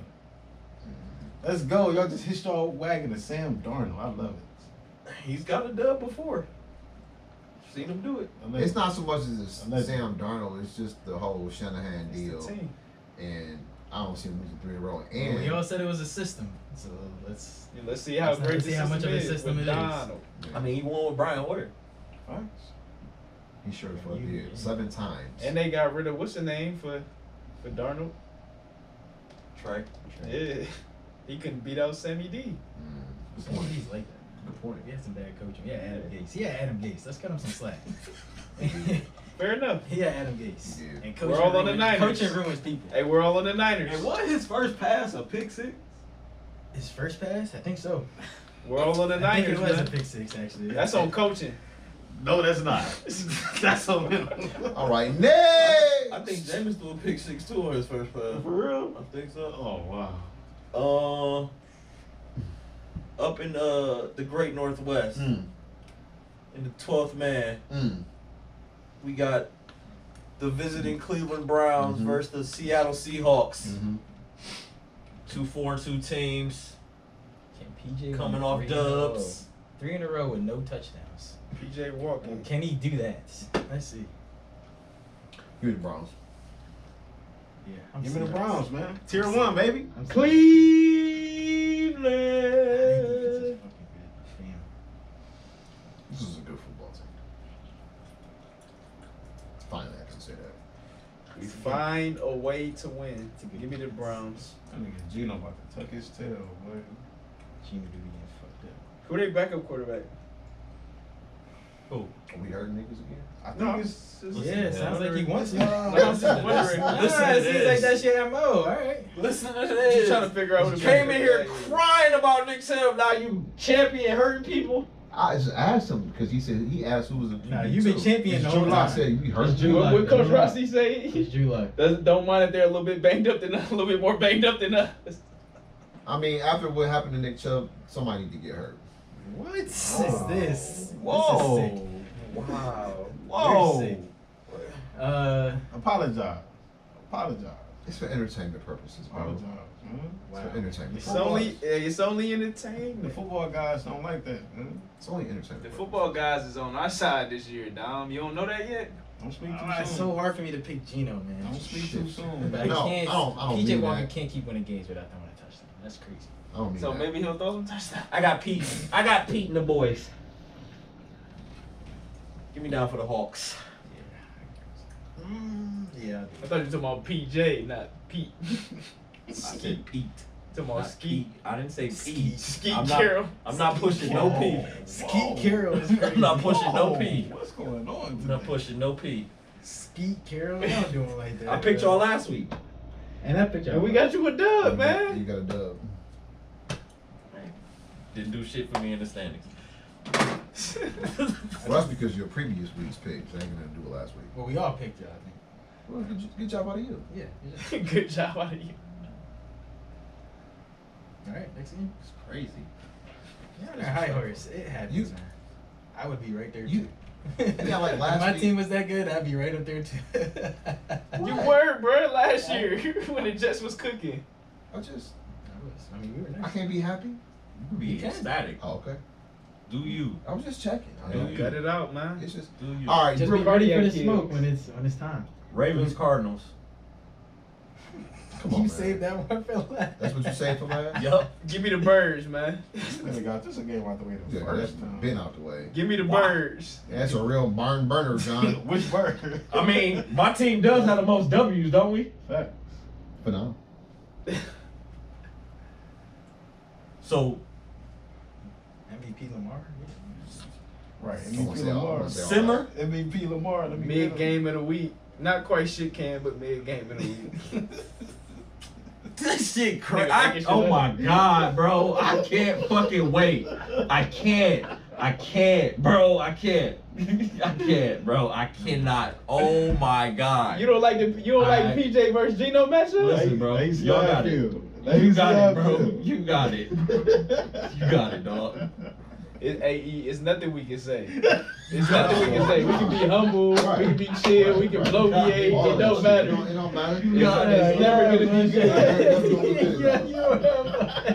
S8: Let's go. Y'all just hitched y'all wagon to Sam Darnold. I love it.
S11: He's got a dub before.
S3: Seen him do it.
S8: I love
S9: It's
S8: it.
S9: not so much as it's
S8: Unless-
S9: Sam Darnold. It's just the whole Shanahan
S3: It's
S9: deal,
S3: the team.
S9: and I don't see him losing three in a row.
S2: Well,
S9: And
S2: We all said it was a system. So let's.
S3: Yeah, let's see how
S2: Let's not
S3: great
S2: see
S3: this
S2: how much
S3: system
S2: of a
S3: is
S2: system
S3: with
S2: it is.
S3: Donald.
S11: I mean, he won with Brian Hoyer.
S9: he sure as fuck
S2: You-
S9: did seven times.
S3: And they got rid of what's the name for for Darnold?
S11: Trey.
S3: Yeah. He couldn't beat out Sammy D.
S9: Mm, good
S2: Some
S9: point.
S2: of these like that.
S9: Good point.
S2: We had some bad coaching. Yeah, Adam Gates. Yeah, Adam Gates. Let's cut him some slack.
S3: Fair enough.
S2: yeah, Adam Gates.
S9: Yeah.
S2: And
S3: We're all on the
S2: ruins-
S3: Niners.
S2: Coaching ruins people.
S3: Hey, we're all on the Niners.
S10: And what his first pass a pick six?
S2: His first pass, I think so.
S3: We're all on the
S2: I think
S3: Niners,
S2: it was a
S3: man.
S2: pick six actually.
S3: That's on coaching.
S8: No, that's not. that's on him.
S9: All right, next.
S10: I think James threw a pick six too on his first pass.
S8: For real?
S10: I think so.
S8: Oh wow.
S11: Uh, up in uh the Great Northwest,
S9: Mm,
S11: in the twelfth man,
S9: mm.
S11: we got the visiting Cleveland Browns
S9: Mhm.
S11: versus the Seattle Seahawks.
S9: Mhm.
S11: Two four and two teams
S2: Can PJ
S11: coming
S2: win
S11: off
S2: three in a row?
S11: dubs.
S2: Three in a row with no touchdowns.
S3: PJ Walker.
S2: Can he do that? Let's see.
S9: Give me the Browns.
S2: Yeah. I'm
S8: Give me the
S2: serious.
S8: Browns, man. Tier one, baby.
S2: I'm serious. That defense is
S3: Cleveland.
S2: fucking good. Damn.
S9: This is a good football team. Finally, I can say that.
S3: We find a way to win.
S2: a good
S3: Give me the Browns.
S8: That nigga Gino about to tuck his tail, boy.
S2: Gino do be getting fucked up.
S3: Who they backup quarterback?
S9: Are we hurting niggas again?
S8: I think
S3: No,
S8: it's, it's
S2: Yeah, it sounds like he wants to.
S8: Nah,
S3: I'm just wondering.
S2: Listen,
S11: Listen
S2: it
S11: to
S2: seems like
S11: this.
S2: that shit MO. All right.
S11: Listen to
S3: Just
S11: this.
S3: trying to figure out who the
S11: Came in here
S3: backup quarterback is.
S11: crying about Nick Chubb. Now you champion hurting people.
S9: I just asked him because he said he asked who was the.
S2: Nah,
S9: QB
S2: you been
S9: too.
S2: champion
S9: It's
S2: the whole
S9: Drew Lock
S2: time.
S9: said you hurt
S2: It's Drew
S9: Drew.
S3: What,
S2: Lock.
S9: Lock.
S3: what Coach
S2: Drew Lock.
S3: Rossi say?
S2: It's Drew Lock.
S3: Doesn't- Don't mind if they're a little bit banged up than a little bit more banged up than us.
S9: I mean, after what happened to Nick Chubb, somebody need to get hurt.
S2: What is this?
S8: Whoa.
S2: This is sick.
S11: Wow.
S8: Whoa.
S2: You're sick. Uh,
S8: Apologize. Apologize.
S9: It's for entertainment purposes, bro.
S8: Apologize. Man.
S9: It's for entertainment.
S2: It's
S3: It's only it's only entertainment.
S8: The football guys don't like that, man.
S9: It's only entertainment.
S3: The
S9: purposes.
S3: football guys is on our side this year, Dom. You don't know that yet?
S8: Don't speak too
S2: ah, it's
S8: soon.
S2: so hard for me to pick Gino, man.
S8: Don't speak too
S9: Shit.
S8: soon.
S2: But
S8: man.
S2: I
S9: No,
S2: can't.
S9: I don't- I don't
S2: PJ
S9: mean
S2: Walker
S9: that.
S2: can't keep winning games without throwing a touchdown. That's crazy.
S9: I don't mean
S3: So
S9: that.
S3: maybe he'll throw some touchdowns.
S11: I got Pete. I got Pete and the boys. Give me down for the Hawks.
S2: Yeah. Mm, yeah.
S3: I thought you were talking about PJ, not Pete.
S11: I said Pete.
S3: talking
S11: Not
S3: about Skeet.
S11: Pete. I didn't say
S2: Skeet.
S11: Pete.
S3: Skeet
S11: I'm not-
S3: Carroll.
S11: I'm not pushing no P.
S2: Skeet Carroll is crazy.
S11: I'm not pushing no P.
S8: What's going on?
S11: I'm not
S8: Today?
S11: pushing no P.
S2: Skeet Carroll. Y'all doing like that?
S11: I picked
S2: bro.
S11: y'all last week.
S2: And I picked y'all.
S3: And we got you a dub,
S9: You
S3: man.
S9: got a dub.
S11: Didn't do shit for me in the standings.
S9: Well, that's because your previous week's picks. I ain't gonna do it last week.
S2: Well, we all picked y'all, I think.
S9: Well, good, good job out of you.
S2: Yeah.
S3: Good job out of you.
S2: All right, next game.
S1: It's crazy.
S2: Yeah, that high horse. It happens,
S9: You-
S2: man. I would be right there
S9: you-
S2: too.
S9: Yeah, like
S2: If
S9: last
S2: my
S9: week-
S2: team was that good, I'd be right up there too.
S3: You were, bro, last year when the Jets was cooking.
S9: I just,
S2: I was. I mean, we were
S9: I
S2: nice.
S9: can't be happy.
S5: You can be
S2: You can.
S5: ecstatic.
S9: Oh, okay.
S5: Do you?
S9: I was just checking. I
S5: Yeah.
S9: don't-
S5: Cut
S8: Cut it out, man.
S9: It's just.
S5: Do you?
S9: All right,
S2: Just
S9: Bru-
S2: be ready for the
S26: cardiac kids.
S2: smoke when it's when it's time.
S17: Mm-hmm.
S1: Ravens Cardinals.
S9: Come on,
S2: you
S9: man.
S2: saved that one for last.
S9: That's what you saved for last.
S1: Yup.
S26: Give me the birds, man.
S17: This nigga got this game out the way the
S9: Yeah, that's
S17: first time.
S9: been out the way.
S26: Give me the birds.
S9: That's a real barn burner, John.
S17: Which bird?
S1: I mean, my team does have the most W's, don't we?
S17: Fact.
S9: Phenomenal.
S5: So
S2: MVP Lamar.
S17: Right.
S9: I wanna
S17: MVP
S9: say all- I wanna
S17: Lamar.
S9: say all
S5: Simmer?
S17: MVP Lamar. Let me
S26: Mid
S17: get him.
S26: game of the week. Not quite shit can, but mid game of the week.
S1: This shit
S26: Nigga,
S1: crazy.
S26: make
S1: I,
S26: it
S1: oh
S26: shut
S1: my
S26: up.
S1: god, bro. I can't fucking wait. I can't. I can't, bro. I can't. I can't, bro. I cannot. Oh my god.
S26: You don't like the you don't like
S1: Alright.
S26: PJ versus Gino matchup?
S1: Listen, bro.
S17: Lazy
S1: Y'all got it.
S17: Outfield.
S1: You
S17: Lazy
S1: got it, bro.
S17: outfield.
S1: You got it. You got it, dog.
S26: It, AE, it's nothing we can say. It's nothing we can say. We can be humble. We can be chill. We can
S9: Right.
S26: bloviate.
S9: All
S26: It
S9: of
S26: don't
S9: that shit.
S26: matter.
S9: It don't matter.
S1: You got
S9: It's-
S1: it.
S26: It's never gonna be good.
S9: Yeah,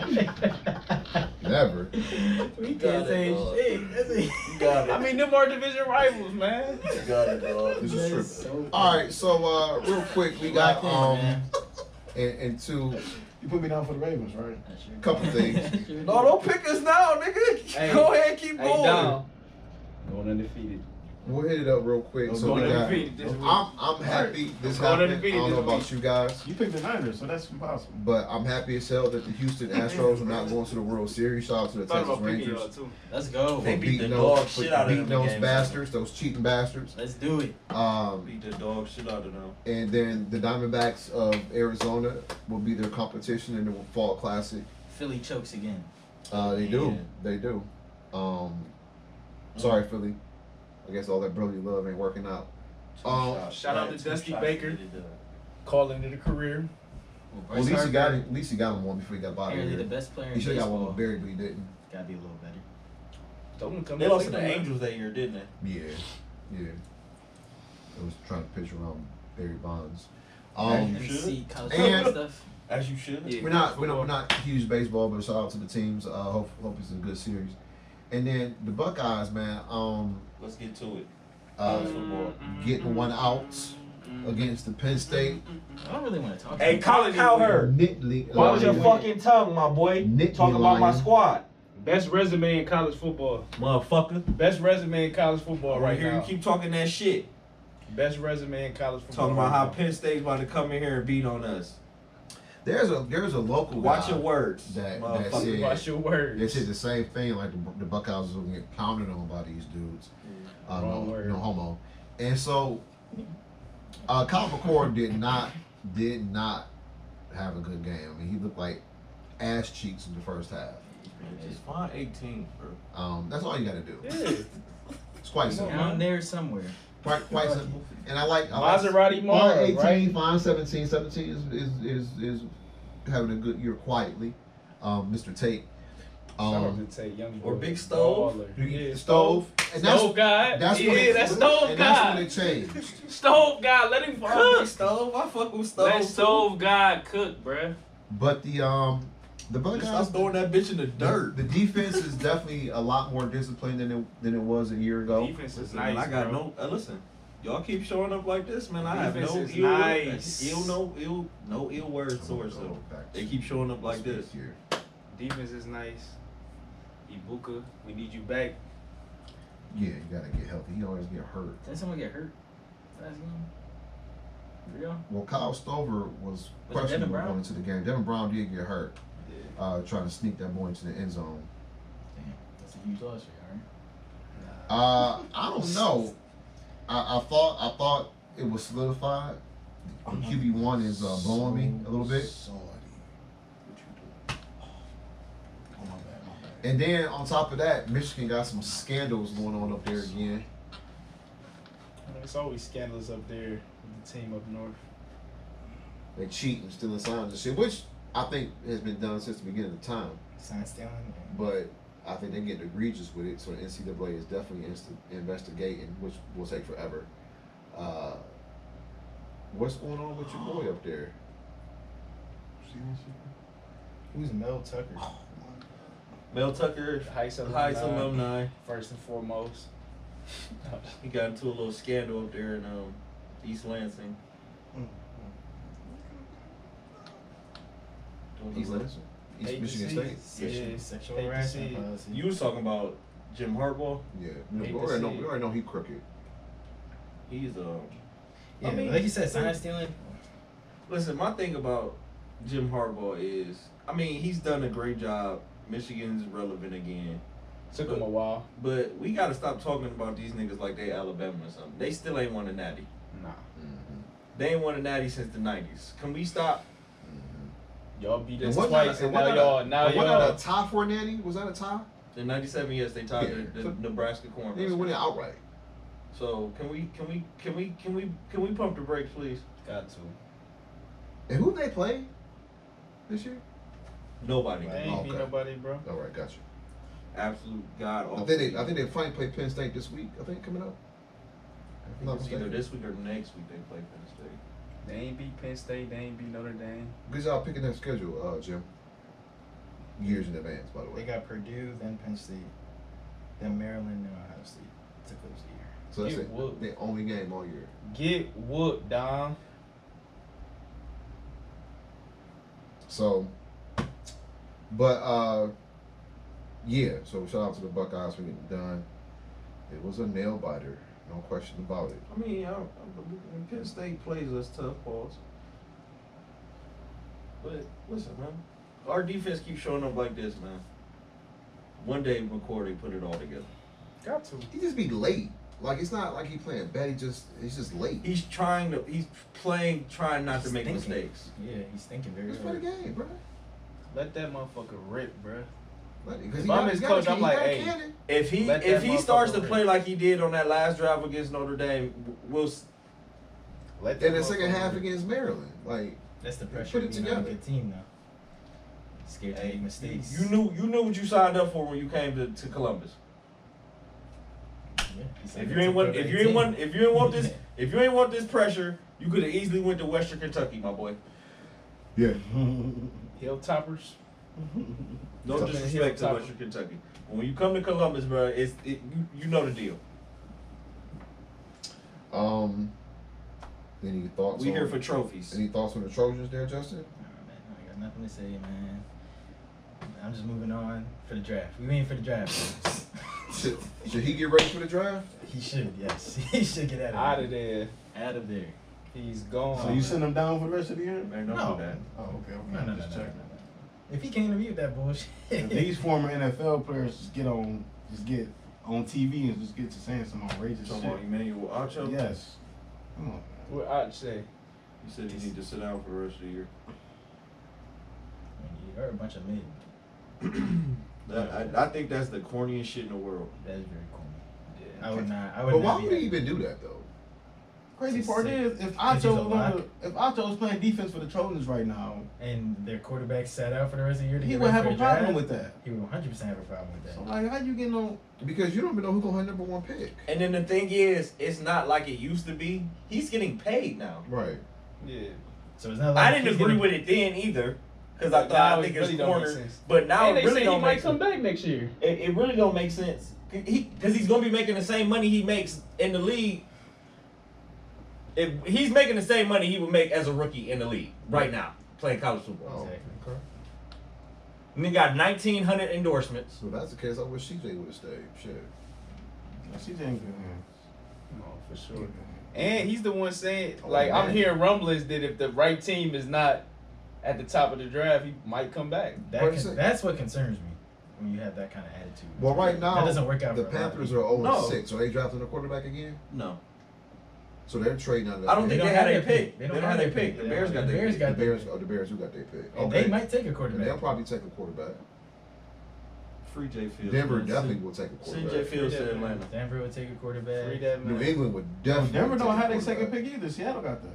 S9: Never.
S2: We
S1: got it,
S2: can't say
S1: dog.
S2: shit. That's it.
S1: got
S3: I mean, them are division rivals, man.
S1: You got it, dog.
S9: This
S2: That
S9: is
S2: is
S9: true.
S2: so
S9: All right, so uh, real quick, we
S2: Lock
S9: got
S2: in,
S9: um,
S2: man.
S9: and, and two,
S17: You put me down for the Ravens, right?
S9: couple things.
S1: No, don't pick us now, nigga.
S26: Hey.
S1: Go ahead, keep
S26: Hey,
S1: going.
S26: Dom. Going undefeated.
S9: We'll hit it up real quick. So
S26: Going
S9: we got.
S26: undefeated this week.
S9: I'm I'm happy this
S26: Going
S9: happened. I
S26: undefeated
S9: don't know
S26: this
S9: about
S26: week.
S9: you guys,
S17: You picked the Niners, so that's impossible.
S9: but I'm happy as hell that the Houston Astros are not going to the World Series. Shout out to the
S3: Thought
S9: Texas
S3: about picking
S9: Rangers.
S3: y'all too.
S2: Let's go.
S1: They
S9: for
S1: beat the
S9: beating
S1: dog
S9: those, for
S1: shit out of
S9: beating
S1: them
S9: those
S1: games.
S9: bastards, those cheating bastards.
S2: Let's do it.
S9: Um,
S10: Beat the dog shit out of them.
S9: and then the Diamondbacks of Arizona will be their competition in the Fall Classic.
S2: Philly chokes again.
S9: Uh, they do.
S2: Yeah.
S9: They do. Um, sorry, Philly. I guess all that brotherly love ain't working out. Um,
S3: Shout out to Dusty Baker.
S26: Calling it a career.
S9: well, at least he got at least he got him one before he got body.
S2: Apparently the best player
S9: He
S2: in
S9: should have got
S2: baseball.
S9: one with Barry, but he didn't.
S2: Gotta be a little better.
S26: Told him to come
S1: They
S26: in
S1: lost to
S26: quick,
S1: the
S26: man.
S1: Angels that year, didn't they?
S9: Yeah, yeah. I was trying to picture around Barry Bonds.
S10: Hey,
S9: Um,
S10: you
S2: Let me
S10: should.
S2: see college
S9: And-
S2: football stuff.
S10: As you should.
S3: Yeah.
S9: We're not, we're not, we're not huge baseball, but shout out to the teams. Uh, hope, hope it's a good series. And then the Buckeyes, man, um,
S10: Let's get to it.
S9: uh,
S10: College football.
S9: getting one out against the Penn State. uh,
S2: I don't really want to talk.
S1: Hey,
S2: about
S1: Colin Cowherd.
S9: Nittany
S1: Watch your
S9: Lions.
S1: fucking tongue, my boy.
S9: Nittany
S1: Talking about my
S9: Lion.
S1: squad.
S26: Best resume in college football.
S5: motherfucker.
S26: Best resume in college football
S1: Right
S26: right
S1: here, you
S26: now.
S1: keep talking that shit.
S26: Best resume in college football.
S1: Talking about how
S26: right
S1: Penn State's about to come in here and beat on us.
S9: There's a there's a local
S1: Watch
S9: guy
S1: your words.
S9: That that
S1: motherfucker.
S26: now.
S9: said
S26: Watch your
S9: that
S26: words.
S9: said the same thing. Like the, the Buckeyes will get pounded on by these dudes. Uh, no,
S26: Wrong word.
S9: no homo. And so, uh, Kyle McCord did not did not have a good game. I mean, he looked like ass cheeks in the first half.
S10: Just find 18, bro.
S9: Um, that's all you got to do.
S26: Yeah.
S9: It's quite simple.
S2: Down there somewhere.
S9: Quite, quite simple. And I like I like
S26: Maserati
S9: Fine
S26: Mara,
S9: 18,
S26: right?
S9: fine 17. 17 is, is, is, is having a good year quietly. Um, Mr.
S26: Shout out
S9: Tate.
S26: to
S9: Um,
S26: Tate, young
S1: Or
S26: boy.
S1: Big Stove.
S26: Baller.
S9: the
S26: Yeah,
S9: Stove. And that's,
S26: Stove God.
S9: that's
S26: yeah,
S9: when it,
S26: that's Stove
S9: and that's when
S26: God.
S9: it changed.
S3: Stove God, let him
S1: Fuck Big
S3: cook.
S1: Stove. I fuck with Stove.
S3: Let
S1: too.
S3: Stove God cook, bruh.
S9: But the um the Buckeyes
S1: Stop throwing that bitch in the dirt.
S9: The defense is definitely a lot more disciplined than it than it was a year ago.
S3: Defense is
S1: Listen,
S3: nice,
S1: man, I got
S3: bro.
S1: no. Uh, listen, y'all keep showing up like this, man. I have
S3: Defense
S1: no
S3: is
S1: ill,
S3: nice.
S1: ill, no ill, no ill words towards them. They keep showing up like this.
S9: year.
S3: Defense is nice. Ibuka, we need you back.
S9: Yeah, you gotta get healthy. You always get hurt.
S2: Did someone get hurt? Last game. Real?
S9: Well, Kyle Stover was
S2: it
S9: questionable
S2: Devin Brown?
S9: going into the game. Devin Brown did get hurt uh, trying to sneak that boy into the end zone.
S2: Damn, that's a huge loss for y'all.
S9: Uh, I don't know. I, I thought I thought it was solidified. QB one is uh, blowing me a little bit,
S17: Sorry. What you doing? Oh, my bad, my bad.
S9: And then on top of that, Michigan got some scandals going on up there again.
S2: It's always scandalous up there with the team up north.
S9: They cheat and stealing signs and shit, which I think has been done since the beginning of time.
S2: Sign stealing. man.
S9: But I think they get egregious with it, so the NCAA is definitely inst- investigating, which will take forever. Uh, what's going on with your boy up there?
S2: Who's Mel Tucker?
S1: Oh, Mel Tucker,
S2: Heights
S1: Heights alumni.
S2: First and foremost.
S1: He got into a little scandal up there in um, East Lansing. Doing a
S9: East
S1: little-
S9: Lansing. East Michigan State.
S2: Yeah, sexual harassment policy.
S1: You was talking about Jim Harbaugh.
S9: Yeah,
S1: Hate
S9: we
S1: to
S9: already, know,
S1: see it.
S9: we already know he crooked.
S1: He's um.
S2: Yeah,
S1: I mean,
S2: like you said, sign stealing.
S1: Listen, my thing about Jim Harbaugh is, I mean, he's done a great job. Michigan's relevant again,
S2: Took him a while.
S1: but we gotta stop talking about these niggas like they Alabama or something. They still ain't won a natty.
S2: Nah.
S26: Mm-hmm.
S1: They ain't won a natty since the nineties. Can we stop?
S26: Y'all beat us
S9: And what
S26: twice,
S9: not
S26: and
S9: a- and
S26: now
S9: what
S26: y'all,
S9: not a-
S26: now
S9: and what not
S26: y'all.
S9: a tie for Nanny? Was that a tie?
S1: The '97, yes, they tied
S9: Yeah.
S1: the, the Nebraska corn.
S9: They even win it outright.
S1: So can we, can we, can we, can we, can we pump the brakes, please?
S2: Got to.
S9: And who they play this year?
S1: Nobody.
S2: They ain't beat
S9: Okay.
S2: nobody, bro.
S9: All right, gotcha.
S1: Absolute god
S9: I
S1: awful.
S9: think they, I think they finally play Penn State this week. I think coming up.
S1: I think it's either this week or next week they play Penn State.
S11: They ain't beat Penn State. They ain't beat Notre Dame.
S9: Good job picking that schedule, uh, Jim. Years in advance, by the
S2: They
S9: way.
S2: got Purdue, then Penn State, then Maryland, then Ohio State to close the year.
S9: So that's
S26: Get
S9: it.
S26: whooped.
S9: Their only game all year.
S26: Get whooped, Dom.
S9: So, but uh, yeah. So shout out to the Buckeyes for getting it done. It was a nail biter, no question about it.
S1: I mean, I, don't- I believe when Penn State plays us tough balls. But listen, man, our defense keeps showing up like this, man. One day McCourty put it all together.
S2: Got to.
S9: He just be late. Like it's not like he playing bad. He just he's just late.
S1: He's trying to. He's playing, trying not to
S2: He's
S1: make
S2: thinking.
S1: mistakes.
S2: Yeah, he's thinking very
S9: Just play the
S2: hard.
S9: game, bro.
S26: Let that motherfucker rip, bruh.
S9: Because
S26: If I'm his coach, I'm like, hey,
S1: If he
S26: Let
S1: if
S26: that
S1: he starts to
S26: motherfucker
S1: play like he did on that last drive against Notre Dame, w- we'll s-
S26: Let that
S9: in the second
S26: motherfucker
S9: half
S26: rip.
S9: against Maryland, like
S2: That's the
S9: Put
S2: pressure.
S9: it
S2: of being on a
S9: together.
S2: Good team now. Scared to make mistakes.
S1: you knew you knew what you signed up for when you came to, to Columbus.
S2: Yeah, he's like,
S1: If you
S2: it's a
S1: ain't want,
S2: perfect
S1: if you ain't
S2: team.
S1: want, if you ain't want this, if you ain't want this pressure, you could have easily went to Western Kentucky, my boy.
S9: yeah.
S26: Hilltoppers.
S1: No
S9: Stop.
S1: disrespect to
S26: Stop.
S1: Western Kentucky. When you come to Columbus, bro, it's it, you, you know the deal.
S9: Um, any thoughts?
S1: We
S9: on,
S1: here for trophies.
S9: any thoughts on the Trojans there, Justin?
S2: Nah, man, I got nothing to say, man. I'm just moving on for the draft. We waiting for the draft.
S9: Should, should he get ready for the draft?
S2: he should, yes, he should get out of
S26: Out of
S2: there.
S26: there.
S2: Out of there.
S26: He's gone.
S17: So you send them down for the rest of the year?
S1: Man, don't
S2: No,
S1: do that.
S17: Oh, okay. okay.
S2: no, no, no, no,
S17: Just
S2: no, no.
S17: checking.
S2: If he can't interview that bullshit,
S17: If these former NFL players just get on, just get on TV and just get to saying some outrageous
S1: Talking about
S17: shit.
S1: Emmanuel Ocho.
S17: Yes. Come on.
S26: What I'd say.
S1: You said you need to sit down for the rest of the year.
S2: you are a bunch of mid.
S1: That, I, I think that's the corniest shit in the world.
S2: That's very cool. I would not. I would
S9: But
S2: not
S9: why
S2: be
S9: would he
S2: happy.
S9: even do that though?
S17: Crazy
S2: It's
S17: part
S2: sick.
S17: is if
S2: he's a
S17: Acho was
S2: lock.
S17: on the- if Acho was playing defense for the Trojans right now,
S2: And their quarterback sat out for the rest of the year. To
S17: he
S2: get
S17: would
S2: ready
S17: have
S2: for
S17: a
S2: the draft,
S17: problem with that.
S2: He would 100 percent have a problem with that.
S17: So like, how you getting on?
S9: Because you don't even know who's gonna have number one pick.
S1: And then the thing is, it's not like it used to be. He's getting paid now.
S9: Right.
S26: Yeah.
S2: So it's not like
S1: I didn't
S2: he's
S1: agree
S2: gonna-
S1: with it then either, because
S26: But
S1: I thought
S26: now
S1: I
S26: it
S1: think
S26: really
S1: it's
S26: don't make
S1: corner.
S26: sense.
S1: But now
S26: And they
S1: it really
S26: say he
S1: don't
S26: might
S1: make
S26: come
S1: sense.
S26: back next year.
S1: It, it really don't make sense. Because he's gonna be making the same money he makes in the league. If he's making the same money he would make as a rookie in the league right now playing college football.
S9: Oh,
S2: Exactly.
S9: okay. Oh.
S1: And he got 1,900 endorsements.
S9: So if that's the case. I wish CJ would have stayed. Shit.
S17: She ain't good. man.
S26: Oh, for sure. And he's the one saying, like,
S9: Oh,
S26: I'm
S9: man.
S26: hearing rumblings that if the right team is not at the top of the draft, he might come back.
S2: That
S9: What
S2: con-
S9: is it?
S2: that's what concerns me when you have that kind of attitude.
S9: Well, right now
S2: that doesn't work out.
S9: the
S2: for a lot of
S9: Panthers
S2: people.
S9: are 0
S1: No.
S9: 6. Are they drafting a quarterback again?
S1: No,
S9: So they're trading out of
S1: I don't think
S2: don't
S1: they had
S2: have
S1: their
S2: their
S1: pick. They don't have their pick. The
S2: They
S1: Bears
S2: don't.
S1: got
S2: The
S1: their
S2: Bears
S1: pick.
S9: the
S2: got
S9: Bears. Oh, the Bears who got their pick.
S2: And
S9: Okay.
S2: they might take a
S9: And they'll
S2: quarterback.
S9: probably take a quarterback.
S10: Free J Fields.
S9: Denver
S10: man.
S9: definitely
S10: Send-
S9: will take a
S10: Send J
S9: quarterback.
S10: Fields to Atlanta.
S2: Denver would take a quarterback.
S10: Free that
S9: New
S10: man.
S9: England would definitely.
S8: Denver
S9: take
S8: don't
S9: a
S8: have their
S9: quarterback.
S8: second pick either. Seattle got that.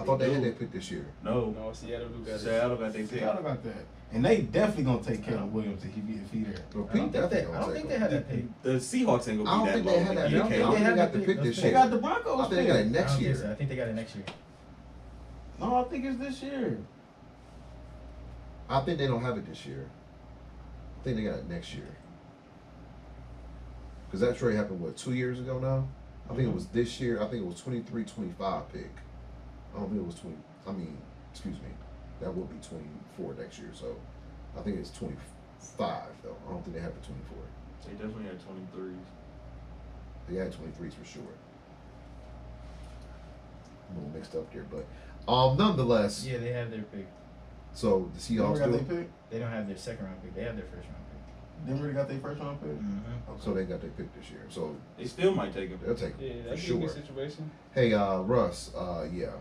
S9: I thought they had that pick this year.
S10: No.
S3: No, Seattle do got
S10: Seattle got their pick.
S8: Seattle got that. And they definitely gonna take Caleb Williams if he be if he there.
S2: I
S9: But
S2: don't
S9: Pete
S2: think they,
S9: definitely
S2: I
S9: gonna
S2: don't
S9: take
S2: think
S9: him.
S2: they had that pick.
S10: The Seahawks ain't
S9: I don't
S10: gonna be
S9: think
S10: that low.
S9: they had that.
S2: You
S9: pick.
S2: don't think
S9: I don't think
S2: they
S9: they
S2: had
S9: got the
S2: that
S9: pick
S2: pick.
S9: this
S2: They
S9: year.
S8: They got the
S9: I
S8: Broncos
S9: think they
S8: pick.
S9: got it
S2: I
S9: next
S2: don't think
S9: year.
S2: so. I think they got it next year.
S8: No, I think it's this year.
S9: I think they don't have it this year. I think they got it next year. Because that trade happened, what, two years ago now? I think it was this year. I think it was 23 25 pick. I don't think it was 20. I mean, excuse me. That would be 24 next year. So I think it's 25, though. I don't think they have it 24.
S10: They definitely had 23s.
S9: They had 23s for sure. I'm a little mixed up there, but um, nonetheless,
S2: Yeah, they have their pick.
S9: so the
S8: Denver
S9: Seahawks do
S8: got
S9: it.
S8: their pick.
S2: They don't have their second round pick. They have their first round pick.
S8: Denver got their first round pick.
S2: Mm-hmm.
S9: So they got their pick this year. So
S10: They still might take him.
S9: they'll take
S3: Yeah,
S9: it for
S3: that's a
S9: sure.
S3: good situation.
S9: Hey, uh, Russ. Uh, yeah,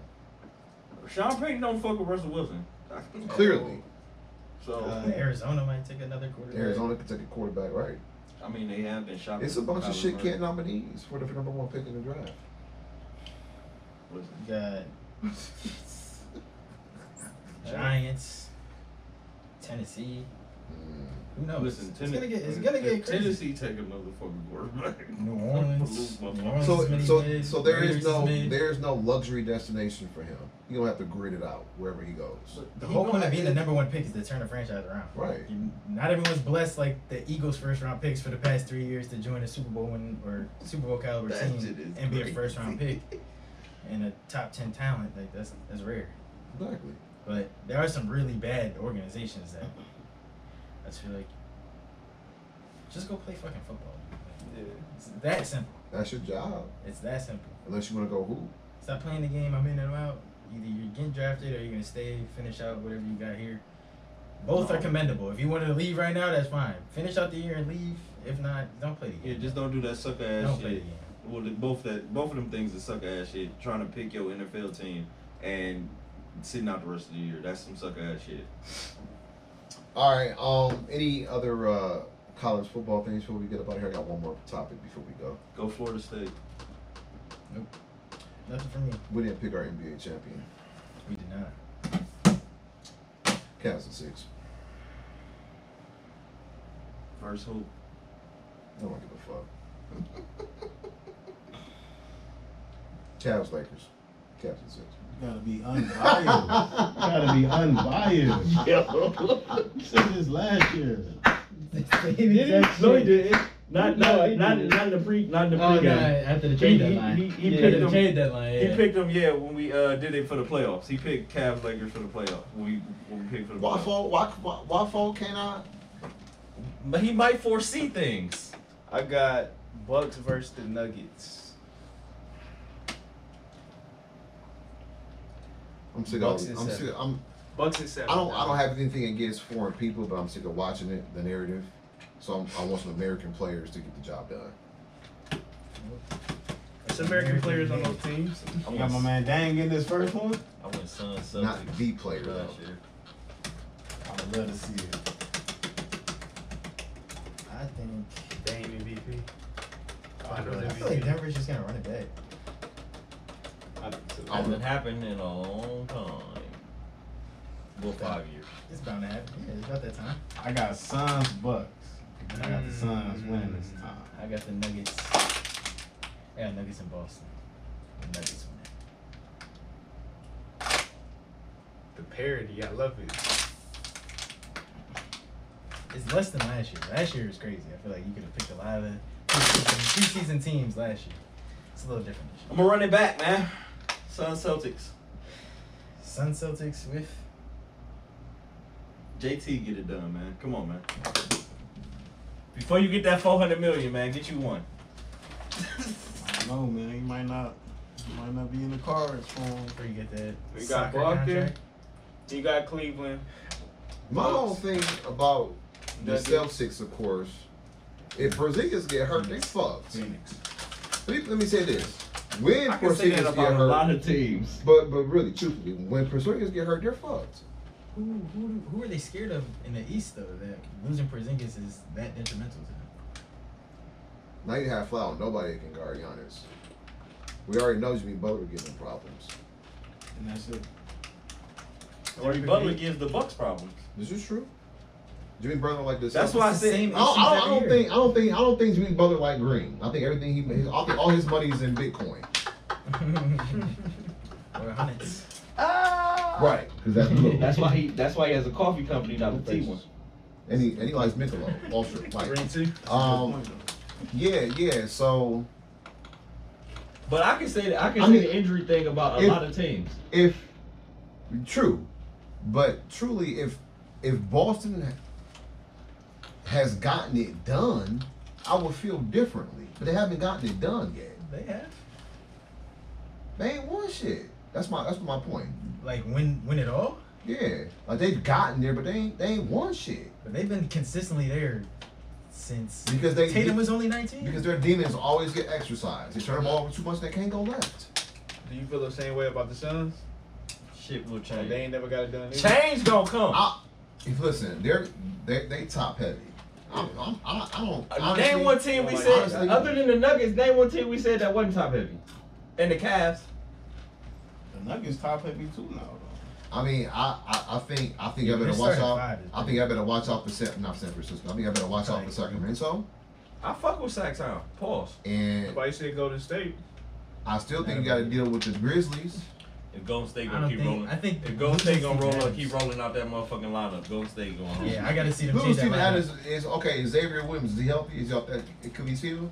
S10: Sean Payton don't fuck with Russell Wilson.
S9: clearly
S10: So
S2: Uh, Arizona might take another quarterback.
S9: Arizona can take a quarterback, right?
S10: I mean, they have been shopping.
S9: It's a bunch of
S10: Kyler
S9: shit
S10: Murray.
S9: cat nominees for the number one pick in the draft.
S10: Listen,
S2: You got Giants, Tennessee. Who knows?
S10: listen.
S2: it's
S10: Tenn-
S2: gonna get it's gonna
S10: if
S2: get crazy.
S10: Tennessee take another fucking quarterback.
S2: New Orleans.
S10: Blue
S2: New Orleans
S10: motherfucker.
S2: is
S9: So,
S2: mid,
S9: so, so there
S2: Raiders
S9: is no,
S2: mid.
S9: there is no luxury destination for him. He gonna have to grit it out wherever he goes.
S2: The
S9: He
S2: whole point
S9: gonna-
S2: of being the number one pick is to turn the franchise around.
S9: Right.
S2: You- Not everyone's blessed like the Eagles' first round picks for the past three years to join a Super Bowl win or Super Bowl caliber
S10: That shit
S2: team
S10: is
S2: and be a
S10: crazy.
S2: first round pick and a top ten talent. Like that's that's rare.
S9: Exactly.
S2: But there are some really bad organizations that I just feel like just go play fucking football.
S3: Yeah.
S2: It's that simple.
S9: That's your job.
S2: It's that simple.
S9: Unless you wanna go hoop.
S2: Stop playing the game. I'm in and I'm out. Either you're getting drafted or you're gonna stay, finish out whatever you got here. Both are commendable. If you wanted to leave right now, that's fine. Finish out the year and leave. If not, don't play the
S10: Yeah,
S2: game.
S10: just don't do that sucker ass
S2: don't
S10: shit.
S2: play the game.
S10: Well, the, both that both of them things are sucker ass shit. Trying to pick your NFL team and sitting out the rest of the year. That's some sucker ass shit.
S9: All right. Um, any other uh college football things before we get up out of here? I got one more topic before we go.
S10: Go Florida State.
S2: Nothing for me.
S9: We didn't pick our NBA champion.
S2: We did not.
S9: Cavs and six.
S10: First who?
S9: I don't give a fuck. Cavs Lakers. Cavs and six.
S8: You gotta be unbiased. You gotta be unbiased. Since this last year.
S33: No, he didn't. Not
S8: No,
S33: not
S8: he
S33: not,
S8: didn't.
S33: not in the pre not in the
S2: Oh,
S33: pregame.
S2: no, after the
S33: He-
S2: trade
S33: he-
S2: deadline.
S33: he- he
S2: yeah,
S33: picked
S2: the
S33: him-
S2: trade deadline. Yeah.
S10: He picked them, yeah, when we uh, did it for the playoffs. He picked Cavs Lakers for the playoffs. When we when we picked for the playoffs.
S9: Waffle, why, why, waffle, can I?
S10: But he might foresee things.
S1: I got Bucks versus the Nuggets.
S9: I'm sick of.
S1: Bucks and
S9: I'm sick.
S1: seven.
S9: of- I'm.
S3: Bucks and seven.
S9: I don't. I don't have anything against foreign people, but I'm sick of watching it, the narrative. So I'm, I want some American players to get the job done.
S1: It's American players on those teams.
S10: I
S8: You got
S10: want,
S8: my man Dang in this first one.
S10: I want Sun
S9: Not
S10: Celtics.
S9: the player though.
S10: Last year.
S8: I would love to see it.
S2: I think.
S33: Dame MVP.
S2: I feel like Denver's just gonna run it back.
S10: Hasn't happened in a long time. Well, five years.
S2: It's bound to happen. Yeah, it's about that time.
S8: I got Suns Bucks. I got the Suns winning this time.
S2: I got the Nuggets. I got Nuggets in Boston. The Nuggets win it.
S33: The parody, I love it.
S2: It's less than last year. Last year was crazy. I feel like you could have picked a lot of the preseason, preseason teams last year. It's a little different this year.
S10: I'm gonna run it back, man. Sun Celtics.
S2: Sun Celtics with
S10: JT get it done, man. Come on, man. Before you get that 400 million, man, get you one.
S8: I don't know, man. He might not. He might not be in the cards for him.
S2: where you get that.
S3: We got
S2: soccer
S3: Boston.
S2: contract.
S3: You got Cleveland.
S9: My whole thing about the
S3: Nuggets.
S9: Celtics, of course, if Porzingis get hurt, they fucked.
S8: Phoenix.
S9: Let me, let me say this: when
S10: I can say
S9: Porzingis
S10: that
S9: get
S10: about a lot
S9: hurt,
S10: of teams.
S9: but but really, truthfully, when Porzingis get hurt, they're fucked.
S2: who who do- who are they scared of in the East though? That losing Porzingis is that detrimental to them.
S9: Now you have Flow. Nobody can guard Giannis. We already know Jimmy Butler giving problems.
S8: And that's it.
S1: Jimmy Butler gives the Bucks problems.
S9: This is true. Jimmy Butler like this.
S1: That's why I
S9: It's
S1: said-
S9: the same
S1: I
S9: I don't, I don't- I
S1: issues
S9: don't
S1: every
S9: think I don't think I don't think Jimmy Butler like green. I think everything he his, I think all his money is in Bitcoin.
S2: Or Hornets.
S9: Right, because that's blue.
S10: that's why he. That's why he has a coffee company, not the tea one.
S9: And he, and he likes Michelob Ultra. Like, um, yeah, yeah. So
S10: But I can say that I can
S9: I
S10: say
S9: mean,
S10: the injury thing about a
S9: if-
S10: lot of teams.
S9: if true, but truly, if if Boston has gotten it done, I would feel differently. But they haven't gotten it done yet.
S2: They have
S9: They ain't won shit. That's my that's my point.
S2: like win win it all,
S9: Yeah, like they've gotten there, but they ain't they ain't won shit
S2: but they've been consistently there since
S9: because they
S2: Tatum was only nineteen.
S9: because their demons always get exercised. They turn the ball over too much, they can't go left.
S33: Do you feel the same way about the Suns?
S10: Shit will
S33: Like,
S10: change.
S33: they ain't never got it done. either?
S1: Change gonna come.
S9: I, if listen, they're they they top heavy. I'm, I'm, I'm, I don't.
S1: Uh,
S9: honestly-
S1: name one team we
S9: like,
S1: said
S9: honestly-
S1: other than the Nuggets. Name one team we said that wasn't top heavy, and the Cavs.
S8: The Nuggets top heavy too now. though.
S9: I mean, I, I, I think I think
S2: Yeah,
S9: I better
S2: they're
S9: watch
S2: starting
S9: out.
S2: five is
S9: I think I better watch out for San, not San Francisco. I think I better watch out for Sacramento.
S1: I fuck with Sac Town. Pause.
S9: And
S33: Nobody said Golden State.
S9: I still think you got to deal with the Grizzlies.
S5: If Golden State
S2: I
S5: gonna
S2: don't
S5: keep
S2: think-
S5: rolling,
S2: I think
S5: if Golden State gonna roll
S2: Houston
S5: up, keep
S2: Cavs.
S5: rolling out that motherfucking lineup. Golden State going. home.
S2: yeah, I gotta see them
S9: Who's
S2: change that
S9: team that
S2: lineup.
S9: is, is okay? Is Xavier Williams is he healthy? Is he out there? Could we see him?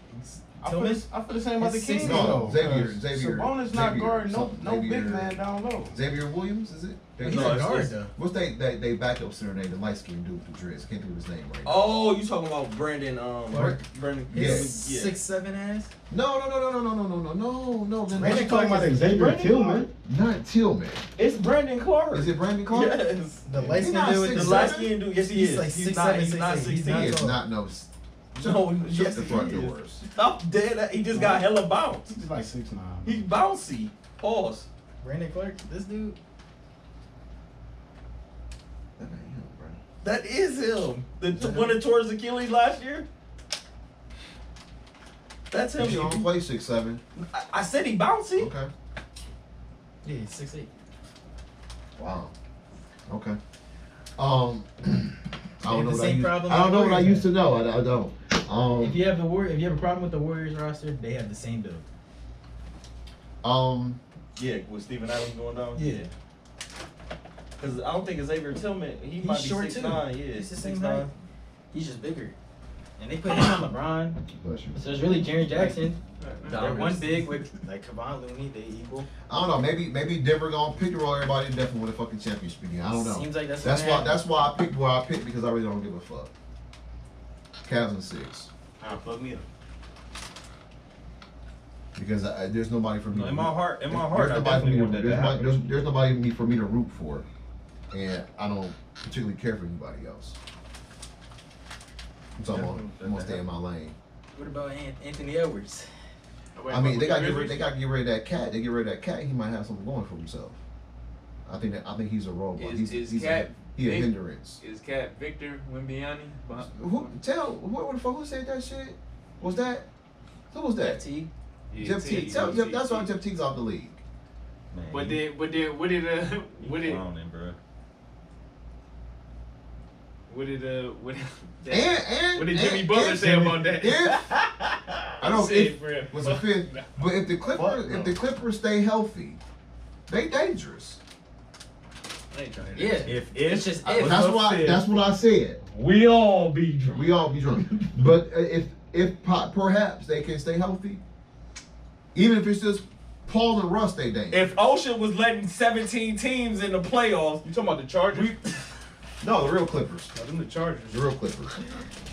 S17: I feel,
S2: Tillman?
S17: the- I feel the same about the
S2: It's six
S17: Kings.
S9: No,
S17: though,
S9: Xavier-
S17: 'cause
S9: Xavier-
S17: Sabonis not
S9: Xavier,
S17: guarding no,
S9: something,
S17: no big
S9: Xavier.
S17: man down low.
S9: Xavier Williams is it? Their-
S2: He's a
S9: no, it's-
S2: guard
S9: it's-
S2: though.
S9: What's they they they backup center name? The light skinned dude with the dreads. Can't think of his name right now.
S1: Oh, you talking about Brandon? Um,
S2: Clark.
S1: Brandon.
S9: Yeah.
S2: His six seven ass.
S9: No, no, no, no, no, no, no, no, no, no. no.
S17: Brandon talking about Xavier
S1: Brandon
S17: Tillman.
S9: Not Tillman.
S1: It's Brandon Clark.
S9: Is it Brandon Clark?
S1: Yes.
S2: The
S9: He's
S2: light skin
S9: not
S2: dude with
S9: six
S2: the
S1: The
S9: seven.
S1: light skinned dude. Yes, he
S2: He's
S1: is.
S2: like
S1: he's
S2: six,
S1: not.
S2: seven,
S1: he's
S2: six,
S1: not
S2: eight. He's
S1: sixteen.
S2: not
S9: He is
S2: tall.
S9: not no.
S1: No,
S9: shut
S1: yes,
S9: the
S1: he
S9: front
S1: is.
S9: doors.
S1: Stop dead. He just got hella bounce.
S17: He's like six nine.
S1: He's bouncy. Pause.
S2: Brandon Clark, this dude.
S9: That ain't him, bro.
S1: That is him. The t- one that tore his Achilles last year. That's him.
S9: He don't play six seven.
S1: I, I said he bouncy.
S9: Okay.
S2: Yeah, he's six eight.
S9: Wow. Okay. Um, I
S2: have
S9: don't
S2: the
S9: know what I
S2: same
S9: used.
S2: problem
S9: I don't
S2: with
S9: know what I
S2: Warriors,
S9: used to
S2: then.
S9: know. I, I don't.
S2: If you
S9: Um,
S2: have the war, if you have a problem with the Warriors roster, they have the same build.
S9: um,
S1: Yeah, with Steven Adams going down.
S2: Yeah,
S1: Because I don't think Xavier Tillman, he
S2: he's
S1: might be
S2: short
S1: six
S2: too.
S1: nine. Yeah,
S2: he's the same
S1: 6'9".
S2: height. He's just bigger. And they put him on LeBron,
S9: bless you.
S2: so it's really Jaren Jackson. They're
S1: Dominance.
S2: one big with like Kevon Looney, they equal.
S9: I don't know. Maybe maybe Denver gonna pick the roll everybody and definitely win the fucking championship again. I don't know.
S2: Seems like that's
S9: that's
S2: what
S9: why
S2: happened.
S9: that's why I picked where I picked because I really don't give a fuck. Cavs and six
S8: Ah, fuck me up.
S9: because I, there's nobody for me.
S5: No,
S9: to
S5: in my
S9: root-
S5: heart- in my
S9: there's-
S5: heart, I
S9: there's nobody for me
S5: definitely
S9: to-
S5: want that to
S9: there's nobody-
S5: happen.
S9: There's, there's nobody me- for me to root for, and I don't particularly care for anybody else. I'm talking about I'm gonna stay in my lane.
S2: What about An- Anthony Edwards?
S9: I mean, they got to get rid, they got to get rid of that cat. They get rid of that cat. He might have something going for himself. I think that I think he's a robot.
S3: Is-
S9: he's
S3: is
S9: he's
S3: Cat
S9: a, he a
S3: big?
S9: hindrance.
S3: Is Cat Victor Wimbiani? behind-
S9: Who tell what the fuck who said that shit? Was that who was that?
S2: T.
S3: Yeah,
S9: Jeff Teague. Tell
S3: T,
S9: Jeff, that's
S3: T.
S9: why Jeff Teague's off the league.
S2: Man,
S3: But
S2: he-
S3: did but did what did uh what did
S5: Clowning, bro.
S3: what did uh what
S9: And and
S3: what did
S9: and-
S3: Jimmy Butler
S9: and-
S3: say about that?
S9: If, I don't
S3: Say,
S9: if
S3: bruh,
S9: was a
S3: fuck
S9: fifth,
S3: that.
S9: but if the Clippers
S8: Fuck no.
S9: if the Clippers stay healthy, they dangerous.
S2: yeah,
S5: If if
S2: it's just if.
S9: that's why that's what I said.
S33: We all be drunk.
S9: We all be drunk. but uh, if if po- perhaps they can stay healthy, even if it's just Paul and Russ, they dang.
S1: If Ocean was letting 17 teams in the playoffs,
S33: You talking about the Chargers?
S1: we,
S9: no, the real Clippers,
S33: No, them the Chargers.
S9: the real Clippers.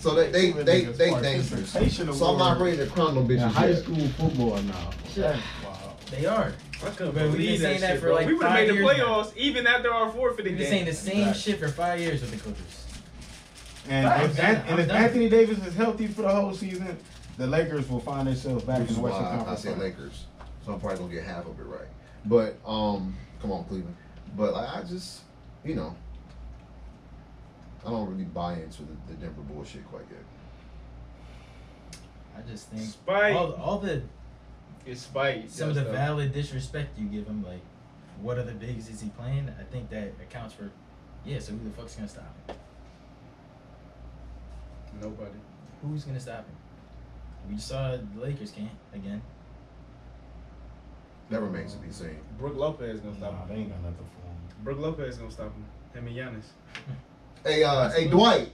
S9: So they they they, they, dangerous.
S17: Participation
S9: So I'm not
S17: award.
S9: ready to crown them
S17: In
S9: bitches
S17: high
S9: yet.
S17: school football now.
S2: Yeah.
S17: Wow.
S2: They are.
S33: I couldn't
S2: But we've been
S33: believe
S2: saying that
S33: shit,
S2: for
S33: bro.
S2: like
S3: We would have
S2: five
S3: made the
S2: years now.
S3: playoffs even after our forfeited
S2: We've been
S3: game.
S2: saying the same
S8: Exactly.
S2: shit for five years with the Clippers.
S17: And if,
S2: Facts.
S17: An- and if
S2: I'm done.
S17: Anthony Davis is healthy for the whole season, the Lakers will find themselves back
S9: Which
S17: in
S9: is
S17: the
S9: why
S17: Western
S9: I, I
S17: Conference.
S9: said
S17: Finals.
S9: Lakers. So I'm probably gonna get half of it right. But um, come on Cleveland. But like, I just you know I don't really buy into the, the Denver bullshit quite yet.
S2: I just think
S3: Spike.
S2: All, all the
S3: It's spite.
S2: some of the
S3: That's
S2: valid disrespect you give him, like what other bigs is he playing? I think that accounts for yeah. So who the fuck's gonna stop him?
S33: Nobody.
S2: Who's gonna stop him? We saw the Lakers can't again.
S9: That remains to be seen.
S33: Brooke Lopez gonna stop him.
S17: They ain't got nothing for him.
S33: Brooke Lopez gonna stop him. Him and Giannis.
S9: Hey, uh, hey, Dwight,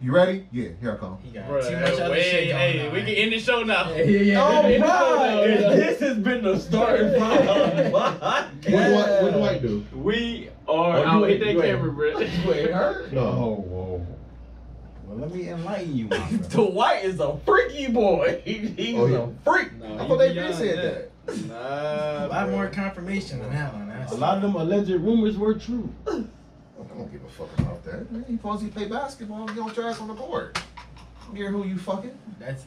S9: you ready? Yeah, here I come.
S2: He got
S33: Bruh,
S2: too much other
S3: hey,
S2: shit going
S3: hey,
S2: on.
S3: we can end the show now.
S2: Yeah, yeah, yeah.
S8: Oh,
S11: All
S2: End the show
S11: right.
S2: now, yeah.
S11: This has been the starting five.
S9: What do I, what do I do?
S26: We are
S11: Oh, you
S26: out.
S11: ain't-
S26: Hit that
S11: you ain't-
S26: camera, bro.
S11: You ain't heard?
S9: No.
S17: whoa. Well, let me enlighten you, my friend.
S11: Dwight is a freaky boy. He's
S9: Oh, yeah.
S11: a freak.
S33: No,
S9: I
S33: he
S9: thought they
S33: beyond
S9: been said that.
S33: Nah,
S2: A lot
S33: bruh.
S2: more confirmation than that one.
S17: A lot of them alleged rumors were true.
S9: I don't give a fuck about that. Man, you supposed to play basketball and get on your ass on the court. I don't care who you fucking.
S2: That's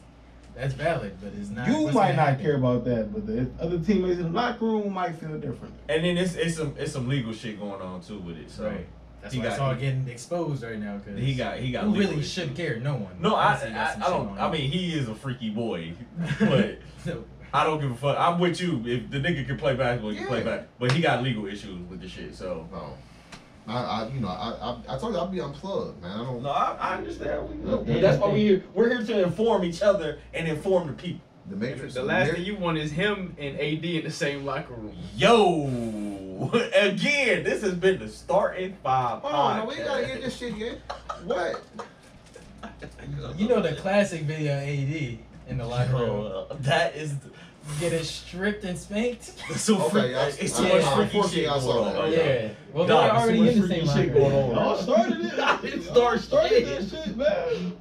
S2: that's valid, but it's not.
S17: You
S2: what's
S17: might
S2: gonna
S17: not
S2: happen.
S17: care about that, but the other teammates in the locker room might feel different.
S1: And then it's it's some it's some legal shit going on too with it. So
S2: Right. That's
S1: He
S2: why it's
S1: got-
S2: all getting exposed right now. Cause
S1: he got he got
S2: who
S1: legal
S2: really
S1: issues.
S2: should care? No one.
S1: No, I
S2: Honestly, got
S1: I,
S2: some
S1: I
S2: shit
S1: don't.
S2: going
S1: I
S2: on.
S1: mean, he is a freaky boy, but
S2: So,
S1: I don't give a fuck. I'm with you. If the nigga can play basketball, he can play
S9: Yeah.
S1: back. But he got legal issues with the shit. So
S9: No. I, I you know, I, I, I told you I'd be unplugged, man. I don't.
S1: no, I, I understand. We know.
S2: Yeah.
S1: That's why we here. We're here to inform each other and inform the people.
S9: The Matrix.
S26: The last
S9: Mar-
S26: thing you want is him and AD in the same locker room.
S1: Yo, again, this has been the starting five.
S9: Hold on, no, we ain't gotta
S1: podcast.
S9: get this shit yet. What?
S2: you know the classic video AD in the locker room.
S1: Yo, uh, that is
S2: Get it stripped and spanked.
S1: that's so
S9: Okay,
S1: freak-
S9: I-
S1: It's too
S2: I-
S1: much
S2: I-
S1: freaky
S9: unfortunately,
S1: shit
S9: I
S1: going
S9: saw that.
S1: on.
S9: Oh,
S2: Yeah. Well,
S1: God, there's
S2: they're
S1: so
S2: already
S1: much
S2: in the
S1: freaky
S2: same
S1: shit
S2: locker
S1: going
S2: room.
S1: on.
S17: Y'all started it. Y'all started that shit, man.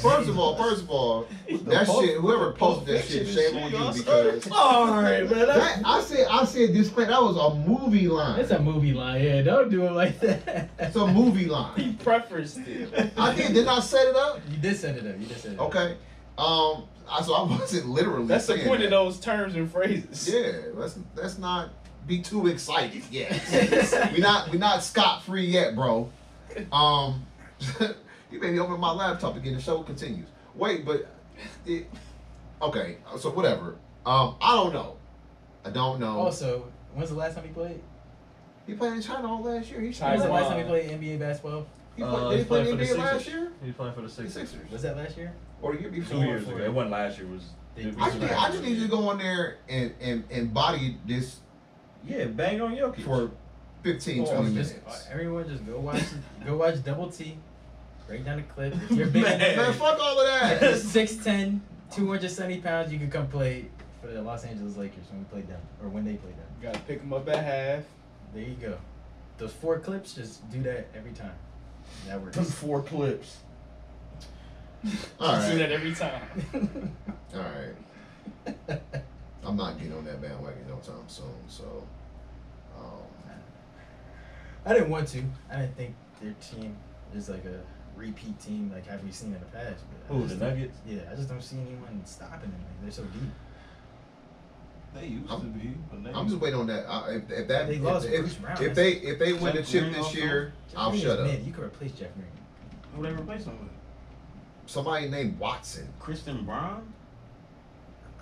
S9: First of all, first of all, that
S17: Pulp-
S9: shit. Whoever posted that
S17: Fiction
S9: shit,
S17: and
S9: shame
S17: shit,
S9: on
S17: y'all
S9: you because
S1: All right, man. that's-
S9: that, I said, I said this claim. That was a movie line.
S2: It's a movie line. Yeah, don't do it like that.
S9: It's a movie line.
S26: Preference it.
S9: I did. Did I set it up?
S2: You did set it up. You did set it up.
S9: Okay. Um. I, so I wasn't literally.
S26: That's the
S9: saying
S26: point
S9: that.
S26: of those terms and phrases.
S9: Yeah, let's let's not be too excited yet. we not we not scot free yet, bro. Um, you made me open my laptop again. The show continues. Wait, but it, okay. So whatever. Um, I don't know. I don't know.
S2: Also, when's the last time he played?
S9: he played in China all last year. He, he,
S2: When's the
S9: played,
S2: last time he played NBA basketball?
S9: he,
S1: Uh,
S9: played,
S1: he's
S9: did he play
S1: playing
S9: in
S1: for
S9: the
S1: the
S9: NBA last
S1: Sixers.
S9: year?
S1: He was playing for the
S9: The
S1: Sixers.
S9: Sixers.
S2: Was that last year?
S9: Or the year
S1: Two
S9: before.
S1: years ago. It wasn't last year. It was.
S2: They-
S1: it was
S9: I just, need- I just need you to go on there and, and, and body this
S1: Yeah, bang on Jokic.
S9: for 15, 20
S2: Or
S9: minutes.
S2: Oh, just, uh, everyone just go watch go watch Double T, break down the clip. If you're big
S1: Man.
S9: Man,
S2: enough,
S9: fuck all of that.
S2: if you're 6'10", 270 pounds, you can come play for the Los Angeles Lakers when we play them or when they play them.
S33: Gotta pick him up at half.
S2: There you go. Those four clips, just do that every time. That works.
S1: Them four clips.
S9: All
S26: Do
S9: right.
S26: that every time.
S9: All right. I'm not getting on that bandwagon no time soon. So, um,
S2: I didn't want to. I didn't think their team is like a repeat team like have we seen in the past. But I
S1: Who,
S2: just
S1: the
S2: don't-
S1: Nuggets?
S2: Yeah, I just don't see anyone stopping them. Like, they're so deep.
S10: They used
S9: I'm-
S10: to be, but they
S9: I'm just waiting on that. I, if, if that
S2: They
S9: if,
S2: lost Bruce
S9: if,
S2: Brown.
S9: if they if they win the
S10: Jeff
S9: chip
S10: Green
S9: this
S10: also?
S9: year,
S2: Jeff
S9: I'll
S2: Green is
S9: shut up.
S2: mid. You could replace Jeff Green.
S10: who they replaced him with?
S9: Somebody named Watson.
S10: Kristen Brown?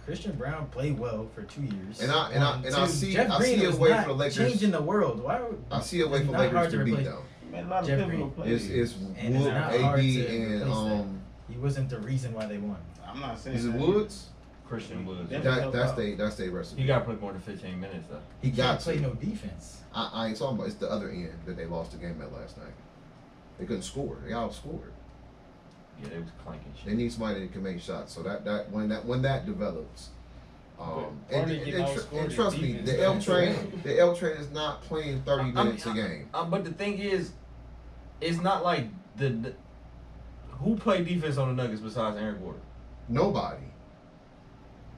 S2: Christian Brown played well for two years.
S9: And I- and I-
S2: One,
S9: and I
S2: two.
S9: see-
S2: Jeff
S9: I
S2: Green
S9: see a
S2: was
S9: way for
S2: not
S9: the Lakers-
S2: changing the world. Why? Would,
S9: I see a way for
S2: Not hard
S9: Lakers
S2: to
S9: to beat
S2: replace.
S9: them.
S10: Man, a lot
S2: Jeff
S10: of pivotal
S2: Green.
S10: players.
S9: It's it's
S2: And it's
S9: Wood,
S2: not hard
S9: AB,
S2: to
S9: and
S2: replace that.
S9: um,
S2: he wasn't the reason why they won.
S10: I'm not saying
S9: is it
S10: that.
S9: Woods?
S1: Christian Woods.
S10: Yeah.
S9: That that's they that's they
S1: He
S9: recipe.
S1: got to play more than 15 minutes though.
S9: He got
S2: play
S9: to.
S2: no defense.
S9: I, I ain't talking about. It's the other end that they lost the game at last night. They couldn't score. They outscored.
S1: Yeah, they was clanking shit.
S9: They need somebody that can make shots. So that that when that when that develops, um,
S26: But
S9: and,
S26: Barney
S9: and,
S26: can
S9: and, tr-
S26: outscore
S9: and
S26: the
S9: trust me,
S26: defense.
S9: the L train the L train is not playing thirty
S1: I'm-
S9: minutes a game.
S1: Um, but the thing is, it's not like the, the who played defense on the Nuggets besides Aaron Gordon.
S9: Nobody.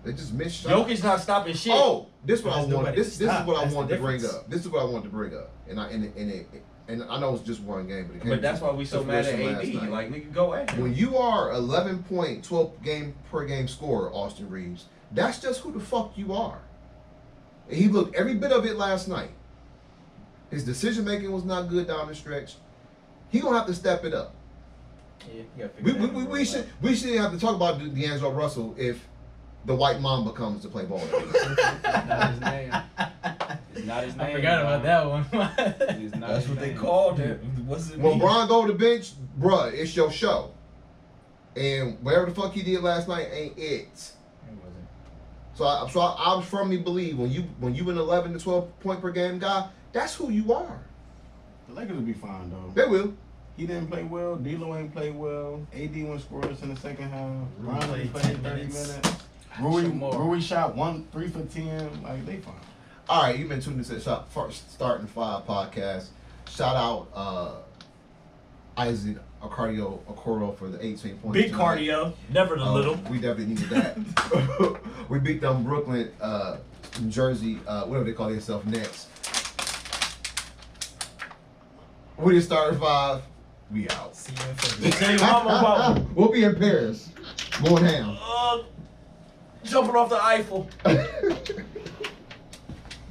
S9: They just missed shots.
S1: Jokic not stopping shit.
S9: Oh, this is what I
S2: There's
S9: want.
S2: nobody
S9: This
S2: to
S9: this is
S2: stop.
S9: what I
S2: That's the
S9: wanted to bring
S2: difference.
S9: up. This is what I wanted to bring up. And I and it, and it, and I know it's just one game, but it came
S1: but that's
S9: to-
S1: why we so
S9: to
S1: mad at
S9: fruition last
S1: AD.
S9: night.
S1: Like nigga, go at him.
S9: when you are 11 point 12 game per game scorer, Austin Reeves, that's just who the fuck you are. And he looked every bit of it last night. His decision making was not good down the stretch. He gonna have to step it up.
S2: Yeah, you gotta
S9: We,
S2: figure
S9: we,
S2: that
S9: we,
S2: out.
S9: we should we should have to talk about De- D'Angelo Russell if the white mom becomes to play ball.
S1: not his name. It's not his name.
S2: I forgot about that one.
S1: It's not That's what they called it. What's it
S9: when
S1: mean?
S9: Bron go to the bench, bruh, it's your show. And whatever the fuck he did last night ain't it. So I so I, I firmly believe when you when you an eleven to twelve point per game guy, that's who you are.
S8: The Lakers will be fine though.
S9: They will.
S8: He didn't play well. D'Lo ain't play well. AD went scoreless in the second half.
S2: Rui
S8: Ron
S2: played
S8: played
S2: 10
S8: 30
S2: minutes.
S8: minutes. Rui, Rui shot one three for ten. Like they fine.
S9: All right, you've been tuned into the Shot First Starting Five podcast. Shout out uh, Isaac Acardio Acoro for the 18 points.
S1: Big
S9: tonight.
S1: cardio, never the
S9: Uh,
S1: little.
S9: We definitely needed that. we beat them Brooklyn, uh, New Jersey, uh, whatever they call themselves next. We just started five. We out.
S2: See you in February.
S1: Tell your mama about
S9: we'll be in Paris. Going down.
S1: uh, jumping off the Eiffel.